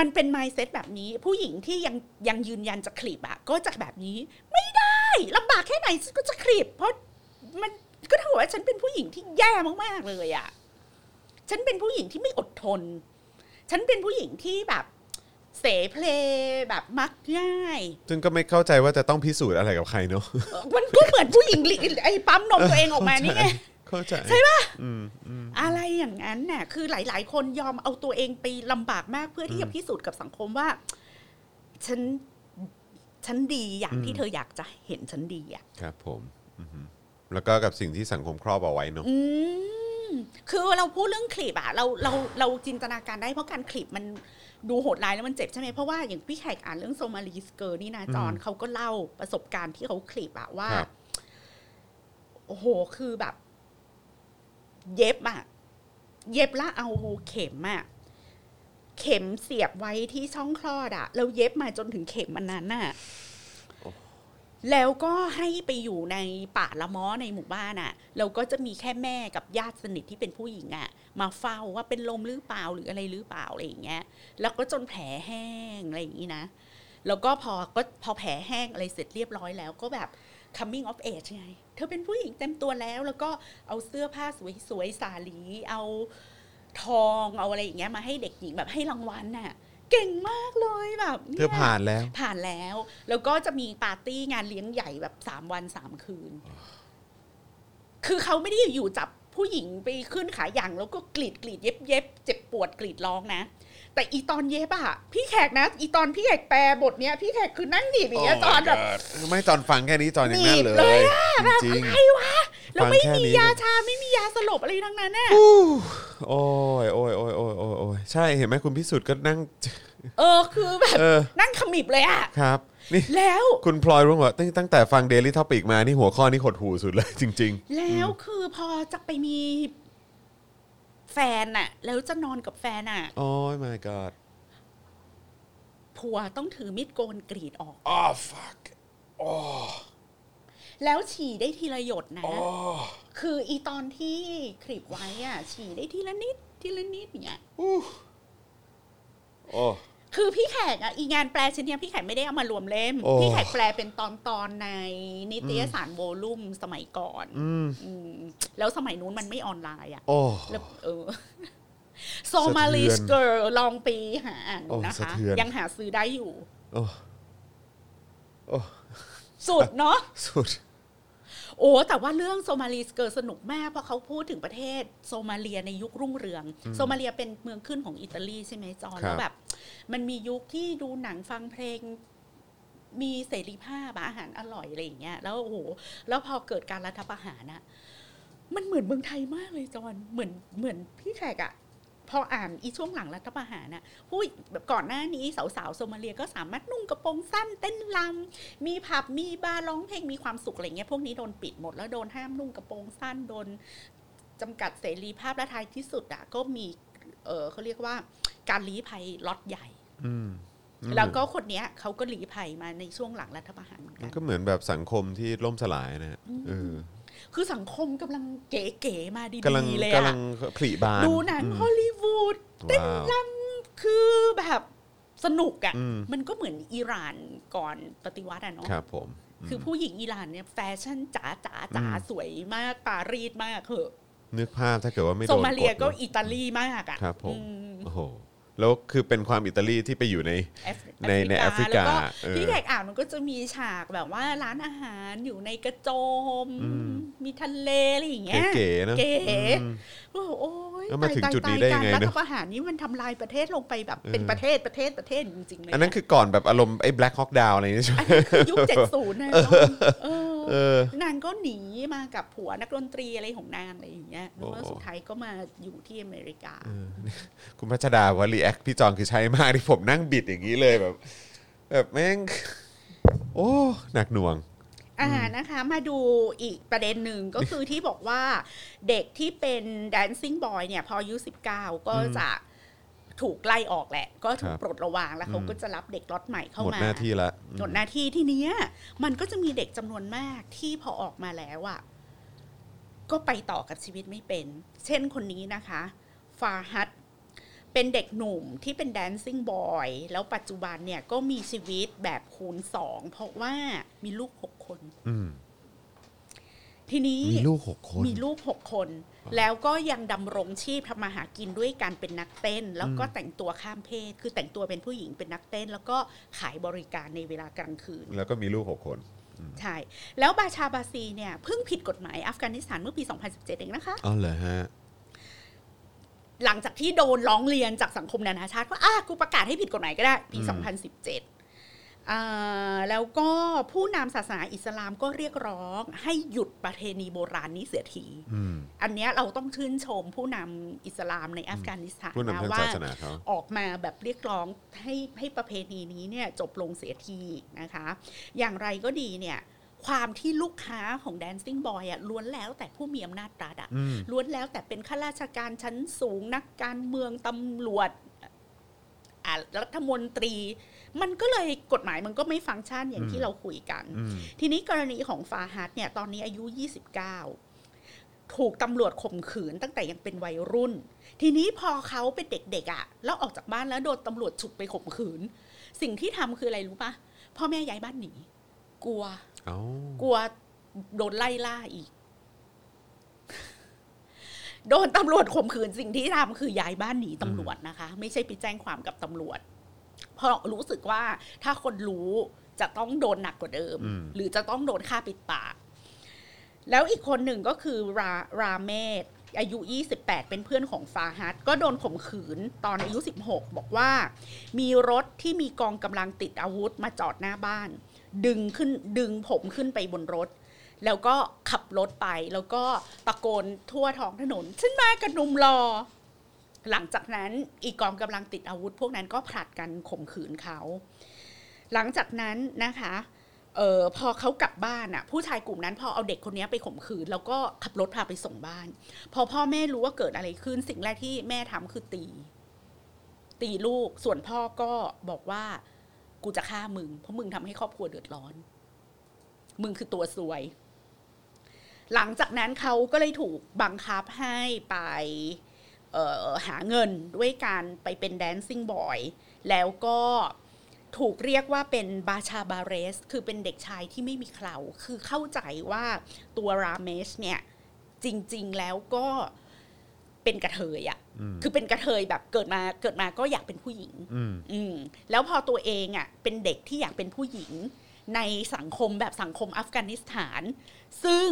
มันเป็น mindset แบบนี้ ผู้หญิงที่ยังยังยืนยันจะคลิปอ่ะ ก็จะแบบนี้ ไม่ได้ลำบากแค่ไหนฉันก็จะคลิป เพราะมันก็เท่ากับว่าฉันเป็นผู้หญิงที่แย่มากๆเลยอ่ะ ฉันเป็นผู้หญิงที่ไม่อดทน ฉันเป็นผู้หญิงที่แบบเสเพลแบบมักง่าย
ซึ่งก็ไม่เข้าใจว่าจะต้องพิสูจน์อะไรกับใครเน
(laughs)
อะ
เออมันก็เหมือนผู้หญิงลิไอ้ปั๊มนมตัวเองออกมานี่ไง
เข้าใจ
ใช่ปะ
อืมอืม
อะไรอย่างนั้นน่ะ คือหลาย ๆ คนยอมเอาตัวเองไปลำบากมากเพื่อที่จะพิสูจน์กับสังคมว่า ฉัน ฉันดีอย่างที่เธออยากจะเห็นฉันดีอ่ะ
ครับผมอือฮึแล้วก็กับสิ่งที่สังคมครอบเอาไว้เนอะ
อืม คือเราพูดเรื่องคลิปอะเราเราเราจินตนาการได้เพราะการคลิปมันดูโหดร้ายแล้วมันเจ็บใช่ไหมเพราะว่าอย่างพี่แขกอ่านเรื่องโซมาลีสเกอร์นี่นะจอนเขาก็เล่าประสบการณ์ที่เขาคลิปอะว่า
ครับ
โอ้โห คือแบบ เย็บอะเย็บและเอาเข็มอะเข็มเสียบไว้ที่ช่องคลอดอะแล้วเย็บมาจนถึงเข็มอันนั้นน่ะ แล้วก็ให้ไปอยู่ในป่าละม้อในหมู่บ้านอะ่ะ แล้วก็จะมีแค่แม่กับญาติสนิทที่เป็นผู้หญิงอะ่ะ มาเฝ้าว่าเป็นลมหรือเปล่าหรืออะไรหรือเปล่าอะไรอย่างเงี้ย แล้วก็จนแผลแห้งอะไรอย่างนี้นะ แล้วก็พอก็พอแผลแห้งอะไรเสร็จเรียบร้อยแล้วก็แบบ coming of age ไง เธอเป็นผู้หญิงเต็มตัวแล้ว แล้วก็เอาเสื้อผ้าสวยๆสาลี เอาทองเอาอะไรอย่างเงี้ยมาให้เด็กหญิงแบบให้รางวัลน่ะ เก่งมากเลยแบบ
เธ
นี่ย
อผ่านแล้ว
ผ่านแล้ว แล้วก็จะมีปาร์ตี้งานเลี้ยงใหญ่แบบสามวันสามคืน คือเขาไม่ได้อยู่จับผู้หญิงไปขึ้นขาอย่างแล้วก็กรีดกรีดเย็บเย็บเจ็บปวดกรีดร้องนะ แต่อีตอนเย็บอะพี่แขกนะ อีตอนพี่แขกแปลบทเนี้ย พี่แขกคือนั่งหนีบอย่างเงี้ย
Oh
ตอน
my
แบบ
God ไม่ตอนฟังแค่นี้จอนยังแน่น
หนีบ
เล
เลย ย
จริง
อะไรวะ
ๆ
แล้วไม่
ฟังค่
มี
นี้
ยาชาไม่มียาสลบอะไรทั้งนั้นน่ะ
โอ้ยโอ้ยโอ้ยโอ้ยโอ้ยโอ้ยใช่เห็นไหมคุณพิสุทธิ์ก็นั่ง
เออคือแบบ
เออ
นั่งขมิบเลยอะ
ครับ นี่
แล้ว
คุณพลอยรู้ว่าตั้งตั้งแต่ฟัง Daily Topic มานี่หัวข้อนี้หดหูสุดเลย (laughs) จริง
แล้วคือพอจะไปมีแฟนน่ะ แล้วจะนอนกับแฟนน่ะ
ๆ โอ้ย my god
ผัวต้องถือมีดโกนกรีดออก
oh fuck
แล้วฉี่ได้ทีละหยดนะ คืออีตอนที่คลิปไว้อะฉี่ได้ทีละนิดทีละนิดเนี่ย
โอ้
คือพี่แขกอะอีงานแปลชิ้นเนี้ยพี่แขกไม่ได้เอามารวมเล่ม
โอ้
พี่แขกแปลเป็นตอนตอนๆในนิตยสารโวลุ่มสมัยก่อนอืมแล้วสมัยนู้นมันไม่ออนไลน์อะ
โอ้
แล้วเอ
(laughs)
อโซมาลีสเกอร์ลองไปหาอ่านดูนะ
โอ้สะ
คะ
เทือน
ยังหาซื้อได้อยู่
โอ้โอ้
สุด
(laughs)
เนาะ
สุด
โอ้แต่ว่าเรื่องโซมาเลียเกิดสนุกมากเพราะเขาพูดถึงประเทศโซมาเลียในยุครุ่งเรือง โซมาเลียเป็นเมืองขึ้นของอิตาลีใช่ไหมจอน
ครับ
แล้วแบบ มันมียุคที่ดูหนังฟังเพลง มีเสรีภาพอะอาหารอร่อยอะไรอย่างเงี้ยแล้วโอ้โหแล้วพอเกิดการรัฐประหารนะมันเหมือนเมืองไทยมากเลยจอนเหมือนเหมือนพี่แขกอะพ พออ่านอีช่วงหลังรัฐประหารน่ะหูยแบบก่อนหน้านี้สาวๆโซมาเลียก็สามารถนุ่งกระโปรงสั้นเต้นลำมีผับมีบาร์ร้องเพลงมีความสุขอะไรเงี้ยพวกนี้โดนปิดหมดแล้วโดนห้ามนุ่งกระโปรงสั้นโดนจำกัดเสรีภาพและท้ายที่สุดอ่ะก็มีเออเขาเรียกว่าการลี้ภัยล็อตใหญ่
อืมอืม
แล้วก็คนเนี้ยเขาก็หลีภัยมาในช่วงหลังรัฐประหารเหมือนกั
มัน นก็เหมือนแบบสังคมที่ล่มสลายนะฮะเออ
คือสังคมกำลังเก๋ๆมาดี
กำลัง
ๆเลย
กำลั
อะ
งผลิบาน
ดูหนัง
อืม
ฮอลลีวูดเต้นรำคือแบบสนุกอะ
อืม
มันก็เหมือนอิหร่านก่อนปฏิวัติอะเนาะ
ครับผมม
คือผู้หญิงอิหร่านเนี่ยแฟชั่นจ๋าจ๋า
อื
จ๋าม สวยมากปารีสมากเหอะ
นึกภาพถ้าเกิดว่าไม่โด
โซ
น
มาเลีย
ดนะ
ก็อิตาลีมากอะ
ครับผม
อืม
โอ้โหแล้วคือเป็นความอิตาลีที่ไปอยู่ใน
แอฟริ
ในในแอฟริกา
แล้วก็
เออ
ที่แดกอ่านมันก็จะมีฉากแบบว่าร้านอาหารอยู่ในกระโจม
อืม
มีทะเลอะไรอย่างเงี้ย
เก๋ๆเนอะ
เก๋
อืม
โอ้โหโอ้ย
แล้วมาถึง
ตย
จุดนี้
ต
ได้
ก
ยังไงเนอะ
รัฐประหารนี่มันทำลายประเทศลงไปแบบเป็น
เออ
ประเทศประเทศประเทศจริงๆเลย
อันนั้นคือก่อนแบบอารมณ์ไอ้ Black Hawk Down อะไรอย่างเงี้ยใช่ไหม
คือยุคเจ็ดศูนย์นะเนอะเออ
เออ
นางก็หนีมากับผัวนักดนตรีอะไรของนางอะไรอย่างเงี้ย
โอ้
แล้วสุดท้ายก็มาอยู่ที่อเมริกา
คุณพัชดาวลีแอคพี่จอนคือใช้มากที่ผมนั่งบิดอย่างนี้เลยแบบ แบบแม่ง โอ้หนักหน่วง
อ่านะคะมาดูอีกประเด็นหนึ่งก็คือที่บอกว่าเด็กที่เป็น dancing boy เนี่ยพออายุ19 ก็จะถูกไล่ออกแหละ ก็ถูก
ครับ
ปลดระวางแล้วเขา
อืม
ก็จะรับเด็กล็อตใหม่เข้า
หมด
มา
หน้าที่ละ
หนดหน้าที่ที่เนี้ยมันก็จะมีเด็กจำนวนมากที่พอออกมาแล้วอะ่ะ ก็ไปต่อกับชีวิตไม่เป็น เช่นคนนี้นะคะ ฟาฮัดเป็นเด็กหนุ่มที่เป็นแดนซิ่งบอยแล้วปัจจุบันเนี่ยก็มีชีวิตแบบคูณสองเพราะว่ามีลูกหกคน
อืม
ทีนี้
มีลูกหกคน
มีลูกหกคน แล้วก็ยังดำรงชีพทำมาหากินด้วยการเป็นนักเต้น แล้วก็แต่งตัวข้ามเพศ คือแต่งตัวเป็นผู้หญิงเป็นนักเต้น แล้วก็ขายบริการในเวลากลางคืน
แล้วก็มีลูกหกคน
ใช่ แล้วบาชาบาซีเนี่ยเพิ่งผิดกฎหมายอัฟกานิสถานเมื่อปี 2017 เองนะคะ
อ๋อเหรอฮะ
หลังจากที่โดนร้องเรียนจากสังคมนานาชาติว่าอ่ะกูประกาศให้ผิดกฎหมายก็ได้ปี
อืม
2017อ่าแล้วก็ผู้นำศาสนาอิสลามก็เรียกร้องให้หยุดประเพณีโบราณนี้เสียที
อืม
อันเนี้ยเราต้องชื่นชมผู้นำอิสลามในอัฟกานิสถาน
ผู้นำทาง
ว่า
ศาสนาเขา
ออกมาแบบเรียกร้องให้ให้ประเพณีนี้เนี่ยจบลงเสียทีนะคะ อย่างไรก็ดีเนี่ย ความที่ลูกค้าของ Dancing Boy อะล้วนแล้วแต่ผู้มีอำนาจรัฐอะ
อืม
ล้วนแล้วแต่เป็นข้าราชการชั้นสูงนักการเมืองตำรวจอ่ะรัฐมนตรี มันก็เลยกฎหมายมันก็ไม่ฟังก์ชันอย่างที่เราคุยกัน
อืม
ทีนี้กรณีของฟาฮัดเนี่ยตอนนี้อายุ 29 ถูกตำรวจข่มขืนตั้งแต่ยังเป็นวัยรุ่น ทีนี้พอเขาเป็นเด็กๆอะ่ะ แล้วออกจากบ้านแล้วโดนตำรวจฉุดไปข่มขืน สิ่งที่ทำคืออะไรรู้ปะพ่อแม่ย้ายบ้านหนี กลัว
เอ้าก
ลัวโดนไล่ล่าอีก (laughs) โดนตำรวจข่มขืนสิ่งที่ทำคือย้ายบ้านหนีตำรวจนะคะ ไม่ใช่ไปแจ้งความกับตำรวจ เพราะรู้สึกว่าถ้าคนรู้จะต้องโดนหนักกว่าเดิม หรือจะต้องโดนฆ่าปิดปาก แล้วอีกคนหนึ่งก็คือราราเมศอายุ 28 เป็นเพื่อนของฟาฮัดก็โดนข่มขืนตอนอายุ 16 บอกว่า มีรถที่มีกองกำลังติดอาวุธมาจอดหน้าบ้าน ดึงขึ้นดึงผมขึ้นไปบนรถ แล้วก็ขับรถไปแล้วก็ตะโกนทั่วท้องถนน ฉันมากับหนุ่มรอ หลังจากนั้นอีกกองกำลังติดอาวุธ พวกนั้นก็ผลัดกันข่มขืนเขา หลังจากนั้นนะคะเออพอเขากลับบ้านอ่ะ ผู้ชายกลุ่มนั้นพอเอาเด็กคนนี้ไปข่มขืน แล้วก็ขับรถพาไปส่งบ้าน พอพ่อแม่รู้ว่าเกิดอะไรขึ้น สิ่งแรกที่แม่ทำคือตี ตีลูกส่วนพ่อก็บอกว่ากูจะฆ่ามึง เพราะมึงทำให้ครอบครัวเดือดร้อน มึงคือตัวซวย หลังจากนั้นเขาก็เลยถูกบังคับให้ไป เอ่อหาเงินด้วยการไปเป็นแดนซิ่งบอยแล้วก็ถูกเรียกว่าเป็นบาชาบาเรส คือเป็นเด็กชายที่ไม่มีเคราคือเข้าใจว่าตัวราเมชเนี่ย จริง ๆ แล้วก็เป็นกระเทยอะคือเป็นกระเทยแบบเกิดมาเกิดมาก็อยากเป็นผู้หญิง
อืม
อืมแล้วพอตัวเองอ่ะเป็นเด็กที่อยากเป็นผู้หญิงในสังคมแบบสังคมอัฟกานิสถาน ซึ่ง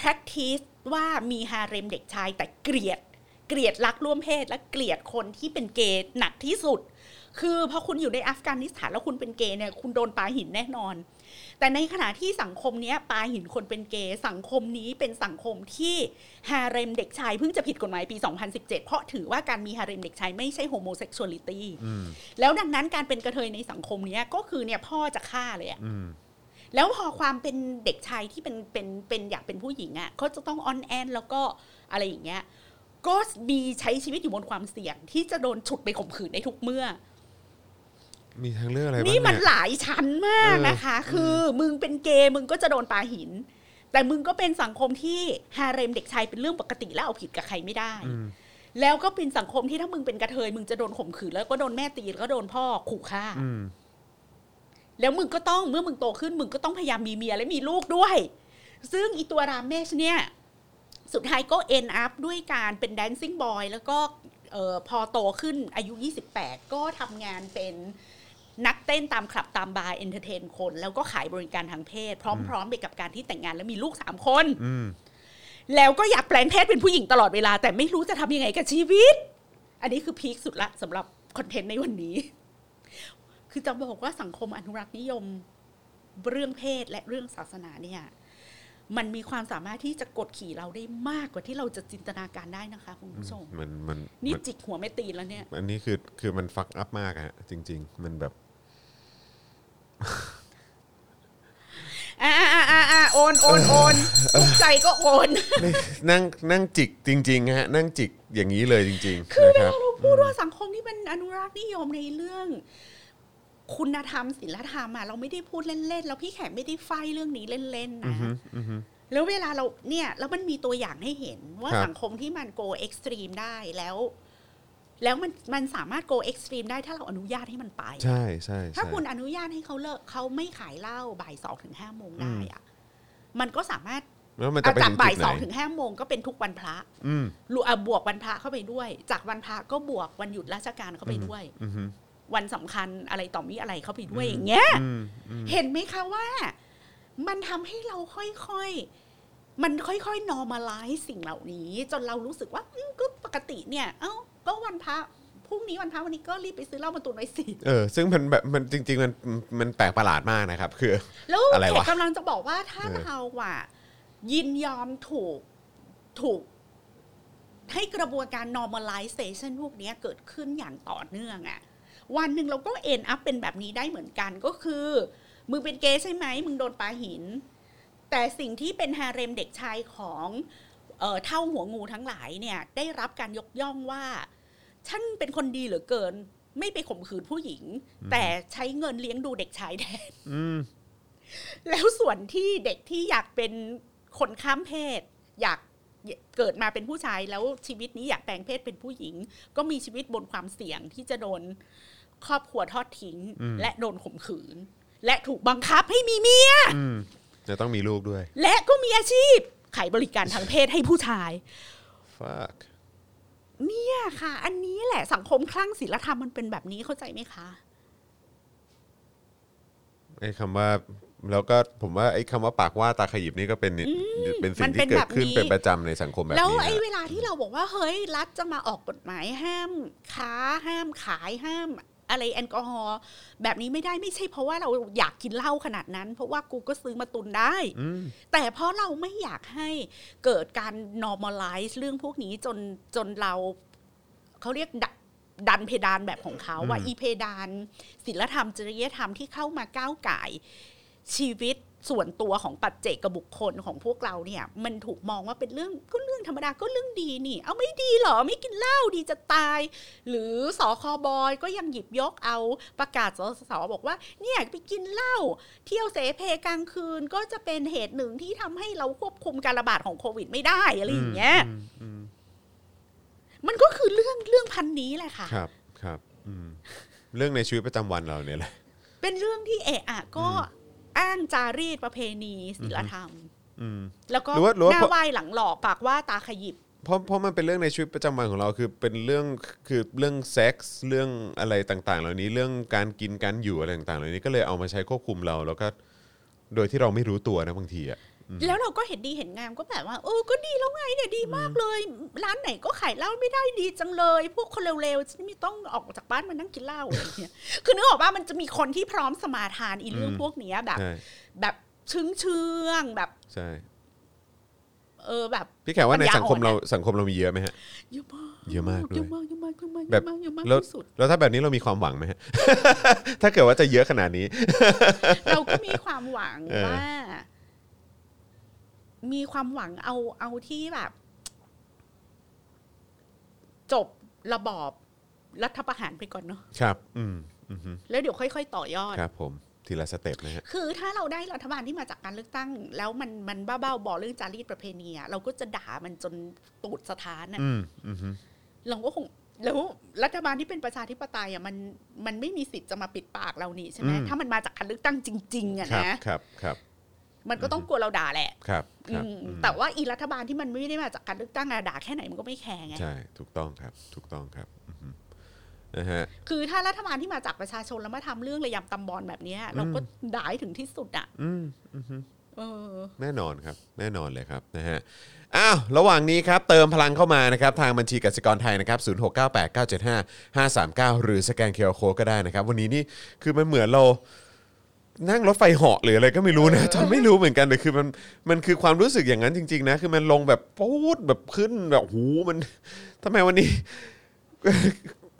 practice ว่ามีฮาเร็มเด็กชายแต่เกลียด เกลียดรักร่วมเพศและเกลียดคนที่เป็นเกย์หนักที่สุด คือพอคุณอยู่ในอัฟกานิสถานแล้วคุณเป็นเกย์เนี่ยคุณโดนปาหินแน่นอน แต่ในขณะที่สังคมเนี้ยปาหินคนเป็นเกย์สังคมนี้เป็นสังคมที่ฮาเร็มเด็กชายเพิ่งจะผิดกฎหมายปี 2017 เพราะถือว่าการมีฮาเร็มเด็กชายไม่ใช่โฮโมเซ็กชวลิตี้แล้วดังนั้นการเป็นกระเทยในสังคมเนี้ยก็คือเนี่ยพ่อจะฆ่าเลยอะ
อืม
แล้วพอความเป็นเด็กชายที่เป็นเป็นเป็นอยากเป็นผู้หญิงอะ่ะเขาจะต้องออนแอนแล้วก็อะไรอย่างเงี้ยก็มีใช้ชีวิตอยู่บนความเสี่ยง ที่จะโดนฉุดไปข่มขืนในทุกเมื่อ
มีทางเลือกอะไรบ้าง
นี่มัน
เย
หลายชั้นมากนะคะ คืออมึงเป็นเกย์มึงก็จะโดนปาหิน แต่มึงก็เป็นสังคมที่ฮาเร็มเด็กชายเป็นเรื่องปกติแล้วเอาผิดกับใครไม่ได้
อืม
แล้วก็เป็นสังคมที่ถ้ามึงเป็นกระเทยมึงจะโดนข่มขืนแล้วก็โดนแม่ตีแล้วก็โดนพ่อขู่ฆ่า
อืม
แล้วมึงก็ต้องเมื่อมึงโตขึ้นมึงก็ต้องพยายามมีเมียและมีลูกด้วย ซึ่งอีตัวรามเมชเนี่ย สุดท้ายก็ end up ด้วยการเป็น dancing boy แล้วก็เออพอโตขึ้นอายุ 28 ก็ทำงานเป็นนักเต้นตามคลับตามบาร์เอนเตอร์เทนคน แล้วก็ขายบริการทางเพศ พร้อมๆไปกับการที่แต่งงานแล้วมีลูก 3 คน
อืม
แล้วก็อยากแปลงเพศเป็นผู้หญิงตลอดเวลา แต่ไม่รู้จะทำยังไงกับชีวิต อันนี้คือพีคสุดละสำหรับคอนเทนต์ในวันนี้ คือจะบอกว่าสังคมอนุรักษ์นิยมเรื่องเพศและเรื่องศาสนาเนี่ย มันมีความสามารถที่จะกดขี่เราได้มากกว่าที่เราจะจินตนาการได้นะคะคุณผู้ชม
มันมัน
นี่
มัน
จิกหัวไม่ตีนแล้วเนี่ย
อันนี้คือคือมันฟักอัพมากอะฮะจริง ๆ มันแบบ
อ่าอ่าอ่าอ่าโอนโอนโอนทุกใจก็โอน
นั่งนั่งจิกจริงๆฮะนั่งจิกอย่างนี้เลยจริงๆ
คือ
นะ
เว
ครั
ลา
บ
เราพูดว่าสังคมที่มันอนุรักษ์นิยมในเรื่อง คุณธรรมศีลธรรมอะเราไม่ได้พูดเล่นๆแล้วพี่แขกไม่ได้ไฟเรื่องนี้เล่นๆนะแล้วเวลาเราเนี่ย แล้วมันมีตัวอย่างให้เห็นว่า
ครับ
สังคมที่มันโกเอ็กซ์ตรีมได้แล้ว แล้วมันมันสามารถโกเอ็กซ์ตรีมได้ถ้าเราอนุญาตให้มันไป
ใช่ใช่ใช่
ถ้าคุณอนุญาตให้เขาเลิกเขาไม่ขายเหล้าบ่ายสองถึงห้าโมงได้อะมันก็สามารถ
แล้วมันจะ
อา
ไปถึง
จากบ่า
จุ
ย
ดไห
ส
น
องถึงห้าโมงก็เป็นทุกวันพระ
อืม
รวมอ่ะบวกวันพระเข้าไปด้วย จากวันพระก็บวกวันหยุดราชการเข้าไปด้วย
อืมอืม
วันสำคัญอะไรต่อมีอะไรเข้าไปด้วยอย่างเงี้ย
อืม
เห็นไหมคะว่า มันทำให้เราค่อยๆ มันค่อยๆ normalize สิ่งเหล่านี้ จนเรารู้สึกว่าอืมก็ปกติเนี่ย เอ้าก็วันพระพรุ่งนี้วันพระวันนี้ก็รีบไปซื้อเหล้ามาตุนไว้สิ
เออ ซึ่งมันแบบมันจริง ๆ มันมันแปลกประหลาดมากนะครับ คือ
แล้ว
อะไร
แข
วะ
กกำลังจะบอกว่าถ้า
เออ
เราอะยินยอมถูกถูก ให้กระบวนการ normalization พวกเนี้ยเกิดขึ้นอย่างต่อเนื่องอะวันหนึ่งเราก็ end up เป็นแบบนี้ได้เหมือนกันก็คือ มึงเป็นเกย์ใช่ไหม มึงโดนปาหิน แต่สิ่งที่เป็นฮาเร็มเด็กชายของเอ่อเท่าหัวงูทั้งหลายเนี่ย ได้รับการยกย่องว่า ฉันเป็นคนดีเหลือเกิน ไม่ไปข่มขืนผู้หญิง แต่ใช้เงินเลี้ยงดูเด็กชายแทน
อืม
แล้วส่วนที่เด็กที่อยากเป็นคนข้ามเพศ อยากเกิดมาเป็นผู้ชายแล้วชีวิตนี้อยากแปลงเพศเป็นผู้หญิง ก็มีชีวิตบนความเสี่ยงที่จะโดนครอบครัวทอดทิ้ง และโดนข่มขืน และถูกบังคับให้มีเมีย
อืมจะต้องมีลูกด้วย
และก็มีอาชีพขายบริการทางเพศให้ผู้ชาย
fuck
เนี่ยค่ะ อันนี้แหละสังคมคลั่งศีลธรรมมันเป็นแบบนี้เข้าใจไหมคะ
ไอ้คำว่าแล้วก็ผมว่าไอ้คำว่าปากว่าตาขยิบนี่ก็เป็นเป็นสิ่งที่เกิดขึ้น
มันเป็
เป็น
แบบนี้
นประจำในสังคมแบบ
แล้ว
นี้
ไอ้เว
นะ
ลาที่เราบอกว่า เฮ้ย รัฐจะมาออกกฎหมายห้ามค้าห้ามขายห้าม อะไรแอลกอฮอล์แบบนี้ไม่ได้ไม่ใช่เพราะว่าเราอยากกินเหล้าขนาดนั้น เพราะว่ากูก็ซื้อมาตุนได้
อืม
แต่เพราะเราไม่อยากให้เกิดการ normalize เรื่องพวกนี้จนจนเราเขาเรียกดัดันเพดานแบบของเขาว่า
อืม
อีเพดานศิลธรรม จริยธรรมที่เข้ามาก้าวไก่าย ชีวิตส่วนตัวของปัจเจกบุคคลของพวกเราเนี่ย มันถูกมองว่าเป็นเรื่องก็เรื่องธรรมดาก็เรื่องดีนี่ เอาไม่ดีเหรอไม่กินเหล้าดีจะตาย หรือสอคอบอยก็ยังหยิบยกเอาประกาศสสบอกว่า เนี่ยไปกินเหล้า เที่ยวเสเพกลางคืนก็จะเป็นเหตุหนึ่งที่ทำให้เราควบคุมการระบาดของโควิดไม่ได้อะไรอย่างเงี้ย
อืมอืม
มันก็คือเรื่องเรื่องพันนี้แหละค่ะ
ครับครับอืมเรื่องในชีวิตประจำวันเราเนี่ยแหละ (laughs)
เป็นเรื่องที่เอะอะก็อ้างจารีตประเพณีศิลธรรม
อืม
แล้วก็
หรือว่าหรือว่า
หน้าไหว้หลังหล่อปากว่าตาขยิบ
เพราะเพราะมันเป็นเรื่องในชีวิตประจำวันของเราคือเป็นเรื่องคือเรื่องเซ็กส์เรื่องอะไรต่าง ๆ เหล่านี้เรื่องการกินการอยู่อะไรต่างๆ เหล่านี้ก็เลยเอามาใช้ควบคุมเรา แล้วก็โดยที่เราไม่รู้ตัวนะบางทีอ่ะ
แล้วเราก็เห็นดีเห็นงามก็แบบว่าโอ้ก็ดีแล้วไงเนี่ยดีมากเลย ร้านไหนก็ขายเหล้าไม่ได้ดีจังเลย พวกคนเร็วๆจะไม่ต้องออกจากบ้านมานั่งกินเหล้าอะไรอย่าง
(laughs)
เงี้ยคือนึกออกว่ามันจะมีคนที่พร้อมสมาทานอีเรื่อง
อืม
พวกเนี้ยแบบ
ใช่
แบบชึ้งเชื่องๆแบบ
ใช่
เออแบบ
พี่แขกว่าใน
ปัญญา
สังคม
อ่อนอะ
เราสังคมเรามีเยอะไหมฮะ
เยอะมาก
เยอะมากด้วย
เยอะมากเยอะมากเยอะมาก
แบบ
เยอะมาก
แล้ว
ที่สุด
แล้วถ้าแบบนี้เรามีความหวังไหมฮะ (laughs) ถ้าเกิดว่าจะเยอะขนาดนี้
เราก็มีความหวัง
เออ
ว่า มีความหวังเอาเอาที่แบบ จบระบอบรัฐประหารไปก่อนเนาะ
ครับ อืมอือฮึ
แล้วเดี๋ยวค่อยๆต่อยอด
ครับผมทีละสเต็ปนะฮะ
คือถ้าเราได้รัฐบาลที่มาจากการเลือกตั้ง แล้วมันมันบ้าๆบอเรื่องจารีตประเพณีอะเราก็จะด่ามันจนตูดสถานอะ
อืมอือฮึ
เราก็คงแล้วรัฐบาลที่เป็นประชาธิปไตยอะมันมันไม่มีสิทธิ์จะมาปิดปากเรานี่ใช่ไหมถ้ามันมาจากการเลือกตั้งจริงๆอะ
ครับ
นะ
ครับครับ
มันก็ต้องกลัวเราด่าแหละ
ครับค
อื
รับ
ม
อืม
แต่ว่าอีรัฐบาลที่มันไม่ได้มาจากการเลือกตั้งอะด่าแค่ไหนมันก็ไม่แคร์ไง
ใช่ถูกต้องครับ ถูกต้องครับอือฮึนะฮะ
คือถ้ารัฐบาลที่มาจากประชาชนแล้วมาทำเรื่องระยำตำบอลแบบเนี้ยเราก็ด่าให้ถึงที่สุดอะ
อืมอือฮึ
เออ
แน่นอนครับแน่นอนเลยครับนะฮะอ้าวระหว่างนี้ครับเติมพลังเข้ามานะครับทางบัญชีกสิกรไทยนะครับ0698 975 539 หรือสแกนเคอร์โคก็ได้นะครับ วันนี้นี่คือมันเหมือนเรานั่งรถไฟเหาะหรืออะไรก็ไม่รู้นะจ (laughs) ำไม่รู้เหมือนกันแต่คือมันมันคือความรู้สึกอย่างนั้นจริง ๆ นะ คือมันลงแบบปูดแบบขึ้นแบบหูมันทำไมวันนี้ (laughs)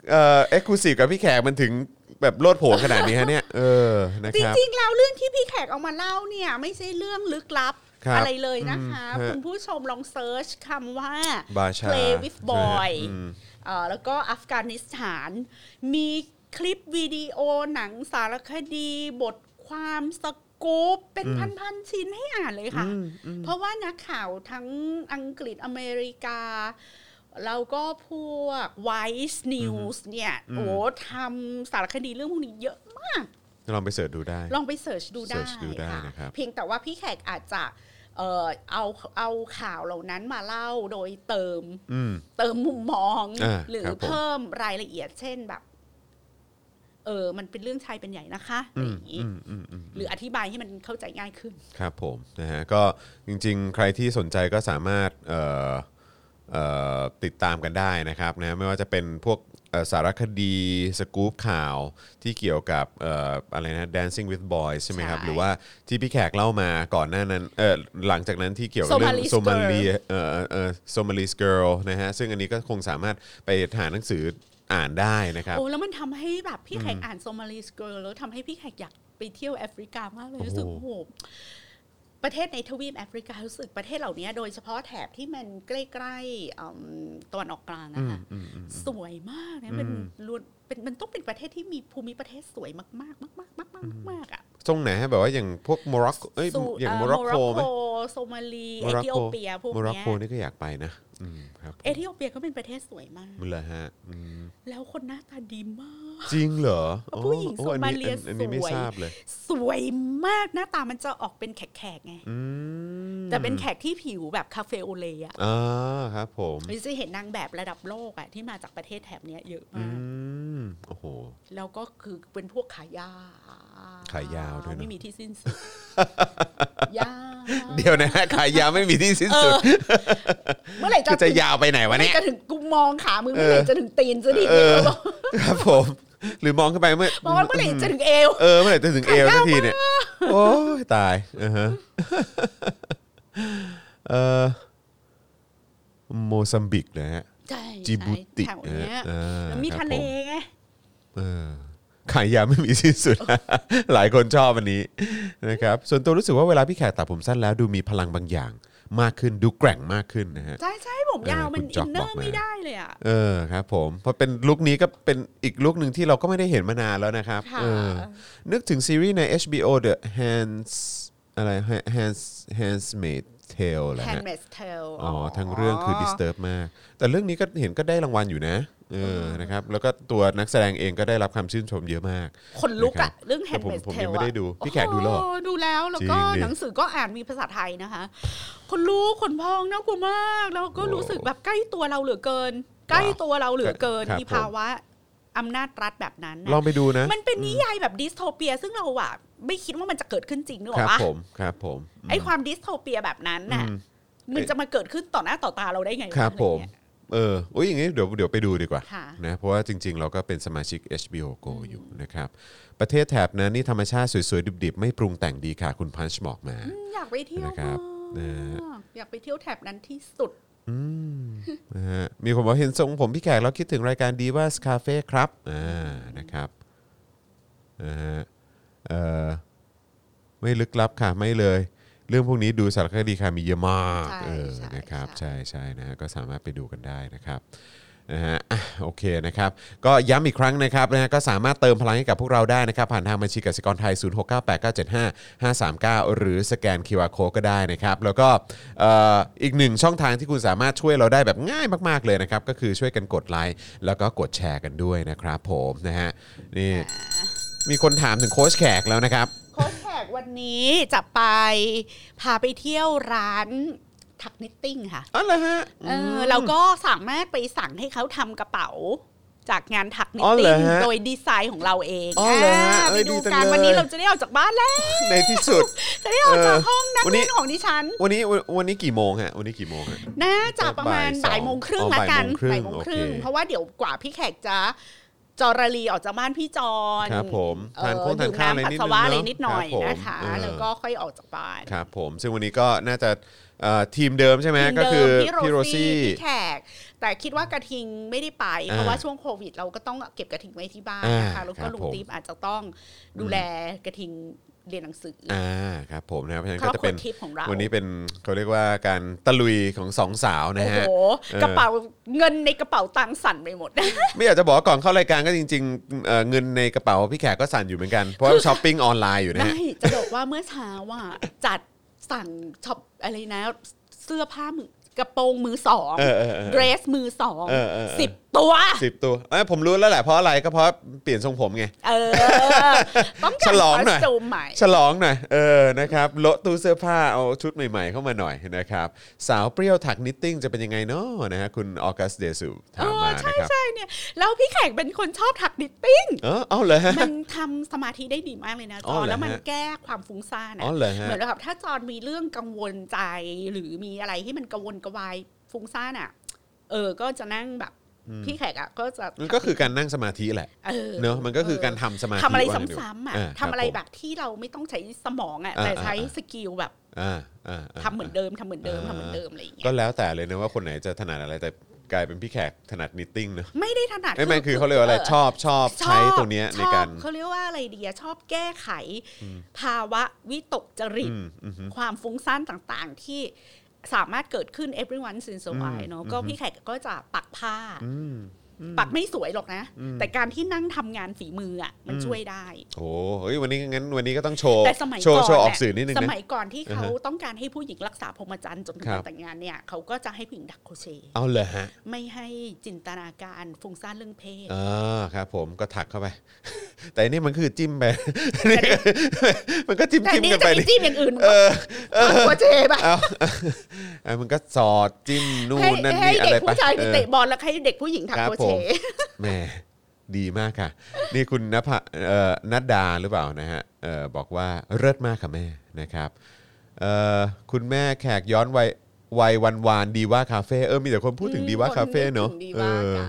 เอ่อเอ็กซ์คลูซีฟกับพี่แขกมันถึงแบบโลดโผนขนาดนี้ฮะเนี่ยเออนะ
จ
ครับ
ริงๆแล้วเรื่องที่พี่แขกเอามาเล่าเนี่ย ไม่ใช่เรื่องลึกลับ
ครับ
อะไรเลยนะคะ
อืมฮะ
คุณผู้ชมลองเซิร์ชคำว่า
บาชา
play with boy
อืม
เอ่อแล้วก็อัฟกานิสถาน มีคลิปวิดีโอหนังสารคดี บทความสกู๊ปเป็นพันๆชิ้นให้อ่านเลยค่ะ เพราะว่านักข่าวทั้งอังกฤษอเมริกา เราก็พวก Vice News เนี่ยโอ้ทำสารคดีเรื่องพวกนี้เยอะมาก
ลองไปเสิร์ชดูได้
ลองไปเสิร์ชดูได้
search ดูได้
ค่ะ
นะครับ
เพียงแต่ว่าพี่แขกอาจจะเอ่อเอาเอาข่าวเหล่านั้นมาเล่าโดยเติม
อืม
เติมมุมมอง
อ่า
หรือ
ครับผม
เพิ่มรายละเอียดเช่นแบบ เออ มันเป็นเรื่องชายเป็นใหญ่นะคะอะไรอย่างนี้หรืออธิบายให้มันเข้าใจง่ายขึ้น
ครับผมนะฮะก็จริงๆ ใครที่สนใจก็สามารถเอ่อเอ่อติดตามกันได้นะครับนะไม่ว่าจะเป็นพวกเอ่อสารคดีสกู๊ปข่าวที่เกี่ยวกับเอ่ออะไรนะ Dancing with Boys ใช่ไหมครับ
ใช่
หรือว่าที่พี่แขกเล่ามาก่อนหน้านั้นเออหลังจากนั้นที่เกี่ยวกับเรื่อง
Somalis
โซมาเลียเอ่อเอ่อโซมาลีสเกิร์ลนะฮะซึ่งอันนี้ก็คงสามารถไปหาหนังสืออ่านได้นะครับ
โอ้แล้วมันทำให้แบบพี่แขกอ่านโซมาลีสเกิร์ลแล้วทำให้พี่แขกอยากไปเที่ยวแอฟริกามากเลย
โอ้โห
รู้สึกโอ้โหประเทศในทวีปแอฟริการู้สึกประเทศเหล่านี้ โดยเฉพาะแถบที่มันใกล้ๆอืมตะวันออกกลางนะคะสวยมากนะเป็นล้วนเป็นมันต้องเป็นประเทศที่มีภูมิประเทศสวยมากๆมากๆมากๆมากๆอ่ะ
ตรงไหนฮะแบบว่าอย่างพวกโมร็อกเอ้ย
สู่
อย่าง
เ
โมร็อกโกไหม
โซมาลี
โม
เอ
ร็อก
ธิโอ
โก
เปียพวก
โมร็อก
เนี้ย
โกนี่ก็อยากไปนะอืมครับ
เอธิโอเปียก็เป็นประเทศสวยมาก
มันเหรอฮะอืม
แล้วคนหน้าตาดีมาก
จริงเหรอ
ผู้หญิง
อ๋ออันนี้
โซมาเลีย
อันอันนี้ไม่
สวย
ทราบเลย
สวยมากหน้าตามันจะออกเป็นแขกๆไง
อืม
แต่เป็นแขกที่ผิวแบบคาเฟโอเลอะ
อ่าครับผม
หรือจะเห็นนางแบบระดับโลกอะที่มาจากประเทศแถบเนี้ยเยอะ
อื
มาก
มโอ้โห
แล้วก็คือเป็นพวกขายาว
ขายาวด้วยเนอะ
ไม่มีที่สิ้น
(laughs)
สุดยาว
เดี๋ยวนะฮะขายยาวไม่มีที่สิ้นสุด
เมื่อไหร่
คือ
จะ
จะยาวไปไหนวะ
เมื่อไหร่
เนี่ย
จะถึงกูมองขามึงเมื่อไหร่
เออ
จะถึงตีนซะดิ
เออครับผมหรือมองขึ้นไปเมื่อ
มองว่าเมื่อไหร่จะถึงเอว
เออเมื่อไหร่จะถึงเอวสักทีเนี่ยโอ้ยตายอ่าฮะ (laughs) เออโมซัมบิกนะฮะ
ใช่
จิบูติ
ใช่แถวเนี้ย
เออ
แล้วมี
ครับ
ทะเลไง
เออขายยาวไม่มีสิ้นสุด (laughs) หลายคนชอบวันนี้นะครับ ส่วนตัวรู้สึกว่าเวลาพี่แขกตัดผมสั้นแล้วดูมีพลังบางอย่างมากขึ้นดูแกร่งมากขึ้นนะฮะ
ใช่ใช่ผมยาว
เออ
มัน
คุณจ๊อก
อินเน
บ
อ
อก
ร์
มา
ไม่ได้เลยอ่ะ
เออครับผมเพอเป็นลุคนี้ก็เป็นอีกลุคหนึ่งที่เราก็ไม่ได้เห็นมานานแล้วนะครับ
ค่ะ
เออนึกถึงซีรีส์ใน HBO The Hands อะไร Hands Handsmaid Tale แหละ
Handmaid's Tale
อ๋อทั้งเรื่องคือ disturb มาก แต่เรื่องนี้ก็เห็นก็ได้รางวัลอยู่นะเออนะครับแล้วก็ตัวนักแสดงเองก็ได้รับคำชื่นชมเยอะมาก
คนลุก
นะครั
อะ
บ
เรื่อง
แต่ผมผ
Handmaid's
มยัง
Tale
ไม่ได้
อะ
ดูพี่แขกดูแล้วเหรอ
โอ้โหดูแล้วแล้วก็
จริงดิ
หนังสือก็อ่านมีภาษาไทยนะคะ คนลุกคนพองน่ากลัวมาก แล้วก็
โอ้
รู้สึกแบบใกล้ตัวเราเหลือเกิน ใกล้ตัวเราเหลือเกิน
ครับ
มี
ผม
ภาวะอำนาจรัฐแบบนั้น
ลอง
นะ
ไปดูนะ
มันเป็นนิยายแบบดิสโทเปีย ซึ่งเราอะ ไม่คิดว่ามันจะเกิดขึ้นจริงหรือเป
ครับ
ล่า
ผมครับผมอืม
ไอ้ความดิสโทเปียแบบนั้นน่ะ
อืม
มันจะมาเกิดขึ้นต่อหน้าต่อตาเราได้ไงวะ
ครับ
อะไเงี้ย
ผมเอออุ้ยอย่างงี้เดี๋ยวเดี๋ยวไปดูดีกว่า
ค่ะ
นะเพราะว่าจริง ๆ เราก็เป็นสมาชิก HBO Go อยู่นะครับ ประเทศแถบนั้นนี่ธรรมชาติสวยๆดิบๆ ไม่ปรุงแต่งดีค่ะคุณพันช์บอกมา
อยากไปเที่ยว
นะครับนะ
มากอยากไปเที่ยวแถบนั้นที่สุด
นะฮะมีคนบอกเห็นทรงผมพี่แขกแล้วคิดถึงรายการดีว่าสคาเฟ่ครับอ่านะครับนะฮะเอ่อไม่ลึกลับค่ะ ไม่เลย เรื่องพวกนี้ดูสารคดีค่ะมีเยอะมาก
ใช่
เออ
ใช่
นะครับ
ใช่
ใช่ใช่นะฮะก็สามารถไปดูกันได้นะครับนะฮะอ่ะโอเคนะครับ ก็ย้ำอีกครั้งนะครับนะฮะก็สามารถเติมพลังให้กับพวกเราได้นะครับ ผ่านทางบัญชีกสิกรไทย 0698975539 หรือสแกน QR Code ก็ได้นะครับ แล้วก็เอ่ออีกหนึ่งช่องทางที่คุณสามารถช่วยเราได้แบบง่ายมากๆเลยนะครับ ก็คือช่วยกันกดไลค์แล้วก็กดแชร์กันด้วยนะครับผมนะฮะนี่มีคนถามถึงโค้ชแขกแล้วนะครับ
โค้ชแขกวันนี้จะไปพาไปเที่ยวร้านถักนิตติ้งค่ะ
อ๋อเหรอฮะ
เออเราก็สามารถไปสั่งให้เขาทำกระเป๋า จากงานถักนิ
อ๋
ต
อเหร
ติ้
อง ฮะ
โดยดีไซน์ของเราเอง
อ๋อเหรอฮะ
า
เอ้
ไป
ย
ดู
ดีจัง
กัน
เลย
วันนี้เราจะได้ออกจากบ้านแล้ว
ในที่สุด
จะได้ออกจาก
เออ
ห้องนั่ง
วันนี้
เล่นของดิฉัน
วันนี้วันวันนี้กี่โมงฮะวันนี้กี่โมงฮะ
น่าจะประมาณ
บ่า
บ่าย
ส
ย
อง
โมงครึ่
อ๋
ง
อ
ละกัน
บ่ายโมงครึ่ง
บ่าย
โอ
โม
เค
เพราะว่าเดี๋ยวกว่าพี่แขกจะจอรลีออกจากบ้านพี่จอน
ครับผมทาน
เอ่อ
โค้งทานข้าวอะไรนิด
ดื่มน้ำปัสสา
นึง
วะ
เน
อะไร
อะ
นิดหน่อย
รับผม
นะคะ
เออ
แล้วก็ค่อยออกจากบ้าน
ครับผมซึ่งวันนี้ก็น่าจะเอ่อทีมเดิมใช่ไหม
ทีม
ก็
เดิ
คือ
ม
พี่
พี่
โร
โร
ซี่
ซี่พี่แขก แต่คิดว่ากระทิงไม่ได้ไป
อ่า
เพราะว่าช่วงโควิด เราก็ต้องเก็บกระทิงไว้ที่บ้านนะ
อ่า
คะแล้ว
ครั
ก็
บ
ลุง
ผม
ติ๊บอาจจะต้องดูแลกระทิงเรียนหนังสืออ
อ่าครับผมนะครับเพราะฉะนั้น
คร
ก็
อบ
จะ
ครั
เป็
วน ทิพย์ของเรา
วันนี้เป็นเขาเรียกว่าการตะลุยของสองสาวนะ
โอ้โห
ฮะ เออ
กระเป๋าเงินในกระเป๋าตังค์สั่นไปหมด
ไม่อยากจะบอกว่าก่อนเข้ารายการก็จริงๆเอ่อเงินในกระเป๋าพี่แขกก็สั่นอยู่เหมือนกัน เพราะว่าช้อปปิ้งออนไลน์อยู่นะ
ไม่
ฮะ
จะบอกว่าเมื่อเช้าอ่ะจัดสั่งช็อปอะไรนะ เสื้อผ้ามือกระโปรงมือสอง
เออเออเออ
เดรสมือสอง
เออเออเออ
สิบตัว
สิบตัวเอ้ยผมรู้แล้วแหละเพราะอะไรก็เพราะเปลี่ยนทรงผมไง
เออ ต้อง
ฉ
การ
ลองหน่อย
คสตูมใหม่
ฉลองหน่อยเออนะครับโละตู้เสื้อผ้าเอาชุดใหม่ๆเข้ามาหน่อยนะครับสาวเปรี้ยวถักนิตติ้งจะเป็นยังไงเนาะนะฮะคุณออกัสเดซูถา
เอ
ม
อ
มา
ใช่
นะครับ
ใช่เนี่ย แล้วพี่แขกเป็นคนชอบถักนิตติ้ง
เออเอาเลยฮะ
มันทำสมาธิได้ดีมากเลยนะ
อ๋อ
จอ
เหรอฮะ
แล้วมันแก้ความฟุ้งซ่าน
อ๋อเหรอฮะ
เหมือนกับถ้าจอนมีเรื่องกังวลใจหรือมีอะไรที่มันกังวลกระวายฟุ้งซ่านอ่ะ เออ ก็จะนั่งแบบพี่แขกอ่ะก็จะ
มันก็คือการนั่งสมาธิแหละ
เออ
เนอะมันก็คือการทำสมาธิ
ทำอะไร
ว่
ซ้
งั้นเถ
ำๆอ่ะ
าค
ทำอะไร
ผม
แบบที่เราไม่ต้องใช้สมองอ่ะ
อ่า
แต่ใช้
อ่า
สกิลแบบ
อ่าอ่าา
ทำเหมือนเดิมทำเหมือนเดิมทำเหมือนเดิมอะไรอย่างเงี้ย
ก็แล้วแต่เลยนะว่าคนไหนจะถนัดอะไรแต่กลายเป็นพี่แขกถนัดนิตติ้งเนอะ
(laughs) ไม่ได้ถนัด
ไอ้แม่งคือเขาเรียกว่าอะไรชอบชอบใช้
อบ
ตัวเนี้ย
ช
ใน
อบ
การ
เขาเรียกว่าอะไรดีอะชอบแก้ไข ภาวะวิตกจริต
อืมอือฮึ
ความฟุ้งซ่านต่างๆ ที่สามารถเกิดขึ้น everyone s i n s a w i
อืม
เนอะ
อืม
ก็พี่แขกก็จะปักผ้า
อืม
ปักไม่สวยหรอกนะ
อืม
แต่การที่นั่งทำงานฝีมืออะมันช่วยได้
โอ้เฮ้ยวันนี้งั้นวันนี้ก็ต้องโชว์
แต่สมัย
โช
ก่อ
ว์
น
โชว์ออก
ะ
สื่อนิดนึง
ส
นะ
มัยก่อนที่เขา
อ่าฮะ
ต้องการให้ผู้หญิงรักษาพรหมจรรย์จนถึง
ครับ
วันแต่งงานเนี่ยเขาก็จะให้ผู้หญิงดักโครเชต์
เอาเลยฮะ
ไม่ให้จินตนาการฟุ้งซ่านเรื่องเพศ
เออครับ ผมก็ถักเข้าไป (laughs) แต่อันนี่มันคือจิ้มไป (laughs) มันก็จิ้ม
แต่
จิ้ม
นี่
กัน
จะ
ไป
ไป
ดิ
จิ้มอย่างอื่น
เออเออ
โครเชต์ปะ
เอา (laughs) เออมันก็สอดจิ้มนู่น
ให้
นั่น
ให้
นี่อะ
เด็
ไร
ก
ไป
ผู้ชายไป
เออ
เตะบอลแล้วให้เด็กผู้หญิงถัก
ครับผ
โครเช
ม
ต์
แหม่ดีมากค่ะ นี่คุณนภะเอ่อนัดดาหรือเปล่านะฮะเอ่อบอกว่าเลิศมากค่ะแม่นะครับเอ่อคุณแม่แขกย้อนวัยวัยวันวานดีว่าคาเฟ่เออมีแต่คนพูดถึงดีว่าคาเฟ่เนอะ
คดี
เอ
ว่า
อ
กัน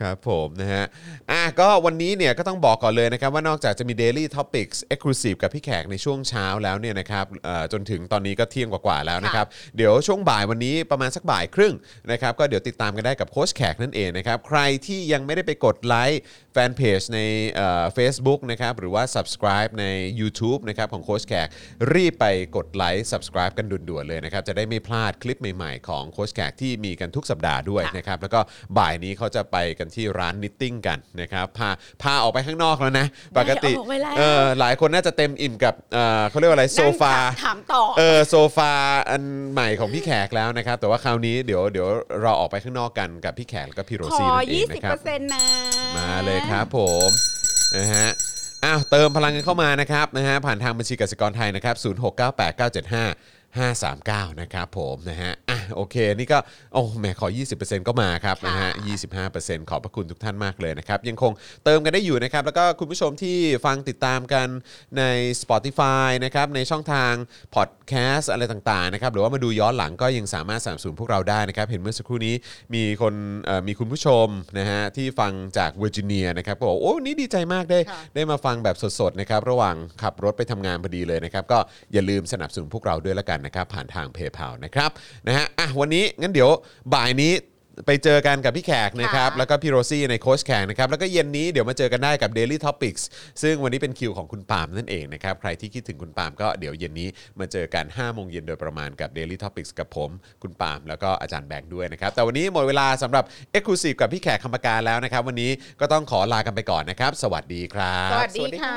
ครับผมนะฮะ อ่ะก็วันนี้เนี่ยก็ต้องบอกก่อนเลยนะครับว่านอกจากจะมี Daily Topics Exclusive กับพี่แขกในช่วงเช้าแล้วเนี่ยนะครับเอ่อจนถึงตอนนี้ก็เที่ยงกว่าๆแล้วนะครับ เดี๋ยวช่วงบ่ายวันนี้ประมาณสักบ่ายครึ่งนะครับก็เดี๋ยวติดตามกันได้กับโค้ชแขกนั่นเองนะครับ ใครที่ยังไม่ได้ไปกดไลค์แฟนเพจในเฟซบุ๊กนะครับหรือว่า subscribe ใน YouTube นะครับของโค้ชแขกรีบไปกดไลค์ subscribe กันด่วนๆเลยนะครับจะได้ไม่พลาดคลิปใหม่ๆของโค้ชแขกที่มีกันทุกสัปดาห์ด้วย ด้วยนะครับแล้วก็บ่ายนี้เขาจะไปกันที่ร้านนิตติ้งกันนะครับพาพาออกไปข้างนอกแล้วนะ ปกติ
ได้ออกไปแล้ว
เออหลายคนน่าจะเต็มอิ่มกับเออเขาเรียกว่าอะไรโซฟา
นั่งถามต่อ
เออโซฟาอันใหม่ของพี่แขกแล้วนะครับ แต่ว่าคราวนี้เดี๋ยวเดี๋ยวเราออกไปข้างนอกกันกับพี่แขกแล้วก็พี่โร
ข
ซี่
อ
นั่นเองนะครับ
20%นะ
มาเลยครับผมนะฮะอ้าวเติมพลังกันเข้ามานะครับนะฮะผ่านทางบัญชีกสิกรไทยนะครับ 0698975539 539 นะครับผมนะฮะอ่ะโอเค นี่ก็โอ้แหมขอ 20%ก็มาครับนะฮะ 25%ขอบพระคุณทุกท่านมากเลยนะครับ ยังคงเติมกันได้อยู่นะครับ แล้วก็คุณผู้ชมที่ฟังติดตามกันใน Spotify นะครับ ในช่องทางพอดแคสต์อะไรต่างๆนะครับ หรือว่ามาดูย้อนหลังก็ยังสามารถสนับสนุนพวกเราได้นะครับ เห็นเมื่อสักครู่นี้มีคนเอ่อมีคุณผู้ชมนะฮะที่ฟังจากเวอร์จิเนียนะครับก็บอกโอ้นี่ดีใจมากได้
ค่ะ
ได้มาฟังแบบสดๆนะครับระหว่างขับรถไปทำงานพอดีเลยนะครับ ก็อย่าลืมสนับสนุนพวกเราด้วยละกันนะครับ ผ่านทางเพย์เพานะครับนะฮะอ่ะวันนี้งั้นเดี๋ยวบ่ายนี้ไปเจอกันกับพี่แขกนะครับ
ค่ะ
แล้วก็พี่โรซี่ในโค้ชแขกนะครับ แล้วก็เย็นนี้เดี๋ยวมาเจอกันได้กับ Daily Topics ซึ่งวันนี้เป็นคิวของคุณปาล์มนั่นเองนะครับ ใครที่คิดถึงคุณปาล์มก็เดี๋ยวเย็นนี้มาเจอกัน5โมงเย็นโดยประมาณกับ Daily Topics กับผม คุณปาล์มแล้วก็อาจารย์แบงค์ด้วยนะครับ แต่วันนี้หมดเวลาสำหรับ e x c l u s i v e กับพี่แขกคำปากาแล้วนะครับ วันนี้ก็ต้องขอลากันไปก่อนนะครับ สวัสดีครับ
สวัสดีค่ะ